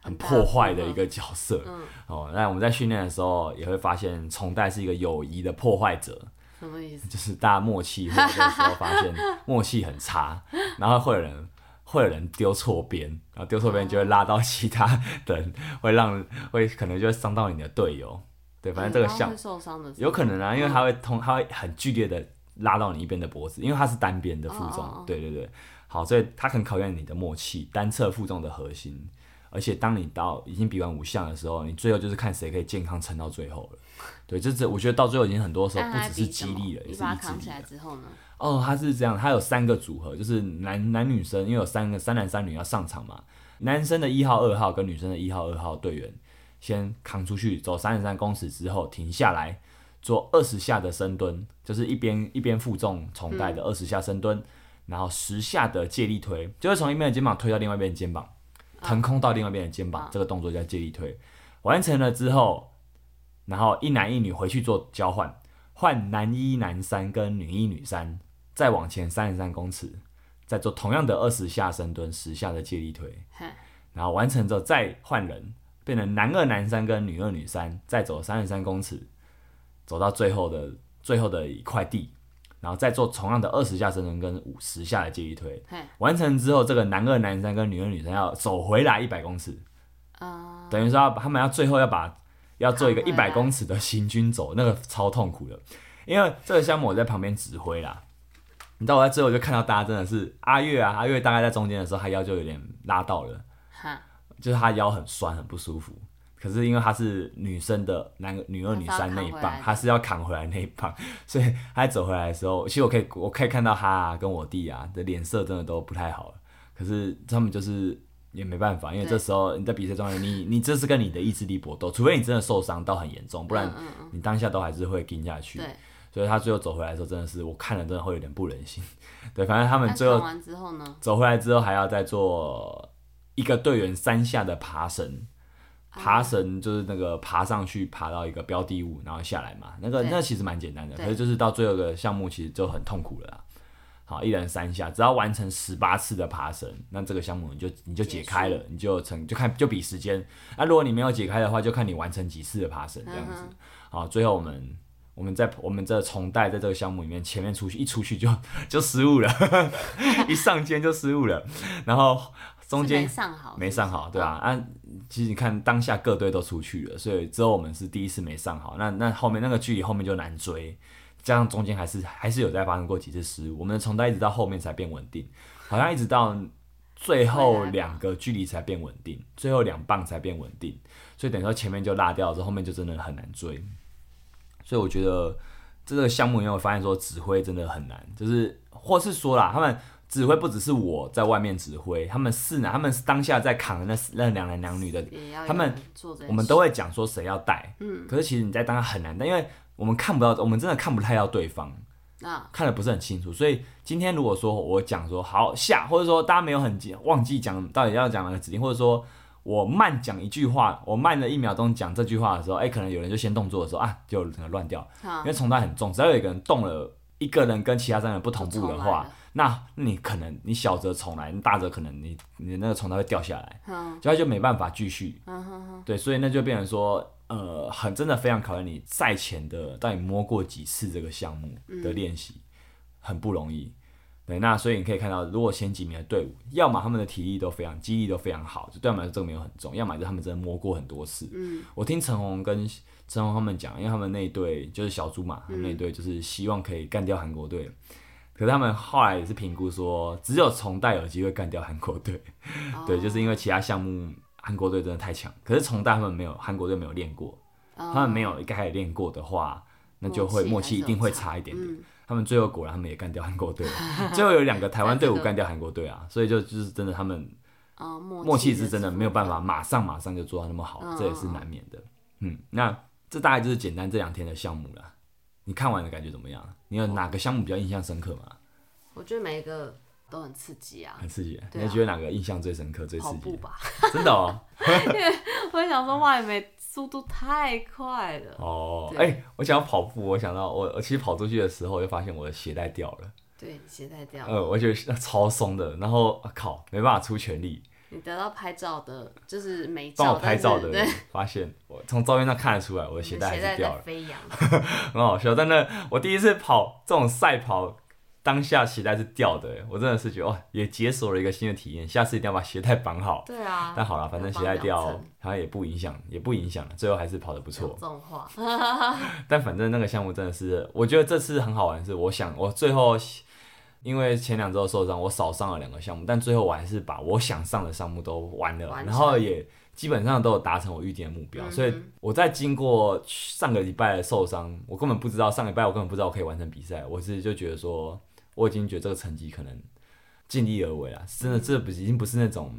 [SPEAKER 1] 很
[SPEAKER 3] 很大
[SPEAKER 1] 破
[SPEAKER 3] 的
[SPEAKER 1] 坏的
[SPEAKER 3] 负荷嗯
[SPEAKER 1] 一个角色。哦，那我们在训练的时候也会发现，重带是一个友谊的破坏者。
[SPEAKER 3] 什么意思？
[SPEAKER 1] 就是大家默契或者有时候发现默契
[SPEAKER 3] *laughs*
[SPEAKER 1] 很差，然后会有人会有人丢错边，然后丢错边就会拉到其他人，会让会可能就会伤到你的队友。对，反正这个
[SPEAKER 3] 很高
[SPEAKER 1] 项
[SPEAKER 3] 会受伤的是吗，
[SPEAKER 1] 有可能
[SPEAKER 2] 嗯
[SPEAKER 1] 啊，因为它会通，它会很剧烈的拉到你一边的脖子，因为它是单边的负重。
[SPEAKER 3] 哦哦哦
[SPEAKER 1] 对对对，好，所以它很考验你的默契，单侧负重的核心。而且当你到已经比完五项的时候，你最后就是看谁可以健康撑到最后了。对，这这我觉得到最后已经很多时候
[SPEAKER 2] 但
[SPEAKER 1] 不
[SPEAKER 2] 它
[SPEAKER 1] 只是
[SPEAKER 2] 比什
[SPEAKER 1] 激
[SPEAKER 2] 么
[SPEAKER 1] 励了，也
[SPEAKER 2] 你
[SPEAKER 1] 是
[SPEAKER 2] 把
[SPEAKER 1] 意志
[SPEAKER 2] 它扛
[SPEAKER 1] 力
[SPEAKER 2] 起来
[SPEAKER 1] 了。
[SPEAKER 2] 之后呢？
[SPEAKER 1] 哦，它是这样，它有三个组合，就是男男女生，因为有三个三男三女要上场嘛，男生的一号、二号跟女生的一号、二号队员先扛出去，走三十三公尺之后停下来，做二十下的深蹲，就是一边一边负重重带的二十下深蹲，然后十下的借力推，就是从一边的肩膀推到另外一边的肩膀，腾空到另外一边的肩膀，这个动作叫借力推。完成了之后，然后一男一女回去做交换，换男一男三跟女一女三，再往前三十三公尺，再做同样的二十下深蹲，十下的借力推
[SPEAKER 2] 哼，
[SPEAKER 1] 然后完成之后再换人，变成男二男三跟女二女三，再走三十三公尺，走到最后的最后的一块地，然后再做同样的二十下深蹲跟五十下的借力推
[SPEAKER 2] 嘿，
[SPEAKER 1] 完成之后，这个男二男三跟女二女三要走回来一百公尺，
[SPEAKER 3] 呃
[SPEAKER 2] 啊、
[SPEAKER 1] 等于说要把他们要最后要把要做一个一
[SPEAKER 2] 扛回来
[SPEAKER 1] 百公尺的行军走，那个超痛苦的，因为这个项目我在旁边指挥啦。你知道我在最后就看到大家真的是阿月啊，阿月大概在中间的时候，他腰就有点拉到了，
[SPEAKER 2] 哈，
[SPEAKER 1] 就是他腰很酸很不舒服。可是因为她是女生的男女二女三那一
[SPEAKER 2] 她是要扛回
[SPEAKER 1] 棒她是要扛回来
[SPEAKER 2] 来的，
[SPEAKER 1] 那一棒，所以她走回来的时候，其实我可以我可以看到她、啊、跟我弟啊的脸色真的都不太好了。可是他们就是也没办法，因为
[SPEAKER 2] 对
[SPEAKER 1] 这时候你在比赛状态，你你这是跟你的意志力搏斗，除非你真的受伤到很严重，不然
[SPEAKER 2] 嗯嗯
[SPEAKER 1] 你当下都还是会跟下去。
[SPEAKER 2] 对。
[SPEAKER 1] 所以他最后走回来的时候，真的是我看了真的会有点不忍心。 *laughs* 对，反正他们
[SPEAKER 2] 那
[SPEAKER 1] 最后
[SPEAKER 2] 扛完之后呢？
[SPEAKER 1] 走回来之后还要再做一个队员三下的爬绳，
[SPEAKER 2] 啊
[SPEAKER 1] 爬绳就是那个爬上去，爬到一个标的物，然后下来嘛。那个
[SPEAKER 2] 对
[SPEAKER 1] 那其实蛮简单的，
[SPEAKER 2] 对
[SPEAKER 1] 可是就是到最后一个项目其实就很痛苦了啦。好，一人三下，只要完成十八次的爬绳，那这个项目你就你就解开
[SPEAKER 2] 啊
[SPEAKER 1] 了，你就成就看就比时间。那、如果你没有解开的话，就看你完成几次的爬绳这
[SPEAKER 2] 嗯
[SPEAKER 1] 样子。好，最后我们我们在我们这重带在这个项目里面，前面出去一出去就就失误了， *laughs* 一上肩就失误了，然后中
[SPEAKER 2] 是
[SPEAKER 1] 间
[SPEAKER 2] 没上好，
[SPEAKER 1] 没上好，对吧、
[SPEAKER 2] 吧、
[SPEAKER 1] 啊？其实你看当下各队都出去了，所以只有我们是第一次没上好，那那后面那个距离后面就难追，加上中间还是还是有在发生过几次失误，我们的重带一直到后面才变稳定，好像一直到最
[SPEAKER 2] 回
[SPEAKER 1] 后
[SPEAKER 2] 来吧
[SPEAKER 1] 两个距离才变稳定，最后两棒才变稳定，所以等于说前面就落掉了之后，后面就真的很难追。所以我觉得这个项目里面，我发现说指挥真的很难，就是或是说啦，他们指挥不只是我在外面指挥，他们四男，他们当下在扛的那四那两男两女的
[SPEAKER 2] 也要
[SPEAKER 1] 他们
[SPEAKER 2] 有人做这件
[SPEAKER 1] 我们
[SPEAKER 2] 事
[SPEAKER 1] 都会讲说谁要带，嗯，可是其实你在当下很难带，因为我们看不到，我们真的看不太到对方，
[SPEAKER 2] 啊，
[SPEAKER 1] 看的不是很清楚，所以今天如果说我讲说好下，或者说大家没有很记忘记讲到底要讲哪个指令，或者说我慢讲一句话，我慢了一秒钟讲这句话的时候，哎、可能有人就先动作的时候啊，就可能乱掉，
[SPEAKER 2] 啊
[SPEAKER 1] 因为重担很重，只要有一个人动了，一个人跟其他三个人不同步
[SPEAKER 2] 就
[SPEAKER 1] 的
[SPEAKER 2] 重来
[SPEAKER 1] 话
[SPEAKER 2] 了，
[SPEAKER 1] 那你可能你小则重来，你大则可能你你那个重担会掉下来，
[SPEAKER 2] 嗯
[SPEAKER 1] 就他就没办法继续，
[SPEAKER 2] 嗯哼哼，
[SPEAKER 1] 对，所以那就变成说，呃，很真的非常考验你赛前的到底摸过几次这个项目的
[SPEAKER 2] 嗯
[SPEAKER 1] 练习，很不容易。对，那所以你可以看到，如果前几名的队伍，要么他们的体力都非常、肌力都非常好，就对他们来说这个没有很重要；要么就是他们真的摸过很多次。嗯，我听陈红跟陈红他们讲，因为他们那一队就是小猪嘛，他们那一队就是希望可以干掉韩国队，可是他们后来也是评估说，只有重带有机会干掉韩国队。 *laughs* 对，就是因为其他项目韩国队真的太强，可是重带他们没有，韩国队没有练过，
[SPEAKER 3] 嗯
[SPEAKER 1] 他们没有一开始练过的话，那就会默
[SPEAKER 2] 嗯默契
[SPEAKER 1] 契一
[SPEAKER 2] 还是
[SPEAKER 1] 定
[SPEAKER 2] 有
[SPEAKER 1] 会
[SPEAKER 2] 差
[SPEAKER 1] 差一点点。他们最后果然他们也干掉韩国队了，最后有两个台湾队伍
[SPEAKER 2] 这个
[SPEAKER 1] 干掉韩国队啊，所以就就是真的他们
[SPEAKER 3] 嗯
[SPEAKER 2] 啊，默
[SPEAKER 1] 默契是真的
[SPEAKER 2] 部
[SPEAKER 1] 没有办
[SPEAKER 2] 分
[SPEAKER 1] 法马上马上就做到那么好，
[SPEAKER 2] 嗯
[SPEAKER 1] 这也是难免的。嗯，那这大概就是简单这两天的项目了。你看完的感觉怎么样？你有哪个项目比较印象深刻吗？
[SPEAKER 3] 我觉得每一个都很刺激啊，
[SPEAKER 1] 很刺激，
[SPEAKER 3] 对
[SPEAKER 1] 你
[SPEAKER 3] 啊
[SPEAKER 1] 有觉得哪个印象最深刻、最
[SPEAKER 3] *laughs* 跑
[SPEAKER 1] 刺激
[SPEAKER 3] 步？吧。
[SPEAKER 1] 真的哦，
[SPEAKER 3] 我也想说，哇，也没速度太快了。
[SPEAKER 1] 哦，哎、
[SPEAKER 3] 对
[SPEAKER 1] 我想要跑步，我想到我我其实跑出去的时候，就发现我的鞋带掉了，
[SPEAKER 3] 对，鞋带掉，
[SPEAKER 1] 呃，我觉得超松的，然后啊靠，没办法出全力，
[SPEAKER 3] 你得到拍照的，就是没照，
[SPEAKER 1] 帮我拍照的
[SPEAKER 3] 但
[SPEAKER 1] 人
[SPEAKER 3] 是
[SPEAKER 1] 发现，我从照片上看得出来我的
[SPEAKER 3] 对，
[SPEAKER 1] 鞋带还
[SPEAKER 3] 在
[SPEAKER 1] 是掉了，
[SPEAKER 3] 飞扬。
[SPEAKER 1] 很好笑。但那我第一次跑这种赛跑，当下鞋带是掉的，我真的是觉得哦，也解锁了一个新的体验，下次一定要把鞋带绑好。
[SPEAKER 3] 对啊，
[SPEAKER 1] *laughs* 但好了，反正鞋带掉
[SPEAKER 3] 要绑两层
[SPEAKER 1] 好像也不影响，也不影响，最后还是跑得不错
[SPEAKER 3] 讲。这种话，
[SPEAKER 1] 但反正那个项目真的是，我觉得这次很好玩的是，我想我最后因为前两周受伤，我少上了两个项目，但最后我还是把我想上的项目都玩了，
[SPEAKER 3] 完成
[SPEAKER 1] 然后也基本上都有达成我预定的目标。
[SPEAKER 3] 嗯哼
[SPEAKER 1] 所以我在经过上个礼拜的受伤，我根本不知道上礼拜我根本不知道我可以完成比赛，我是就觉得说我已经觉得这个成绩可能尽力而为了，真
[SPEAKER 3] 嗯
[SPEAKER 1] 的这不是已经不是那种。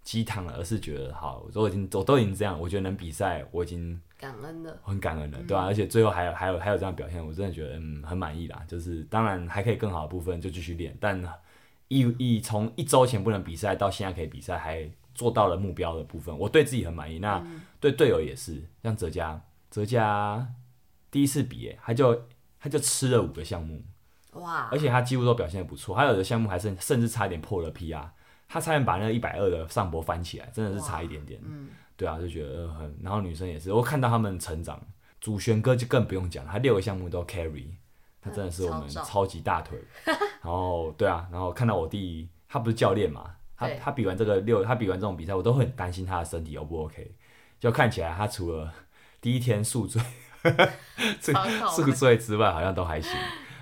[SPEAKER 1] 鸡汤了，而是觉得好，我都已经我都已经这样，我觉得能比赛，我已经
[SPEAKER 3] 感恩的，
[SPEAKER 1] 很感恩的，对吧、啊而且最后还有还有还有这样的表现，我真的觉得嗯很满意啦。就是当然还可以更好的部分就继续练，但一一从一周前不能比赛到现在可以比赛，还做到了目标的部分，我对自己很满意。那对队友也是，像哲佳，哲佳第一次比、耶，他就他就吃了五个项目，
[SPEAKER 3] 哇
[SPEAKER 1] 而，且他几乎都表现的不错，他有的项目还甚甚至差一点破了 PR，他差点把那个一百二的上博翻起来，真的是差一点点。
[SPEAKER 3] 嗯，
[SPEAKER 1] 对啊，就觉得呃很。然后女生也是，我看到他们成长，祖轩哥就更不用讲，他六个项目都 carry，他真的是我们
[SPEAKER 3] 嗯超照
[SPEAKER 1] 超级大腿。 *laughs* 然后对啊，然后看到我弟，他不是教练嘛，他
[SPEAKER 3] 对
[SPEAKER 1] 他比完这个六，他比完这种比赛，我都会很担心他的身体 O 不 OK。就看起来他除了第一天宿
[SPEAKER 3] 哦
[SPEAKER 1] 醉 *laughs* 这
[SPEAKER 3] 超靠
[SPEAKER 1] 宿
[SPEAKER 3] 背
[SPEAKER 1] 醉之外，好像都还行。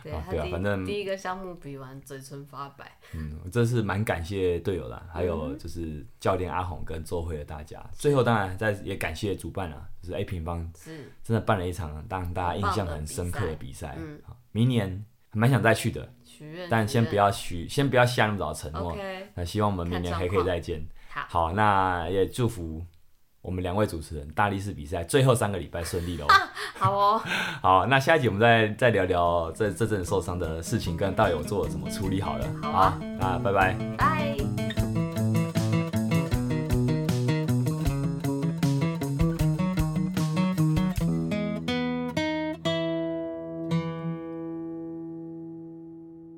[SPEAKER 3] 对
[SPEAKER 1] 啊
[SPEAKER 3] 他
[SPEAKER 1] 对啊
[SPEAKER 3] 第一
[SPEAKER 1] 反正
[SPEAKER 3] 第一个项目比完嘴唇发白，
[SPEAKER 1] 嗯，我真是蛮感谢队友啦，还
[SPEAKER 3] 嗯
[SPEAKER 1] 有就是教练阿红跟周慧的大家。最后当然在也感谢主办啊，就是 A 平方
[SPEAKER 3] 是
[SPEAKER 1] 真的办了一场让大家印象很深刻的比赛。
[SPEAKER 3] 嗯
[SPEAKER 1] 好明年还蛮想再去的，
[SPEAKER 3] 许愿，
[SPEAKER 1] 但先
[SPEAKER 3] 许
[SPEAKER 1] 不
[SPEAKER 3] 愿
[SPEAKER 1] 要许，先不要下那么早的承诺。
[SPEAKER 3] ，OK，
[SPEAKER 1] 那希望我们明年还可以再见。
[SPEAKER 3] 看状
[SPEAKER 1] 好，那也祝福我们两位主持人大力士比赛最后三个礼拜顺利喽。
[SPEAKER 3] 好哦，
[SPEAKER 1] *laughs* 好，那下一集我们再再聊聊这这阵受伤的事情跟到底我做了什么处理好了。
[SPEAKER 3] 好
[SPEAKER 1] 好
[SPEAKER 3] 啊，
[SPEAKER 1] 那拜拜。
[SPEAKER 3] 拜。